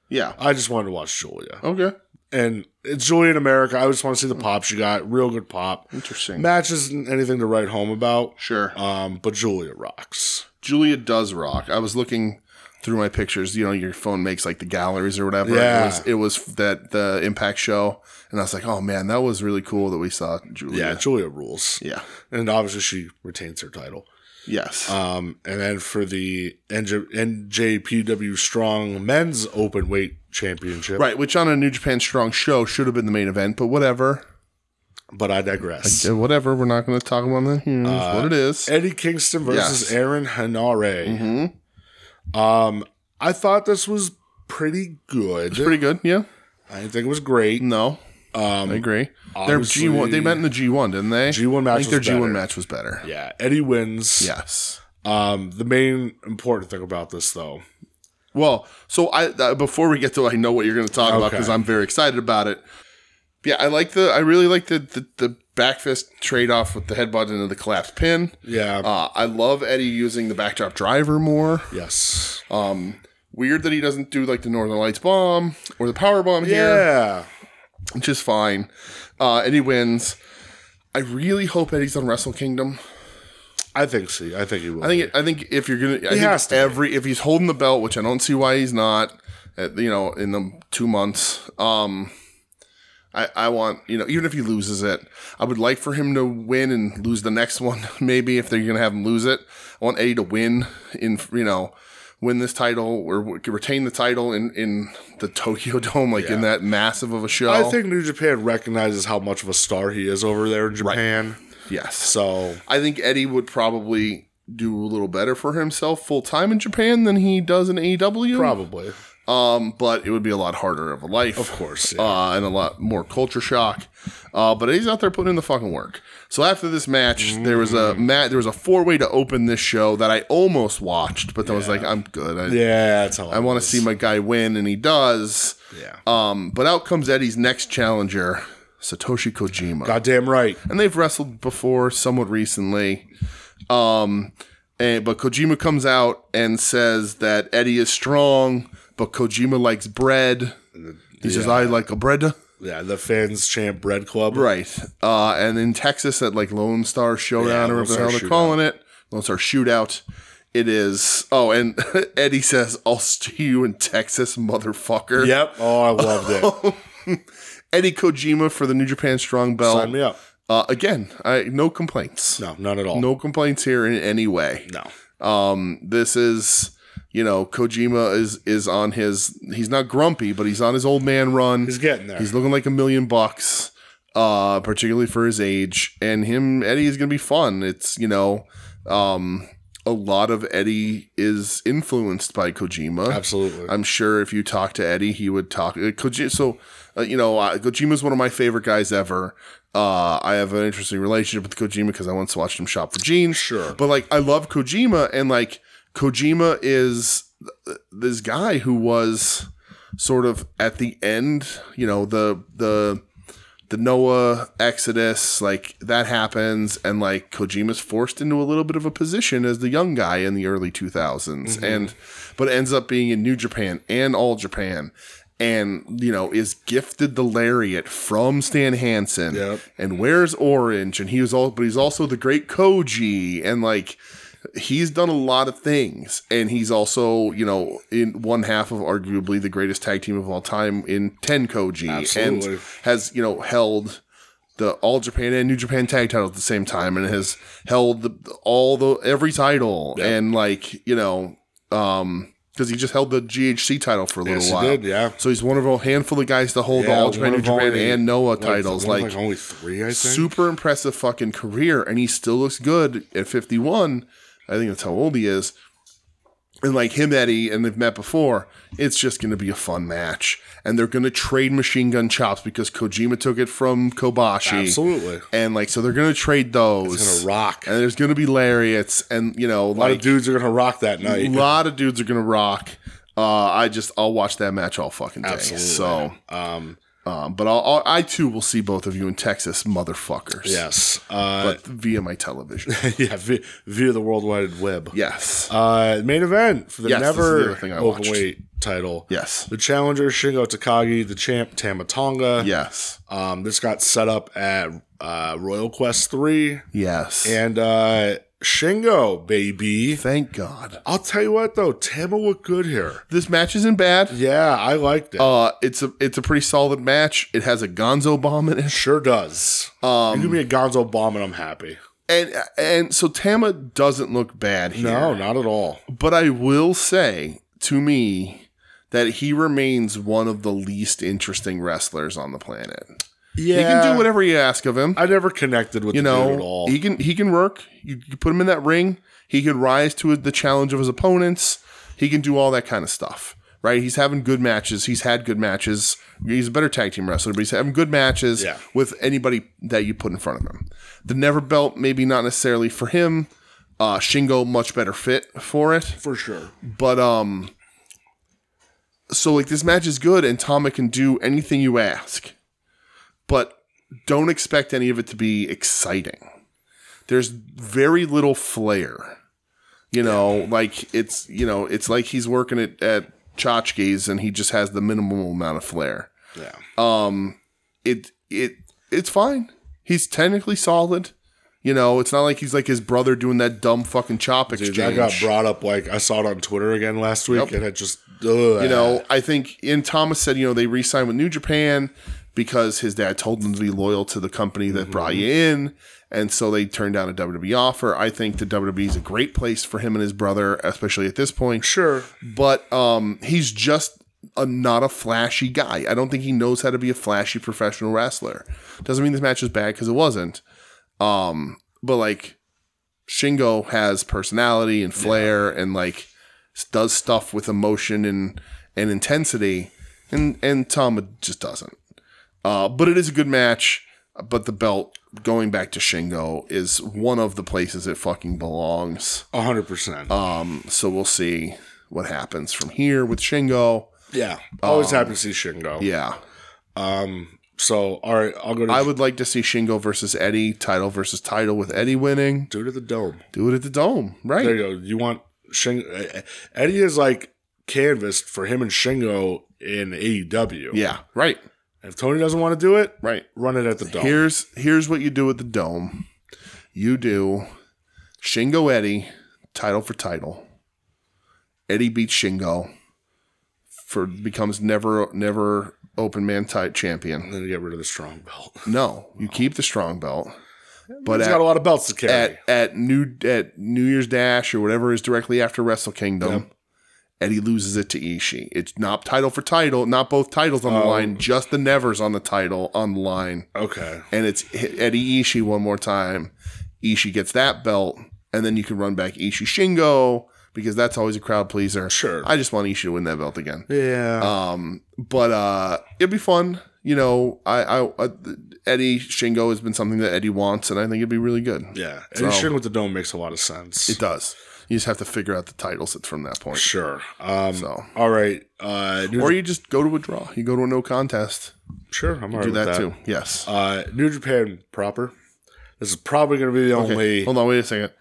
S1: yeah.
S2: I just wanted to watch Julia.
S1: Okay.
S2: And it's Julia in America. I just want to see the pop she got. Real good pop.
S1: Hmm. Interesting.
S2: Match isn't anything to write home about.
S1: Sure.
S2: Um, but Julia rocks.
S1: Julia does rock. I was looking through my pictures. You know, your phone makes like the galleries or whatever.
S2: Yeah.
S1: It was, it was that the Impact show, and I was like, oh man, that was really cool that we saw Julia.
S2: Yeah, Julia rules.
S1: Oh, yeah.
S2: And obviously she retains her title.
S1: Yes.
S2: Um, and then for the NJ- NJPW Strong Men's Open Weight Championship.
S1: right. Which on a New Japan Strong show should have been the main event, but whatever.
S2: But I digress.
S1: Yeah, whatever. We're not going to talk about that here. It's what
S2: Uh,
S1: it is.
S2: Eddie Kingston versus
S1: Yes.
S2: Aaron Hanare.
S1: Mhm.
S2: Um, I thought this was pretty good.
S1: Pretty Mm. good. Yeah.
S2: I didn't think it was great.
S1: No.
S2: Um,
S1: I agree. Their G one. They met in the G one, didn't they?
S2: G1 match
S1: I think their
S2: was
S1: G
S2: better.
S1: one match was better.
S2: yeah, Eddie wins.
S1: Yes.
S2: Um, the main important thing about this though,
S1: Well, so I uh, before we get to I know what you're going to talk about
S2: Okay.
S1: because I'm very excited about it. Yeah, I like the I really like the the, the back fist trade off with the headbutt into the collapsed pin.
S2: yeah,
S1: Uh, I love Eddie using the backdrop driver more. Um,
S2: yes,
S1: Weird that he doesn't do like the Northern Lights bomb or the power bomb here,
S2: yeah,
S1: which is fine. Uh, Eddie wins. I really hope Eddie's on Wrestle Kingdom.
S2: I think so. I think he will.
S1: I think I think if you're gonna, I think
S2: has to be.
S1: every if he's holding the belt, which I don't see why he's not, at, you know, in the two months. Um, I I want you know even if he loses it, I would like for him to win and lose the next (laughs) one. Maybe if they're gonna have him lose it, I want Eddie to win in you know win this title or w- retain the title in in the (laughs) Tokyo Dome, like in that massive of a show.
S2: I think New Japan recognizes how much of a star he is over there in Japan.
S1: yes.
S2: So
S1: I think Eddie would probably do a little better for himself full time in Japan than he does in E AEW.
S2: probably,
S1: Um, but it would be a lot harder of a life,
S2: of course, yeah.
S1: uh, and a lot more culture shock. Uh, but he's out there putting in the fucking work. So after this match, there was
S2: Mm.
S1: a mat, there was a four way to open this show that I almost watched, but then I was like, I'm good. I,
S2: yeah. That's how
S1: I want to see my guy win, and he does.
S2: Yeah,
S1: Um, but out comes Eddie's next challenger, Satoshi Kojima
S2: goddamn right.
S1: and they've wrestled before somewhat recently. Um, and, but Kojima comes out and says that Eddie is strong, but Kojima likes bread. He says, "I like a bread."
S2: Yeah, the fans champ Bread Club.
S1: Right. Uh, and in Texas, at like Lone Star Showdown
S2: Yeah,
S1: or
S2: Lone
S1: whatever the
S2: Star
S1: hell they're
S2: Shootout.
S1: calling it, Lone Star Shootout. It is. Oh, and (laughs) Eddie says, "I'll see you in Texas, motherfucker."
S2: Yep. Oh, I loved
S1: (laughs)
S2: it.
S1: Eddie Kojima for the New Japan Strong Belt.
S2: Sign me up.
S1: Uh, again, I no complaints.
S2: No, none at all.
S1: No complaints here in any way.
S2: no.
S1: Um, this is, you know, Kojima is is on his. He's not grumpy, but he's on his old man run.
S2: He's getting there.
S1: He's looking like a million bucks, uh, particularly for his age. And him, Eddie, is gonna be fun. It's you know, um, a lot of Eddie is influenced by Kojima.
S2: Absolutely.
S1: I'm sure if you talk to Eddie, he would talk. Uh, Koji- so, uh, you know, uh, Kojima's one of my favorite guys ever. Uh, I have an interesting relationship with Kojima because I once watched him shop for jeans.
S2: Sure.
S1: But, like, I love Kojima, and, like, Kojima is th- this guy who was sort of at the end, you know, the, the, the Noah exodus, like that happens, and like Kojima's forced into a little bit of a position as the young guy in the early 2000s, and but ends up being in New Japan and All Japan, and you know is gifted the lariat from Stan Hansen,
S2: Yep.
S1: and wears orange, and he was all, but he's also the great Koji, and like he's done a lot of things and he's also you know in one half of arguably the greatest tag team of all time in tenkoji
S2: Absolutely.
S1: and has you know held the all japan and new japan tag title at the same time and has held the, all the every title and like you know um because he just held the GHC title for a little
S2: Yes, he
S1: while.
S2: did, yeah.
S1: So he's one of a handful of guys to hold the All Japan,
S2: one
S1: New
S2: of
S1: Japan,
S2: only-
S1: and Noah
S2: like,
S1: titles.
S2: one of,
S1: like
S2: only three, I think.
S1: super impressive fucking career, and he still looks good at 51. I think that's how old he is. And like him, Eddie, and they've met before, it's just going to be a fun match. And they're going to trade machine gun chops because Kojima took it from Kobashi.
S2: Absolutely.
S1: And like, so they're going to trade those.
S2: It's gonna rock.
S1: And there's going to be lariats. And, you know,
S2: A lot
S1: like,
S2: of dudes are gonna rock that
S1: a
S2: night.
S1: lot of dudes are going to rock. Uh, I just, I'll watch that match all fucking day.
S2: Absolutely.
S1: So,
S2: Um,
S1: um, but I'll, I'll, I too will see both of you in Texas, motherfuckers.
S2: yes. Uh,
S1: But via my television.
S2: (laughs) yeah. Via, via the World Wide Web.
S1: (laughs) yes.
S2: Uh, main event for the
S1: Yes, this is the
S2: never
S1: other thing I watched.
S2: openweight title.
S1: yes.
S2: The challenger Shingo Takagi, the champ Tamatonga.
S1: Yes.
S2: Um, this got set up at uh, Royal Quest three,
S1: Yes.
S2: and uh, Shingo baby.
S1: Thank God.
S2: I'll tell you what though, Tama looked good here.
S1: This match isn't bad.
S2: Yeah, I liked it.
S1: Uh, it's a it's a pretty solid match. It has a Gonzo bomb in it,
S2: sure does. Um, you give me a Gonzo bomb and I'm happy.
S1: and and so Tama doesn't look bad here.
S2: No, not at all.
S1: but I will say to me that he remains one of the least interesting wrestlers on the planet.
S2: Yeah,
S1: He can do whatever you ask of him.
S2: I never connected with
S1: you
S2: the dude
S1: know,
S2: at all.
S1: he can he can work. You, you put him in that ring, he can rise to the challenge of his opponents. He can do all that kind of stuff, right? He's having good matches. He's had good matches. He's a better tag team wrestler, but he's having good matches
S2: Yeah.
S1: with anybody that you put in front of him. The Never Belt maybe not necessarily for him. Uh, Shingo much better fit for it.
S2: for sure.
S1: But um so like this match is good and Tama can do anything you ask. But don't expect any of it to be exciting. There's very little flair. You know, like it's you know, it's like he's working at, at Tchotchkes and he just has the minimal amount of flair. Um,
S2: Yeah.
S1: It it it's fine. He's technically solid. You know, it's not like he's like his brother doing that dumb fucking chop exchange.
S2: Dude, that got brought up. Like I saw it on Twitter again last week,
S1: Yep.
S2: and it just
S1: You know, I think in Thomas said, you know, they re-signed with New Japan because his dad told them to be loyal to the company that brought you in, and so they turned down a WWE offer. I think the WWE is a great place for him and his brother, especially at this point.
S2: sure.
S1: But um, he's just a, not a flashy guy. I don't think he knows how to be a flashy professional wrestler. Doesn't mean this match is bad because it wasn't. Um, but like Shingo has personality and flair and like s- does stuff with emotion and and intensity, and and Tama just doesn't. Uh, but it is a good match. But the belt going back to Shingo is one of the places it fucking belongs. Um,
S2: A hundred percent.
S1: uh, So we'll see what happens from here with Shingo.
S2: Yeah. Always happy to see Shingo.
S1: um,
S2: Um,
S1: Yeah.
S2: So all right, I'll go to
S1: I would like to see Shingo versus Eddie, title versus title with Eddie winning.
S2: do it at the dome.
S1: Do it at the dome, right?
S2: There you go. You want Shingo? Eddie is like canvassed for him and Shingo in AEW.
S1: Yeah, right,
S2: If Tony doesn't want to do it,
S1: right.
S2: run it at the dome.
S1: Here's here's what you do at the dome. You do Shingo Eddie, title for title. Eddie beats Shingo for becomes never never open man tight champion.
S2: and then you get rid of the strong belt.
S1: No, you keep the strong belt. But
S2: He's
S1: at-
S2: got a lot of belts to carry.
S1: at at new at New Year's Dash or whatever is directly after Wrestle Kingdom. Eddie loses it to Ishii. It's not title for title, not both titles on the
S2: Oh.
S1: line, just the Nevers on the title on the line,
S2: okay.
S1: and it's hit Eddie Ishii one more time. Ishii gets that belt, and then you can run back Ishii Shingo because that's always a crowd pleaser.
S2: Sure.
S1: I just want Ishii to win that belt again
S2: Yeah.
S1: but uh it'd be fun you know i i uh, eddie shingo has been something that eddie wants and i think it'd be really good
S2: yeah.
S1: so-
S2: And Shingo at the dome makes a lot of sense.
S1: it does you just have to figure out the titles at- from that point
S2: sure. Um,
S1: so
S2: all right. Uh, New
S1: or you just go to a draw you go to a no contest
S2: Sure, I'm alright
S1: do
S2: with
S1: that,
S2: that,
S1: too yes
S2: Uh, New Japan proper. This is probably going to be the
S1: Okay,
S2: only.
S1: hold on wait a second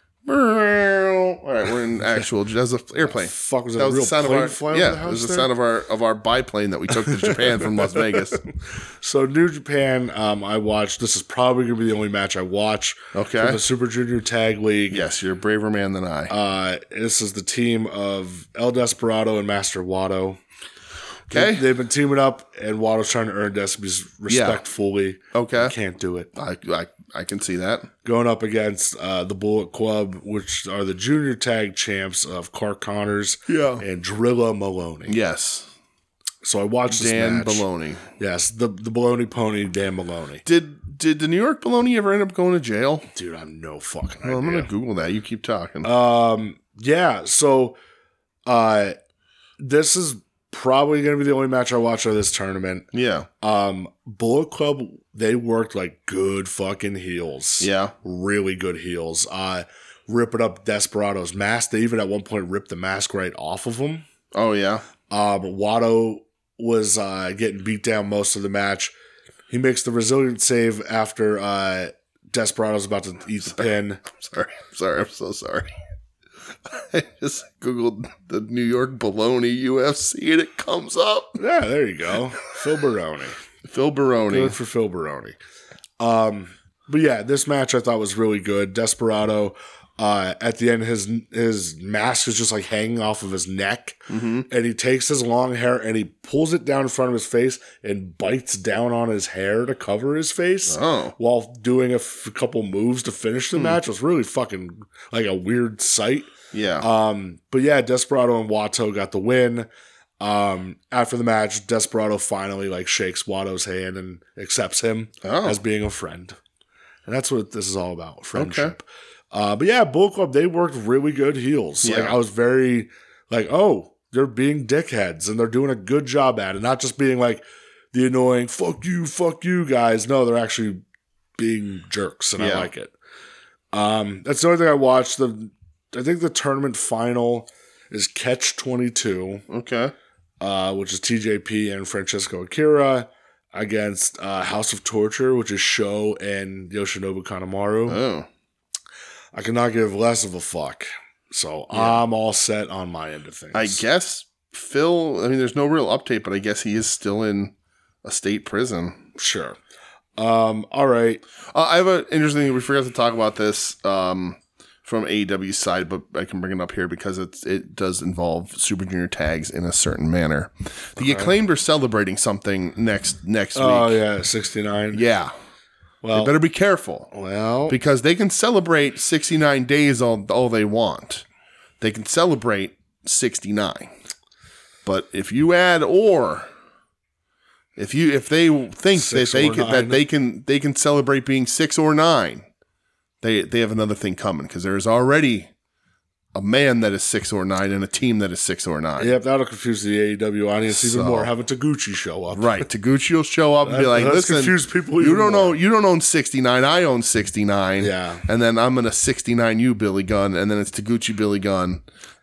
S1: all right we're
S2: (laughs)
S1: in actual that's an airplane
S2: Fuck, was that,
S1: that was
S2: a real
S1: the sound of
S2: plane
S1: our
S2: flying over
S1: yeah
S2: the
S1: it was
S2: house
S1: the
S2: there?
S1: sound of our of our biplane that we took to japan from las vegas
S2: (laughs) So New Japan, um, I watched. This is probably going to be the only match I watch.
S1: Okay.
S2: from the Super Junior Tag League.
S1: yes you're a braver man than i
S2: Uh, this is the team of El Desperado and Master Wado.
S1: okay
S2: They, have been teaming up, and Wado's trying to earn Despy's respect fully.
S1: Okay.
S2: can't do it.
S1: I, I i can see that
S2: Going up against uh, the Bullet Club, which are the junior tag champs of Clark Connors
S1: Yeah.
S2: and Drilla Maloney.
S1: yes
S2: So I watched this
S1: Dan
S2: match.
S1: Baloney.
S2: Yes, the the baloney pony, Dan Baloney.
S1: Did did the New York Baloney ever end up going to jail?
S2: Dude, I'm no fucking
S1: Well, I'm
S2: idea.
S1: gonna Google that. You keep talking.
S2: Um, yeah. So, uh, this is probably going to be the only match I watch of this tournament.
S1: yeah,
S2: Um, Bullet Club, they worked like good fucking heels.
S1: yeah.
S2: Really good heels. Uh, ripping up Desperado's mask. They even at one point ripped the mask right off of him.
S1: Oh yeah.
S2: Um, Watto was uh, getting beat down most of the match. He makes the resilient save after uh, Desperado's about to eat the pin.
S1: Sorry, (laughs) I'm sorry. I'm so sorry. (laughs) I just googled the New York Baloney UFC and it comes up.
S2: Yeah, there you go. Phil Baroni.
S1: Phil Baroni.
S2: Good for Phil Baroni. Um, but yeah, this match I thought was really good. Desperado uh, at the end, his his mask is just like hanging off of his neck,
S1: Mm-hmm.
S2: and he takes his long hair and he pulls it down in front of his face and bites down on his hair to cover his face
S1: Oh.
S2: while doing a f- couple moves to finish the match. It was really fucking like a weird sight.
S1: Yeah.
S2: Um, but yeah, Desperado and Watto got the win. Um, after the match, Desperado finally like shakes Watto's hand and accepts him
S1: Oh.
S2: as being a friend. And that's what this is all about, friendship. Uh, but yeah, Bull Club, they worked really good heels. Like
S1: Yeah.
S2: I was very like, oh, they're being dickheads and they're doing a good job at it, not just being like the annoying fuck you, fuck you guys. No, they're actually being jerks and I
S1: Yeah.
S2: like it. Um, that's the only thing I watched. The I think the tournament final is Catch Twenty Two,
S1: okay.
S2: uh, which is TJP and Francesco Akira against uh, House of Torture, which is Sho and Yoshinobu Kanemaru.
S1: Oh.
S2: I cannot give less of a fuck. So I'm all set on my end of things.
S1: I guess Phil. I mean, there's no real update, but I guess he is still in a state prison.
S2: sure. Um, all right.
S1: Uh, I have an interesting. thing. We forgot to talk about this um, from AEW's side, but I can bring it up here because it's it does involve Super Junior tags in a certain manner. The acclaimed are celebrating something next next
S2: Oh
S1: week.
S2: yeah, sixty nine.
S1: Yeah,
S2: Well,
S1: better be careful
S2: well,
S1: because they can celebrate 69 days all all they want. They can celebrate 69. But if you add or if you if they think
S2: Six
S1: that they
S2: or
S1: can,
S2: nine.
S1: that they can they can celebrate being 6 or 9, they they have another thing coming cuz there's already a man that is 6 or 9 and a team that is 6 or 9.
S2: yep, that'll confuse the AEW audience
S1: So-
S2: even more. Have a Taguchi show up.
S1: Right. (laughs) Taguchi will show up and be
S2: That-
S1: like,
S2: that's
S1: listen,
S2: confused people
S1: you
S2: even
S1: don't
S2: more."
S1: own you don't own sixty nine, I own sixty nine.
S2: Yeah.
S1: And then I'm gonna sixty nine you Billy Gunn, and then it's Taguchi Billy Gunn,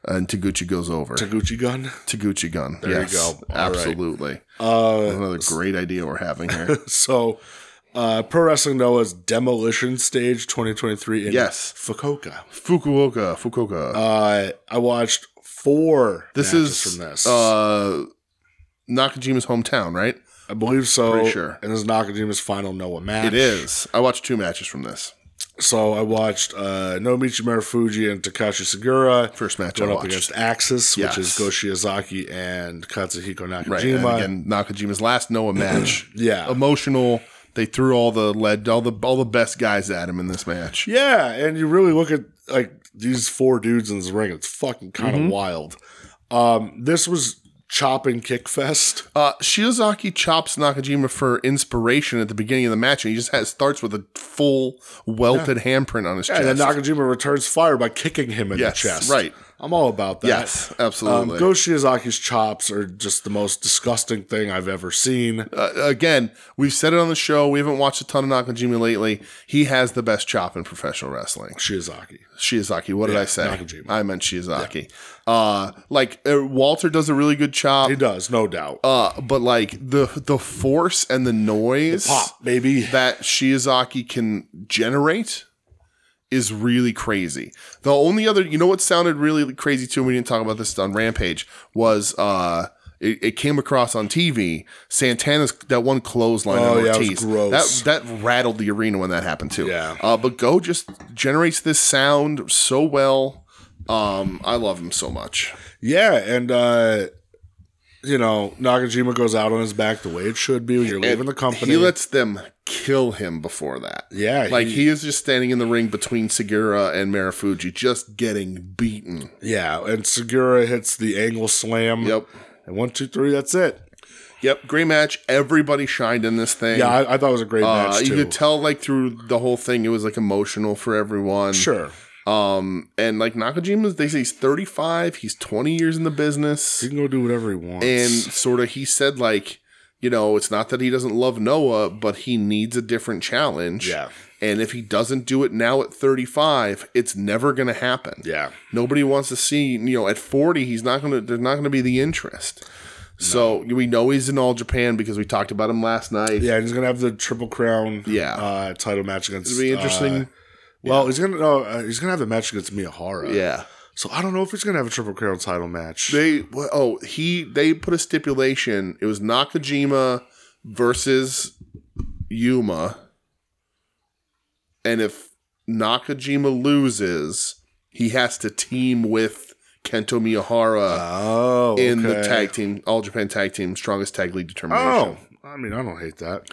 S1: and Taguchi goes over.
S2: Taguchi gun.
S1: Taguchi Gunn.
S2: you
S1: yes,
S2: go. All right.
S1: Absolutely. Another great idea we're having here.
S2: Uh, So, uh, Pro Wrestling Noah's Demolition Stage 2023 in
S1: Yes.
S2: (laughs) Fukuoka.
S1: Fukuoka, Fukuoka.
S2: Uh, I watched four.
S1: this
S2: matches
S1: is
S2: from this.
S1: uh Nakajima's hometown, right?
S2: I believe so.
S1: pretty sure.
S2: And this is Nakajima's final Noah match.
S1: It is. I watched two matches from this.
S2: So I watched uh, Nomichi Marufuji and Takashi Segura.
S1: First match
S2: going
S1: I
S2: up
S1: watched.
S2: against Axis,
S1: Yes.
S2: which is Go Shiozaki and Katsuhiko
S1: Right.
S2: Nakajima.
S1: And again, um, Nakajima's last
S2: (clears throat)
S1: Noah match.
S2: Yeah.
S1: Emotional. They threw all the lead, all the all the best guys at him in this match.
S2: Yeah, and you really look at like these four dudes in this ring. It's fucking kind of
S1: Mm-hmm.
S2: wild. Um, this was chop and kick fest.
S1: Uh, Shiozaki chops Nakajima for inspiration at the beginning of the match, and he just has, starts with a full welted handprint on his
S2: And then
S1: chest.
S2: Nakajima returns fire by kicking him in
S1: Yes,
S2: the chest.
S1: right.
S2: I'm all about that.
S1: yes,
S2: Um,
S1: absolutely.
S2: Go Shiozaki's chops are just the most disgusting thing I've ever seen.
S1: uh, again, we've said it on the show. We haven't watched a ton of Nakajima lately. He has the best chop in professional wrestling.
S2: Shiozaki.
S1: Shiozaki. What did I say?
S2: Nakajima.
S1: I meant Shiozaki. Uh, like uh, Walter does a really good chop.
S2: He does, no doubt.
S1: Uh, but like the the force and the noise
S2: Pop, baby.
S1: that Shiozaki can generate is really crazy. The only other, you know, what sounded really crazy too, and we didn't talk about this on Rampage was uh. It, it came across on TV. Santana's that one clothesline.
S2: Oh,
S1: on
S2: yeah, it was
S1: Ortiz.
S2: gross.
S1: That that rattled the arena when that happened too.
S2: Yeah.
S1: Uh, but Go just generates this sound so well. Um, I love him so much.
S2: yeah, and uh, you know, Nakajima goes out on his back the way it should be when you're leaving
S1: And
S2: the company.
S1: He lets them kill him before that.
S2: Yeah,
S1: Like
S2: he-
S1: he, is just standing in the ring between Segura and Marufuji, just getting beaten.
S2: yeah, and Segura hits the angle slam.
S1: Yep.
S2: And one, two, three, that's it.
S1: Yep, great match. Everybody shined in this thing.
S2: Yeah, I, I thought it was a great
S1: Uh,
S2: match
S1: you
S2: too.
S1: could tell like through the whole thing, it was like emotional for everyone.
S2: sure,
S1: Um, and like Nakajima, they say he's 35. He's 20 years in the business,
S2: he can go do whatever he wants.
S1: and sort of he said like, you know, it's not that he doesn't love Noah, but he needs a different challenge.
S2: Yeah.
S1: And if he doesn't do it now at 35, it's never going to happen.
S2: yeah,
S1: Nobody wants to see, you know, at 40, he's not going to, there's not going to be the interest. So we know he's in All Japan because we talked about him last night.
S2: yeah, and he's gonna have the triple crown.
S1: Yeah.
S2: uh, title match against.
S1: It'll be interesting.
S2: uh, well, he's gonna no, uh, he's gonna have the match against Miyahara.
S1: yeah.
S2: So I don't know if he's gonna have a triple crown title match.
S1: They, wh- oh, he, they put a stipulation. It was Nakajima versus Yuma. And if Nakajima loses, he has to team with Kento Miyahara.
S2: oh,
S1: in the
S2: okay.
S1: tag team, All Japan Tag Team, Strongest Tag League Determination.
S2: Oh, I mean, I don't hate that.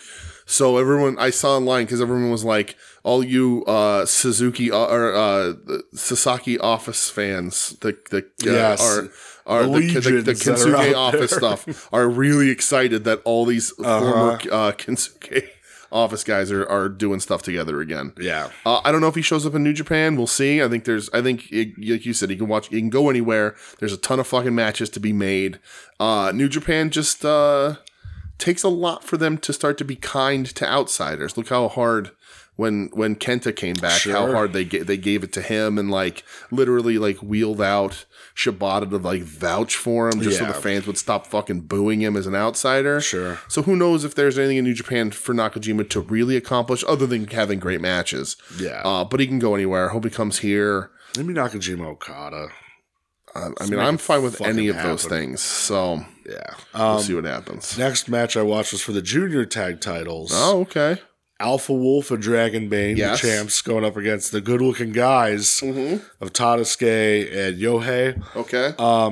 S1: So everyone, I saw online because everyone was like, "All you uh, Suzuki uh, or uh, the Sasaki office fans, the the uh,
S2: Yes.
S1: are are the, the, the,
S2: Legions that are
S1: Kensuke
S2: out
S1: office
S2: there. Uh-huh.
S1: stuff are really excited that all these former uh, Kensuke (laughs) office guys are are doing stuff together again."
S2: Yeah,
S1: Uh, I don't know if he shows up in New Japan. We'll see. I think there's. I think it, like you said, he can watch. He can go anywhere. There's a ton of fucking matches to be made. Uh, New Japan just uh, takes a lot for them to start to be kind to outsiders. Look how hard when when Kenta came back, how
S2: Sure.
S1: hard they ga- they gave it to him and like literally like wheeled out Shibata to like vouch for him just
S2: Yeah.
S1: so the fans would stop fucking booing him as an outsider.
S2: Sure.
S1: So who knows if there's anything in New Japan for Nakajima to really accomplish other than having great matches.
S2: Yeah.
S1: Uh, but he can go anywhere. I hope he comes here. Uh,
S2: maybe Nakajima Okada.
S1: I, I mean,
S2: make
S1: I'm
S2: it
S1: fine with
S2: fucking
S1: any of those
S2: happen.
S1: things. So
S2: Yeah.
S1: we'll
S2: Um,
S1: see what happens.
S2: next match I watched was for the junior tag titles.
S1: Oh, okay.
S2: Alpha Wolf and Dragon Bane,
S1: Yes. Mm-hmm.
S2: the champs, going up against the good looking guys of Tadasuke and Yohei.
S1: Okay.
S2: Uh,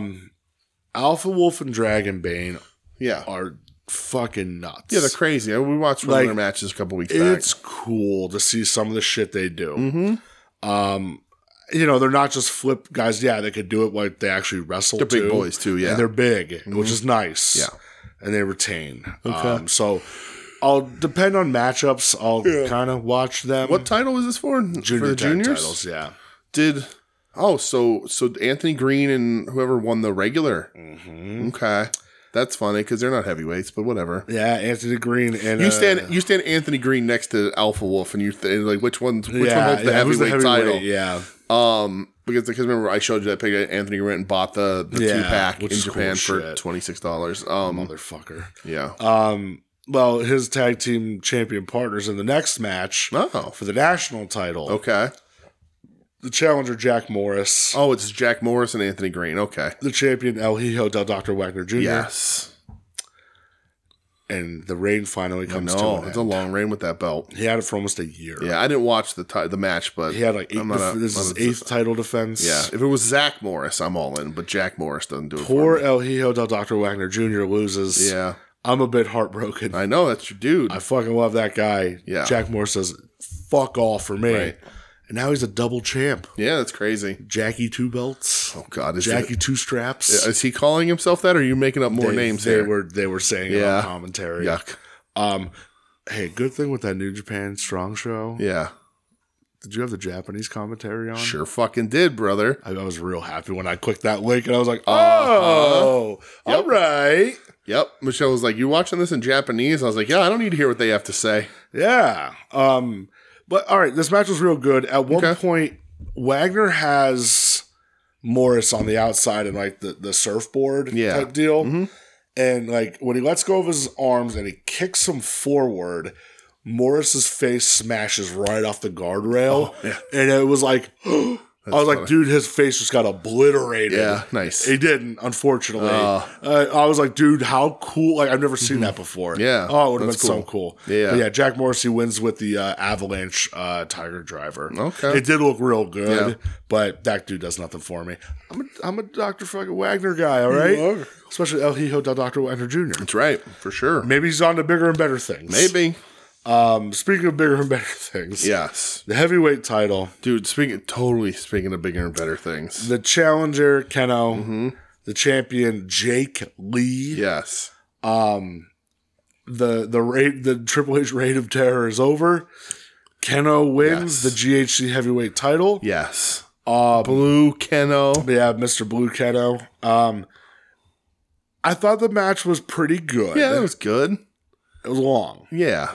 S2: Alpha Wolf and Dragon Bane
S1: yeah.
S2: are fucking nuts.
S1: Yeah, they're crazy. We watched one
S2: Like,
S1: of their matches a couple weeks back.
S2: it's cool to see some of the shit they do.
S1: Mm-hmm.
S2: Um, you know, they're not just flip guys. Yeah, they could do it like they actually wrestle.
S1: They're big
S2: too.
S1: boys, too, yeah. Mm-hmm.
S2: and they're big, which is nice.
S1: Yeah.
S2: and they retain. Okay, so I'll depend on matchups. I'll kind of watch them.
S1: What title was this for?
S2: junior
S1: for the
S2: tag
S1: juniors?
S2: titles? Yeah,
S1: Did oh so so Anthony Green and whoever won the regular?
S2: Mm-hmm.
S1: Okay, that's funny because they're not heavyweights, but whatever.
S2: yeah. Anthony Green and
S1: You
S2: uh,
S1: stand you stand Anthony Green next to Alpha Wolf, and you th- and like which one's which one
S2: yeah,
S1: holds the,
S2: yeah, who's
S1: heavyweight title?
S2: heavyweight? Yeah,
S1: Um, because because remember I showed you that picture. Anthony went and bought the, the two
S2: Yeah,
S1: pack in
S2: which is cool
S1: Japan for
S2: shit.
S1: twenty six dollars. Um,
S2: motherfucker.
S1: yeah.
S2: Um, well, his tag team champion partners in the next match
S1: oh,
S2: for the national title.
S1: okay.
S2: the challenger Jack Morris,
S1: Oh, it's Jack Morris and Anthony Green. Okay.
S2: the champion El Hijo del Dr. Wagner Jr.,
S1: Yes.
S2: and the reign finally comes
S1: No,
S2: to an
S1: it's a
S2: end.
S1: long reign with that belt.
S2: He had it for almost a year.
S1: Yeah, I didn't watch the ti- the match, but
S2: He had like eight.
S1: I'm not
S2: def-
S1: a-
S2: this is
S1: not
S2: his
S1: a-
S2: eighth title
S1: (laughs)
S2: defense.
S1: Yeah, if it was Zach Morris, I'm all in, but Jack Morris doesn't do it.
S2: Poor
S1: for me.
S2: El Hijo del Dr. Wagner Jr. loses.
S1: Yeah,
S2: I'm a bit heartbroken. I,
S1: I know that's your dude.
S2: fucking love that guy.
S1: Yeah.
S2: Jack Morris says, fuck all for me.
S1: Right.
S2: And now he's a double champ.
S1: yeah, that's crazy.
S2: Jackie Two Belts.
S1: Oh God, is
S2: Jackie Two Straps.
S1: It, is he calling himself that, or are you making up more
S2: They-
S1: names
S2: They
S1: here?
S2: were they were saying it
S1: Yeah.
S2: on commentary.
S1: Yuck.
S2: Um, hey, good thing with that New Japan Strong Show.
S1: Yeah,
S2: Did you have the Japanese commentary on?
S1: sure fucking did, brother.
S2: I, I was real happy when I clicked that link and I was like, oh, all right.
S1: Yep. Michelle was like, "You watching this in Japanese?" I was like, "Yeah, I don't need to hear what they have to say."
S2: Yeah. Um, but all right, this match was real good. At one
S1: Okay.
S2: point, Wagner has Morris on the outside and like the, the surfboard
S1: Yeah. Mm-hmm.
S2: type deal. And like when he lets go of his arms and he kicks him forward, Morris's face smashes right off the guardrail. And it was like, (gasps) I was like,
S1: Oh, funny.
S2: dude, his face just got obliterated.
S1: Yeah, nice.
S2: He didn't, unfortunately. Uh, I was like, dude, how cool! Like, I've never seen that before.
S1: Mm-hmm. Yeah,
S2: Oh, it would have been
S1: that's
S2: so cool.
S1: Yeah.
S2: But yeah. Jack Morrissey wins with the uh, Avalanche uh, Tiger Driver.
S1: Okay.
S2: It did look real good,
S1: Yeah.
S2: but that dude does nothing for me. I'm a, I'm a Dr. fucking Wagner guy, all right? Especially El Hijo del Dr. Wagner Jr.
S1: That's right, for sure.
S2: Maybe he's on to bigger and better things.
S1: Maybe.
S2: Um, speaking of bigger and better (laughs) things,
S1: Yes,
S2: the heavyweight title,
S1: dude. Speaking totally speaking of bigger and better things. Mm-hmm.
S2: the challenger Keno, the champion Jake Lee.
S1: Yes.
S2: Um, the the rate the Triple H reign of terror is over. Keno
S1: Yes.
S2: wins the GHC heavyweight title.
S1: Yes.
S2: Uh,
S1: Blue Keno.
S2: yeah, Mr. Blue Keno. Um, I thought the match was pretty good.
S1: Yeah, that was good.
S2: it was long.
S1: Yeah.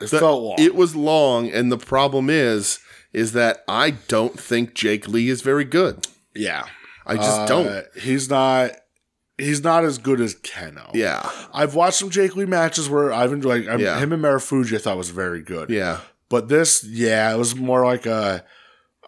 S2: It
S1: The-
S2: felt long.
S1: It was long, and the problem is, is that I don't think Jake Lee is very good.
S2: yeah,
S1: I just
S2: Uh,
S1: don't.
S2: He's not. He's not as good as Keno.
S1: Yeah.
S2: I've watched some Jake Lee matches where I've enjoyed like, I'm-
S1: Yeah.
S2: him and Marufuji. I thought was very good.
S1: Yeah.
S2: But this, yeah, it was more like a.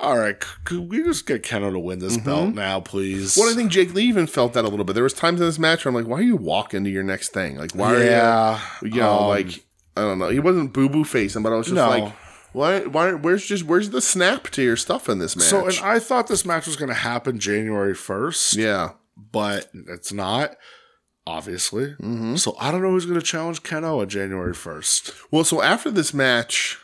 S2: All right, c- could we just get Keno to win this belt now, please?
S1: Mm-hmm. Well, I think Jake Lee even felt that a little bit. There was times in this match where I'm like, why are you walking to your next thing? Like, why are you?
S2: yeah,
S1: you know,
S2: um,
S1: like I don't know. He wasn't boo boo facing, but I was just
S2: No.
S1: like, why? Why? Where's just where's the snap to your stuff in this match?
S2: so. And I thought this match was going to happen January first,
S1: yeah,
S2: but it's not. Obviously,
S1: Mm-hmm.
S2: so I don't know who's going to challenge Keno on January first.
S1: well, so after this match,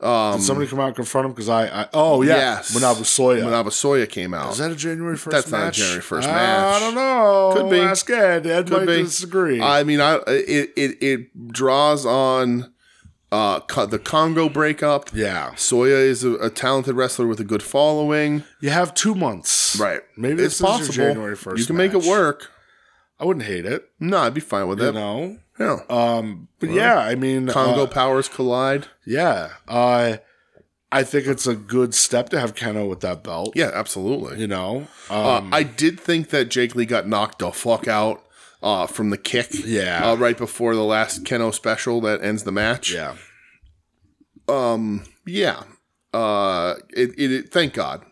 S1: um,
S2: Did somebody come out and confront him? Because I, I, oh yeah,
S1: yes,
S2: Manabu Soya.
S1: Manabu Soya came out.
S2: Is that a January first?
S1: That's not
S2: match?
S1: a January 1st
S2: I
S1: match.
S2: don't know.
S1: Could be.
S2: Ask Ed. Ed
S1: Could
S2: might
S1: be.
S2: disagree.
S1: I mean, I it it, it draws on uh co- the Congo breakup.
S2: yeah,
S1: Soya is a, a talented wrestler with a good following.
S2: you have two months. Maybe
S1: it's
S2: it's this possible.
S1: possible.
S2: Is your January first.
S1: You can make it
S2: match.
S1: work.
S2: I wouldn't hate it.
S1: No, I'd be fine with
S2: You
S1: it.
S2: know.
S1: Yeah.
S2: Um. But yeah, I mean,
S1: Congo
S2: uh,
S1: powers collide.
S2: yeah. Uh, I think it's a good step to have Keno with that belt.
S1: Yeah, absolutely.
S2: You know.
S1: Uh,
S2: Um.
S1: I did think that Jake Lee got knocked the fuck out uh, from the kick.
S2: Yeah.
S1: Uh, right before the last Keno special that ends the match.
S2: yeah.
S1: Yeah. Uh, it, it, it- thank God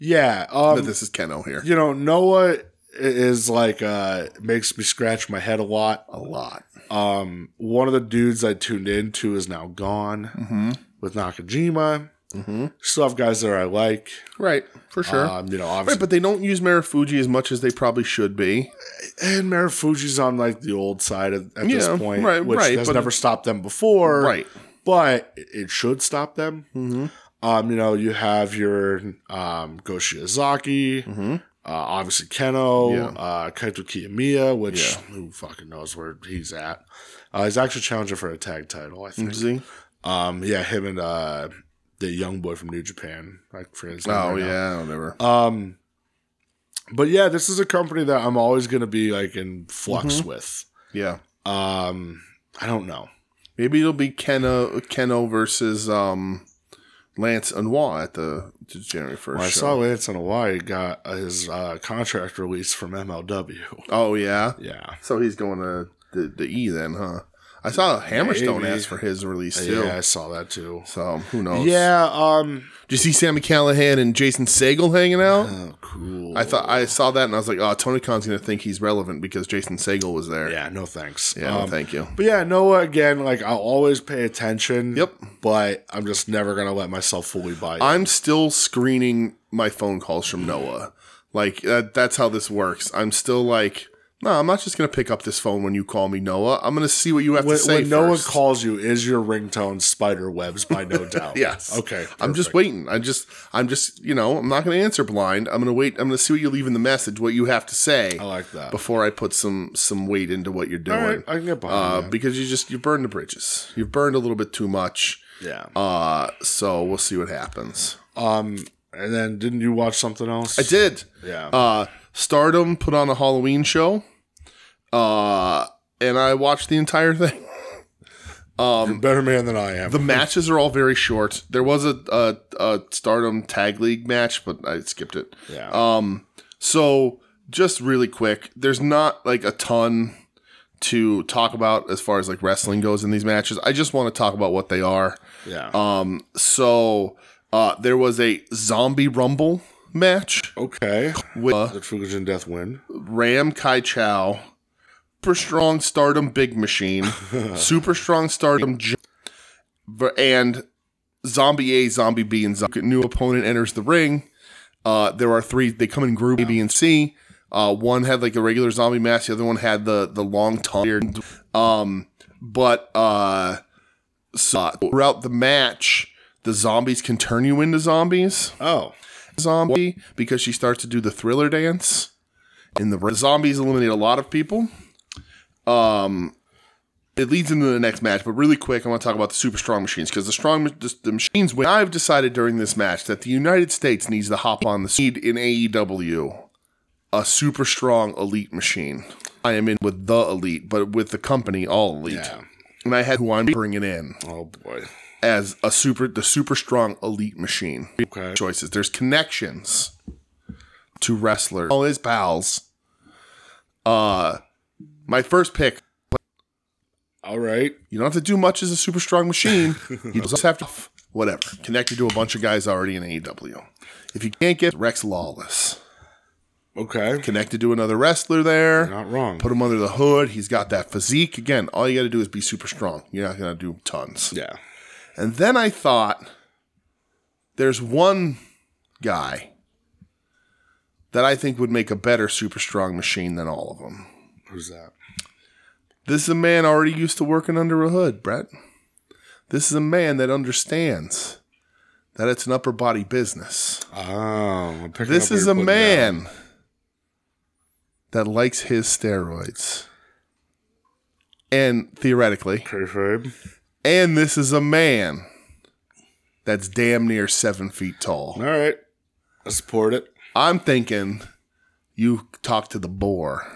S2: Yeah. Um.
S1: that this is Keno here.
S2: you know, Noah i- is like uh makes me scratch my head a lot.
S1: A lot.
S2: Um, one of the dudes I tuned into is now gone
S1: Mm-hmm.
S2: with Nakajima. Still have guys there I like.
S1: Right. For Mm-hmm. sure.
S2: Um, you know,
S1: right,
S2: obviously,
S1: but they don't use Marufuji as much as they probably should be.
S2: and Marufuji's on like the old side at, at this
S1: Yeah,
S2: point,
S1: right,
S2: which
S1: right,
S2: has
S1: but-
S2: never stopped them before,
S1: Right.
S2: But it- it should stop them.
S1: Mm-hmm.
S2: Um, you know, you have your um, Go Shiozaki,
S1: Mm-hmm.
S2: uh, obviously Keno,
S1: Yeah.
S2: uh, Kaito Kiyomiya, which
S1: Yeah.
S2: who fucking knows where he's at. Uh, he's actually challenging for a tag title, I think.
S1: See?
S2: Um, yeah, him and uh, the young boy from New Japan. I forget his name
S1: Oh,
S2: right now.
S1: yeah. Whatever.
S2: Um, but yeah, this is a company that I'm always going to be like in flux
S1: Mm-hmm.
S2: with.
S1: yeah.
S2: Um, I don't know.
S1: Maybe it'll be Keno, Keno versus um, Lance Anois at the the January 1st
S2: When I
S1: show.
S2: saw Lance in Hawaii got his uh, contract released from MLW.
S1: Oh, yeah.
S2: (laughs) Yeah.
S1: So he's going to the, the E then, huh? I saw Hammerstone
S2: Maybe.
S1: ask for his release too.
S2: Yeah, I saw that too.
S1: So who knows?
S2: Yeah, um
S1: Did you see Sammy Callahan and Jason Segel hanging out?
S2: oh, cool.
S1: I thought I saw that and I was like, oh, Tony Khan's gonna think he's relevant because Jason Segel was there.
S2: Yeah, no thanks.
S1: Yeah, no,
S2: Um,
S1: thank you.
S2: But yeah, Noah again, like I'll always pay attention.
S1: Yep.
S2: But I'm just never gonna let myself fully buy it.
S1: I'm still screening my phone calls from Noah. Like that, that's how this works. I'm still like, no, I'm not just gonna pick up this phone when you call me, Noah. I'm gonna see what you have
S2: when,
S1: to say.
S2: when Noah
S1: first.
S2: calls you, is your ringtone spider webs by no
S1: (laughs)
S2: doubt?
S1: Yes.
S2: Okay.
S1: I'm just
S2: perfect.
S1: waiting. I just, I'm just, you know, I'm not going to answer blind. I'm going to wait. I'm going to see what you leave in the message, what you have to say.
S2: I like that.
S1: Before I put some some weight into what you're doing,
S2: All right, I can get behind
S1: uh,
S2: that.
S1: because you just you burned the bridges. You've burned a little bit too much.
S2: Yeah.
S1: Uh, so we'll see what happens.
S2: um and then didn't you watch something else?
S1: I did.
S2: Yeah.
S1: Uh, Stardom put on a Halloween show. Uh, and I watched the entire thing. (laughs)
S2: You're a better man than I am.
S1: The matches are all very short. There was a, a, a Stardom Tag League match, but I skipped it.
S2: yeah.
S1: uh, So, just really quick, there's not like a ton to talk about as far as like wrestling goes in these matches. I just want to talk about what they are.
S2: yeah.
S1: Um, so uh, there was a zombie rumble match
S2: okay.
S1: with uh,
S2: Did Fugagen Death win?
S1: Ram Kai Chow, Super Strong Stardom Big Machine, Super Strong Stardom, J- v- and Zombie A, Zombie B, and Zombie. New opponent enters the ring. Uh, there are three. They come in group A, B, and C. Uh, one had like a regular zombie mask. The other one had the the long tongue. Um, but uh, so throughout the match, the zombies can turn you into zombies
S2: Oh.
S1: zombie because she starts to do the thriller dance. In the ring. the zombies eliminate a lot of people. Um, it leads into the next match, but really quick, I want to talk about the super strong machines because the strong the, the machines. Win. I've decided during this match that the United States needs to hop on the seed in AEW, a super strong elite machine. I am in with the elite, but with the company all elite,
S2: Yeah.
S1: and I had who I'm bringing in
S2: Oh boy.
S1: as a super the super strong elite machine.
S2: Okay.
S1: Choices. There's connections to wrestlers. All his pals. Uh, my first pick
S2: All right.
S1: you don't have to do much as a super strong machine. you just have to, whatever, connect you to a bunch of guys already in AEW. If you can't get Rex Lawless,
S2: Okay.
S1: connected to another wrestler there,
S2: Not wrong.
S1: put him under the hood. He's got that physique. Again, all you got to do is be super strong. You're not going to do tons.
S2: Yeah.
S1: And then I thought, there's one guy that I think would make a better super strong machine than all of them.
S2: Who's that?
S1: This is a man already used to working under a hood, Brett. This is a man that understands that it's an upper body business.
S2: Oh, I'm picking
S1: This
S2: up what
S1: is
S2: you're
S1: a
S2: putting
S1: man that likes his steroids. And theoretically,
S2: down. Kayfabe.
S1: and this is a man that's damn near seven feet
S2: All
S1: tall.
S2: right. I support it.
S1: I'm thinking you talk to the boar.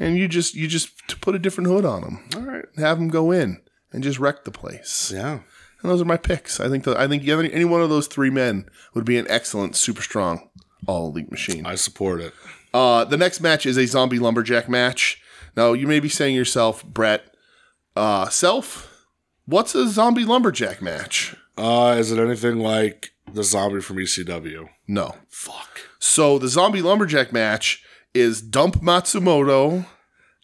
S1: And you just you just put a different hood on him.
S2: All right.
S1: and have them go in and just wreck the place.
S2: Yeah.
S1: And those are my picks. I think the, I think the other- any one of those three men would be an excellent, super strong, all elite machine.
S2: I support it.
S1: Uh, the next match is a zombie lumberjack match. Now you may be saying to yourself, Brett, uh, self, what's a zombie lumberjack match?
S2: Uh, is it anything like the zombie from E ECW?
S1: No.
S2: Fuck.
S1: So the zombie lumberjack match is Dump Matsumoto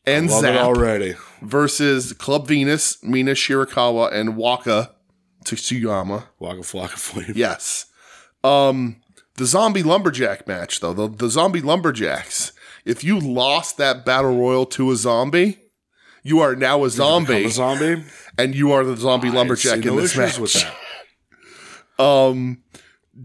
S1: and
S2: Love it
S1: Zap
S2: already.
S1: versus Club Venus, Mina Shirakawa, and Waka Tsutsuyama.
S2: Waka Flocka Flame.
S1: Yes. Um, the zombie lumberjack match, though, the, the zombie lumberjacks, if you lost that battle royal to a zombie, you are now a
S2: I'm
S1: zombie,
S2: a zombie.
S1: and you are the zombie
S2: I
S1: lumberjack
S2: see
S1: in
S2: no
S1: this
S2: issues
S1: match.
S2: With that.
S1: Um,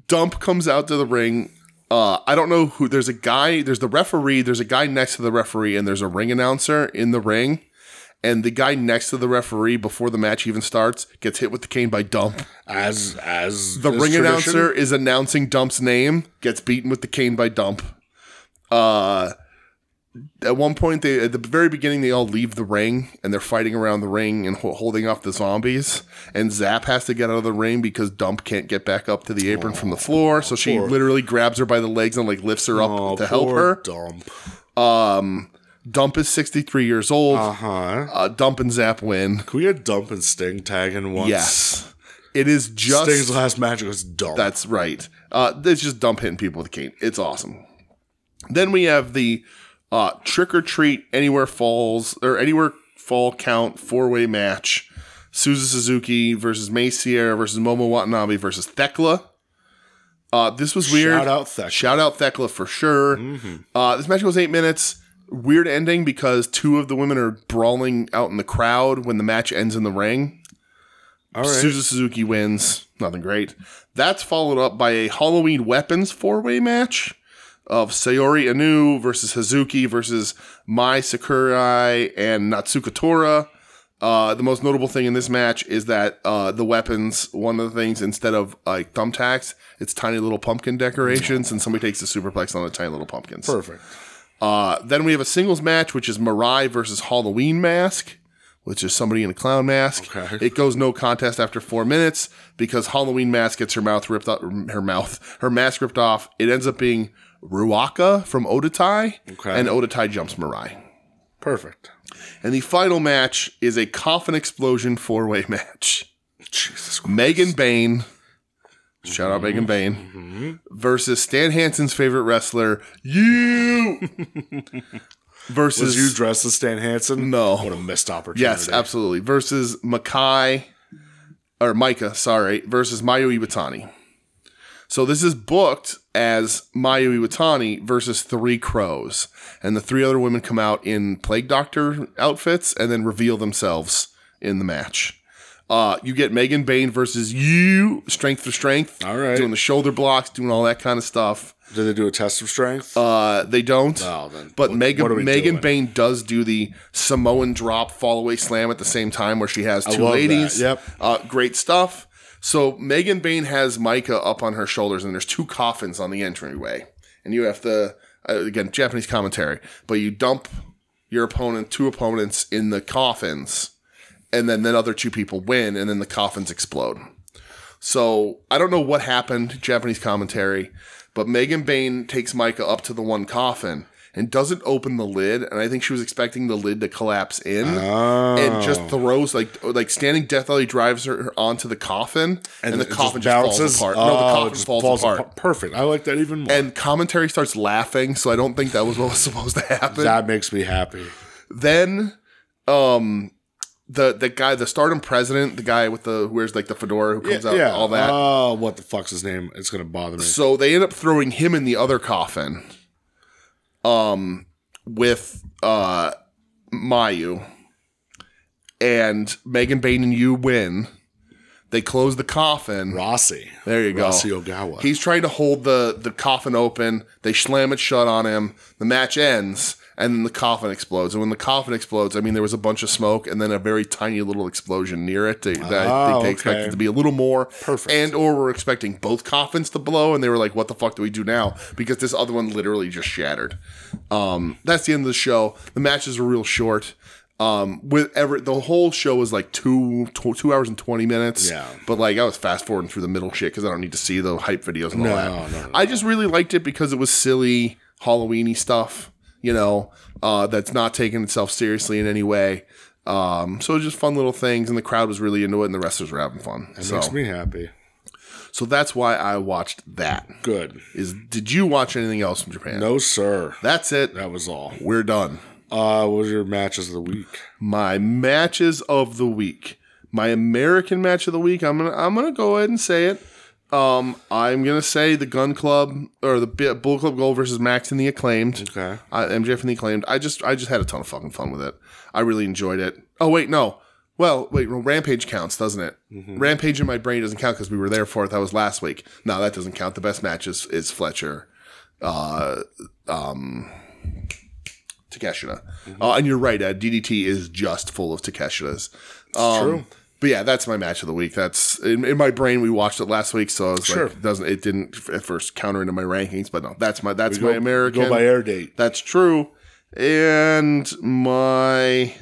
S1: Dump comes out to the ring. Uh, I don't know who. There's a guy. There's the referee. There's a guy next to the referee, and there's a ring announcer in the ring. And the guy next to the referee before the match even starts gets hit with the cane by Dump.
S2: As as
S1: The
S2: is
S1: ring
S2: tradition.
S1: announcer is announcing Dump's name, gets beaten with the cane by Dump. Uh, at one point, they at the very beginning, they all leave the ring and they're fighting around the ring and ho- holding off the zombies. And Zap has to get out of the ring because Dump can't get back up to the apron from the floor, so she literally grabs her by the legs and like lifts her up
S2: Oh,
S1: to help her.
S2: Dump.
S1: Um, Dump is sixty three years old.
S2: Uh
S1: Uh,
S2: huh.
S1: Dump and Zap win.
S2: Can we get Dump and Sting tagging once?
S1: Yes, it is just
S2: Sting's last match was Dump.
S1: That's right. Uh, it's just dump hitting people with a cane. It's awesome. Then we have the uh, trick or treat anywhere falls or anywhere fall count four way match. Suzu Suzuki versus May Sierra versus Momo Watanabe versus Thekla. Uh, this was weird.
S2: Shout out Mm-hmm. Thekla.
S1: Shout out Thekla for sure. Uh, this match goes eight minutes. Weird ending because two of the women are brawling out in the crowd when the match ends in the ring.
S2: All right.
S1: Suzu Suzuki wins. Nothing great. That's followed up by a Halloween weapons four way match of Sayori Anu versus Hazuki versus Mai Sakurai and Natsuka Tora. Uh, the most notable thing in this match is that uh, the weapons, one of the things, instead of like thumbtacks, it's tiny little pumpkin decorations, and somebody takes a superplex on the tiny little pumpkins.
S2: Perfect.
S1: Uh, then we have a singles match, which is Mirai versus Halloween Mask, which is somebody in a clown mask.
S2: Okay.
S1: It goes no contest after four minutes because Halloween Mask gets her mouth ripped off, her mouth, her mask ripped off. It ends up being Ruaka from Odatai,
S2: Okay.
S1: and Odatai jumps Mirai.
S2: Perfect.
S1: And the final match is a coffin explosion four way (laughs) match.
S2: Jesus Christ.
S1: Megan Bain, shout out Megan Bain, versus Stan Hansen's favorite wrestler, you, versus
S2: (laughs) Was you dressed as Stan Hansen?
S1: No.
S2: What a missed opportunity.
S1: Yes, absolutely. Versus Makai or Micah, sorry, versus Mayu Iwatani. So this is booked as Mayu Iwatani versus three crows, and the three other women come out in plague doctor outfits and then reveal themselves in the match. Uh, you get Megan Bain versus you, strength for strength.
S2: All right.
S1: Doing the shoulder blocks, doing all that kind of stuff.
S2: Did they do a test of strength?
S1: Uh, they don't.
S2: Oh, then
S1: But
S2: what-
S1: Megan
S2: what are we
S1: Megan
S2: doing?
S1: Bain does do the Samoan drop fall away slam at the same time where she has two
S2: love that.
S1: ladies.
S2: Yep.
S1: Uh, great stuff. So Megan Bain has Micah up on her shoulders, and there's two coffins on the entryway, and you have to uh, again Japanese commentary, but you dump your opponent, two opponents in the coffins, and then then other two people win, and then the coffins explode. So I don't know what happened, Japanese commentary, but Megan Bain takes Micah up to the one coffin and doesn't open the lid, and I think she was expecting the lid to collapse in,
S2: Oh.
S1: and just throws like like standing Death Alley drives her onto the coffin, and, the
S2: it just
S1: coffin just, falls
S2: bounces?
S1: apart.
S2: Oh,
S1: no, the
S2: it
S1: coffin
S2: just
S1: falls, apart.
S2: apa- Perfect. I like that even more.
S1: And commentary starts laughing, so I don't think that was what was supposed to happen
S2: that makes me happy.
S1: then um the the guy the stardom president the guy with the who wears like the fedora who comes out all that
S2: Oh, what the fuck's his name? It's gonna bother me.
S1: so they end up throwing him in the other coffin um with uh mayu and megan bain and you win they close the coffin
S2: Rossi.
S1: there you go.
S2: Rossi Ogawa.
S1: He's trying to hold the, the coffin open. They slam it shut on him. The match ends, and then the coffin explodes. And when the coffin explodes, I mean, there was a bunch of smoke and then a very tiny little explosion near it that, that I think
S2: Oh,
S1: they
S2: okay.
S1: expected to be a little more.
S2: Perfect.
S1: And or were expecting both coffins to blow, and they were like, what the fuck do we do now? Because this other one literally just shattered. Um, that's the end of the show. The matches were real short. Um, with ever the whole show was like two tw- two hours and twenty minutes.
S2: Yeah.
S1: But like I was fast forwarding through the middle shit because I don't need to see the hype videos and all
S2: No,
S1: that.
S2: no, no,
S1: I just really liked it because it was silly Halloweeny stuff, you know, uh, that's not taking itself seriously in any way. Um, so it was just fun little things, and the crowd was really into it, and the wrestlers were having fun.
S2: That
S1: So,
S2: makes me happy.
S1: so that's why I watched that.
S2: Good.
S1: Is did you watch anything else from Japan?
S2: No, sir.
S1: That's it.
S2: That was all.
S1: We're done.
S2: Uh, what was your matches of the week?
S1: my matches of the week. My American match of the week. I'm gonna I'm gonna go ahead and say it. Um, I'm gonna say the Gun Club or the B- Bull Club Gold versus Max and the Acclaimed.
S2: Okay.
S1: I, MJF and the Acclaimed. I just I just had a ton of fucking fun with it. I really enjoyed it. Oh wait, no. Well, wait. Well, Rampage counts, doesn't it?
S2: Mm-hmm.
S1: Rampage in my brain doesn't count because we were there for it. That was last week. No, that doesn't count. The best match is, is Fletcher, uh, um, Takeshita.
S2: Mm-hmm.
S1: Uh, and you're right. Uh, DDT is just full of Takeshitas. Um,
S2: true.
S1: But yeah, that's my match of the week. That's in, in my brain. We watched it last week, so I was
S2: Sure.
S1: like, it doesn't it didn't f- at first counter into my rankings? But no, that's my that's my
S2: go-
S1: American.
S2: Go by air date.
S1: That's true. And my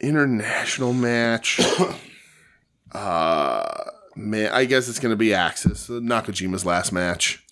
S1: international match. (coughs) uh man, I guess it's gonna be Axis. Uh, Nakajima's last match.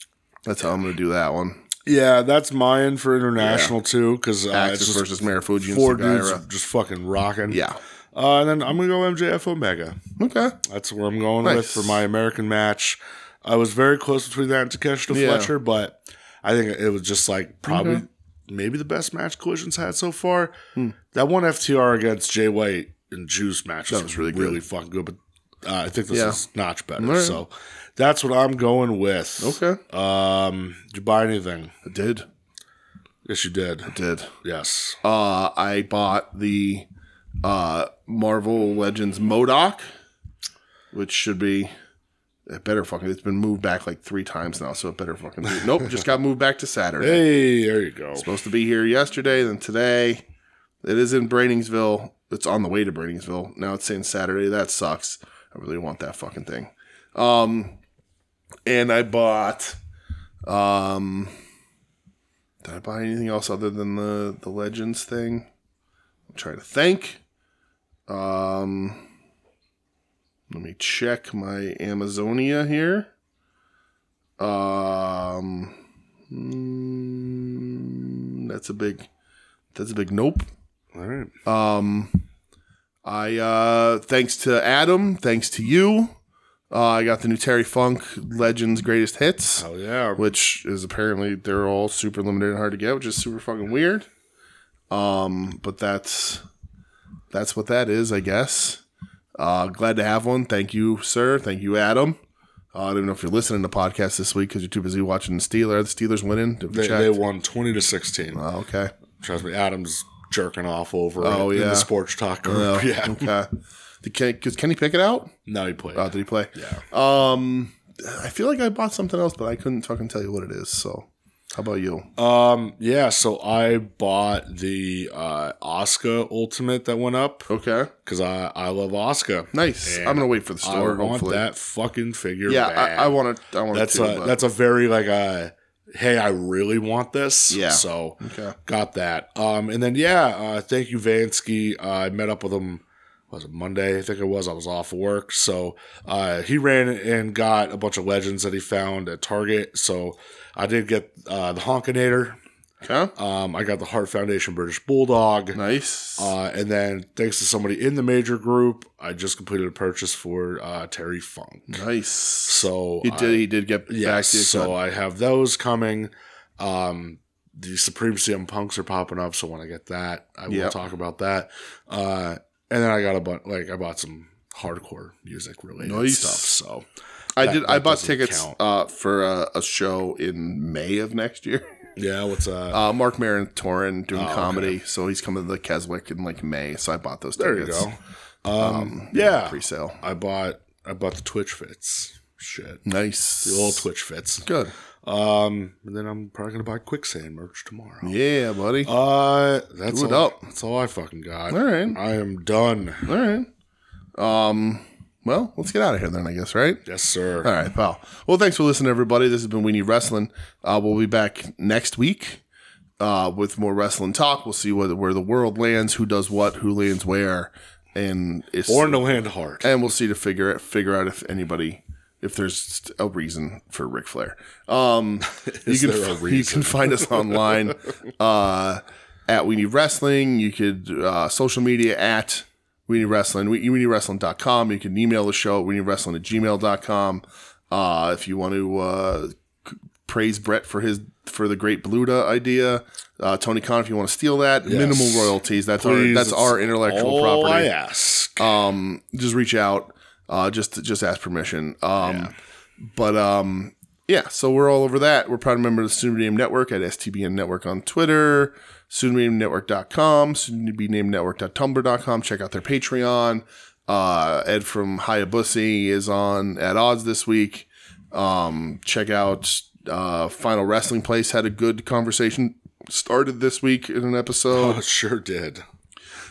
S1: That's how I'm gonna do that one.
S2: Yeah, that's mine for international too, because uh, it's
S1: Axis
S2: just
S1: versus Marufuji and
S2: four dudes
S1: Sagaira.
S2: just fucking rocking.
S1: Yeah.
S2: Uh, and then I'm gonna go MJF Omega.
S1: Okay.
S2: That's where I'm going with
S1: Nice.
S2: for my American match. I was very close between that and Takeshita
S1: Yeah.
S2: Fletcher, but I think it was just like probably maybe the best match Collision's had so far.
S1: Hmm.
S2: That one FTR against Jay White and Juice match was,
S1: was really
S2: really
S1: good.
S2: really fucking good, but uh, I think this
S1: Yeah.
S2: is notch better.
S1: Alright.
S2: So that's what I'm going with.
S1: Okay.
S2: Um, did you buy anything?
S1: I did.
S2: Yes, you did.
S1: Did.
S2: Yes.
S1: Uh I bought the uh Marvel Legends Modoc, which should be it better fucking it's been moved back like three times now, so it better fucking be, nope, just got moved back to Saturday.
S2: Hey, there you go.
S1: Supposed to be here yesterday, then today. It is in Brainingsville. It's on the way to Brainingsville. Now it's saying Saturday. That sucks. I really want that fucking thing. Um and I bought um did I buy anything else other than the the Legends thing? I'm trying to think. Um, let me check my Amazonia here. Um, mm, that's a big, that's a big nope.
S2: All right.
S1: Um, I uh, thanks to Adam, thanks to you, uh, I got the new Terry Funk Legends Greatest Hits
S2: Hell yeah.
S1: which is apparently they're all super limited and hard to get, which is super fucking weird. Um, but that's that's what that is, I guess. Uh, glad to have one. Thank you, sir. Thank you, Adam. Uh, I don't even know if you're listening to podcasts this week because you're too busy watching the Steelers. Are the Steelers winning? Have you
S2: They,
S1: checked?
S2: they won 20 to 16.
S1: Oh, okay.
S2: Trust me, Adam's jerking off over
S1: Oh,
S2: it in
S1: yeah.
S2: the sports talk
S1: Oh,
S2: group. (laughs) (laughs) yeah.
S1: Okay. Did Kenny, was Kenny Pickett out?
S2: No, he played.
S1: Oh, did he play?
S2: yeah.
S1: Um, I feel like I bought something else, but I couldn't fucking tell you what it is. So, how about you?
S2: Um, yeah, so I bought the uh Oscar Ultimate that went up
S1: Okay,
S2: because I I love Oscar.
S1: nice.
S2: And
S1: I'm gonna wait for the store.
S2: I want
S1: hopefully,
S2: that fucking figure.
S1: yeah,
S2: bad.
S1: I, I want to. I want
S2: That's
S1: to.
S2: a that's a very like a hey, I really want this.
S1: Yeah.
S2: So
S1: okay.
S2: got that. Um, and then yeah, uh, thank you Vansky. Uh, I met up with him. Was it Monday? I think it was. I was off work, so uh, he ran and got a bunch of legends that he found at Target. So I did get uh, the Honkinator.
S1: Okay,
S2: Um, I got the Heart Foundation British Bulldog.
S1: nice.
S2: Uh, and then, thanks to somebody in the major group, I just completed a purchase for uh, Terry Funk.
S1: nice.
S2: So
S1: He did. he did get
S2: I,
S1: back
S2: yes,
S1: to you.
S2: so I have those coming. Um, the Supreme CM Punks are popping up, so when I get that, I will
S1: Yep.
S2: talk about that. Uh, and then I got a bunch, like I bought some hardcore music related
S1: Nice.
S2: stuff. So
S1: I
S2: that-
S1: did. I
S2: that
S1: bought
S2: doesn't
S1: tickets
S2: count.
S1: uh, for a, a show in May of next year. (laughs)
S2: yeah, what's uh,
S1: Uh, Mark Maron Torin doing
S2: Oh, okay.
S1: comedy, so he's coming to the Keswick in like May. So I bought those
S2: there you
S1: tickets.
S2: go. Um,
S1: Yeah,
S2: yeah,
S1: pre-sale.
S2: I bought I bought the Twitch fits. Shit,
S1: Nice.
S2: the old Twitch fits.
S1: Good.
S2: Um, and then I'm probably gonna buy quicksand merch tomorrow.
S1: Yeah, buddy.
S2: Uh, that's
S1: Do it
S2: all,
S1: up.
S2: That's all I fucking got.
S1: All right.
S2: I am done.
S1: All right. Um. Well, let's get out of here then. I guess. Right.
S2: Yes, sir.
S1: All right, pal. Well, thanks for listening, everybody. This has been We Need Wrestling. Uh, we'll be back next week uh, with more wrestling talk. We'll see whether, where the world lands, who does what, who lands where, and it's,
S2: Born to land hard.
S1: and we'll see to figure it, figure out if anybody if there's a reason for Ric Flair.
S2: (laughs)
S1: Um, you can
S2: there a
S1: you
S2: reason?
S1: can find us
S2: (laughs)
S1: online uh, at We Need Wrestling. You could uh, social media at We Need Wrestling. We, we Need Wrestling.com. You can email the show at We Need Wrestling at gmail.com. Uh, if you want to uh, c- praise Brett for his for the great Bluta idea. Uh, Tony Khan, if you want to steal that, minimal royalties. That's
S2: Please,
S1: our that's
S2: it's
S1: our intellectual
S2: all
S1: property
S2: I ask. (laughs)
S1: um just reach out uh just just ask permission um but um yeah so we're all over that we're proud member of the student name network at stbn network on twitter studentnamenetwork.com studentnamenetwork.tumblr.com check out their patreon uh ed from hayabusa is on at odds this week um check out uh final wrestling place had a good conversation started this week in an episode
S2: oh, sure did.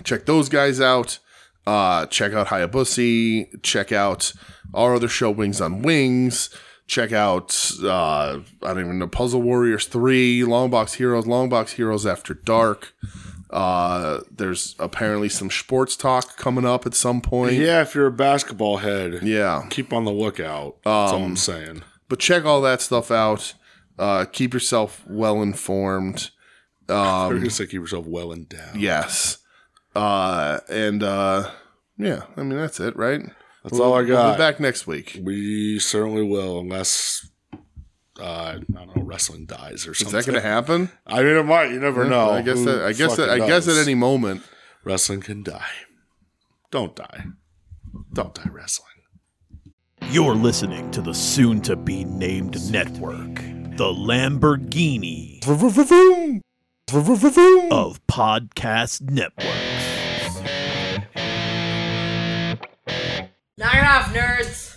S1: check those guys out. Uh, check out Hayabusa. Check out our other show, Wings on Wings. Check out uh, I don't even know Puzzle Warriors Three, Longbox Heroes, Longbox Heroes After Dark. Uh, there's apparently some sports talk coming up at some point.
S2: Yeah, if you're a basketball head,
S1: yeah. Um,
S2: keep on the lookout. That's all I'm saying.
S1: But check all that stuff out. Uh, keep yourself well informed. um,
S2: you're gonna say keep yourself well endowed.
S1: Yes. Uh, and uh, yeah, I mean that's it, right?
S2: That's all I got.
S1: We'll be back next week.
S2: We certainly will, unless uh, I don't know, wrestling dies or
S1: Is
S2: something.
S1: that going to happen?
S2: I mean, it might. You never know.
S1: I guess
S2: Who
S1: that. I guess that. I
S2: fucking
S1: guess at
S2: knows?
S1: any moment.
S2: Wrestling can die. Don't die. Don't die wrestling.
S5: You're listening to the soon to be named network, the Lamborghini of podcast networks.
S6: Knock it off, nerds!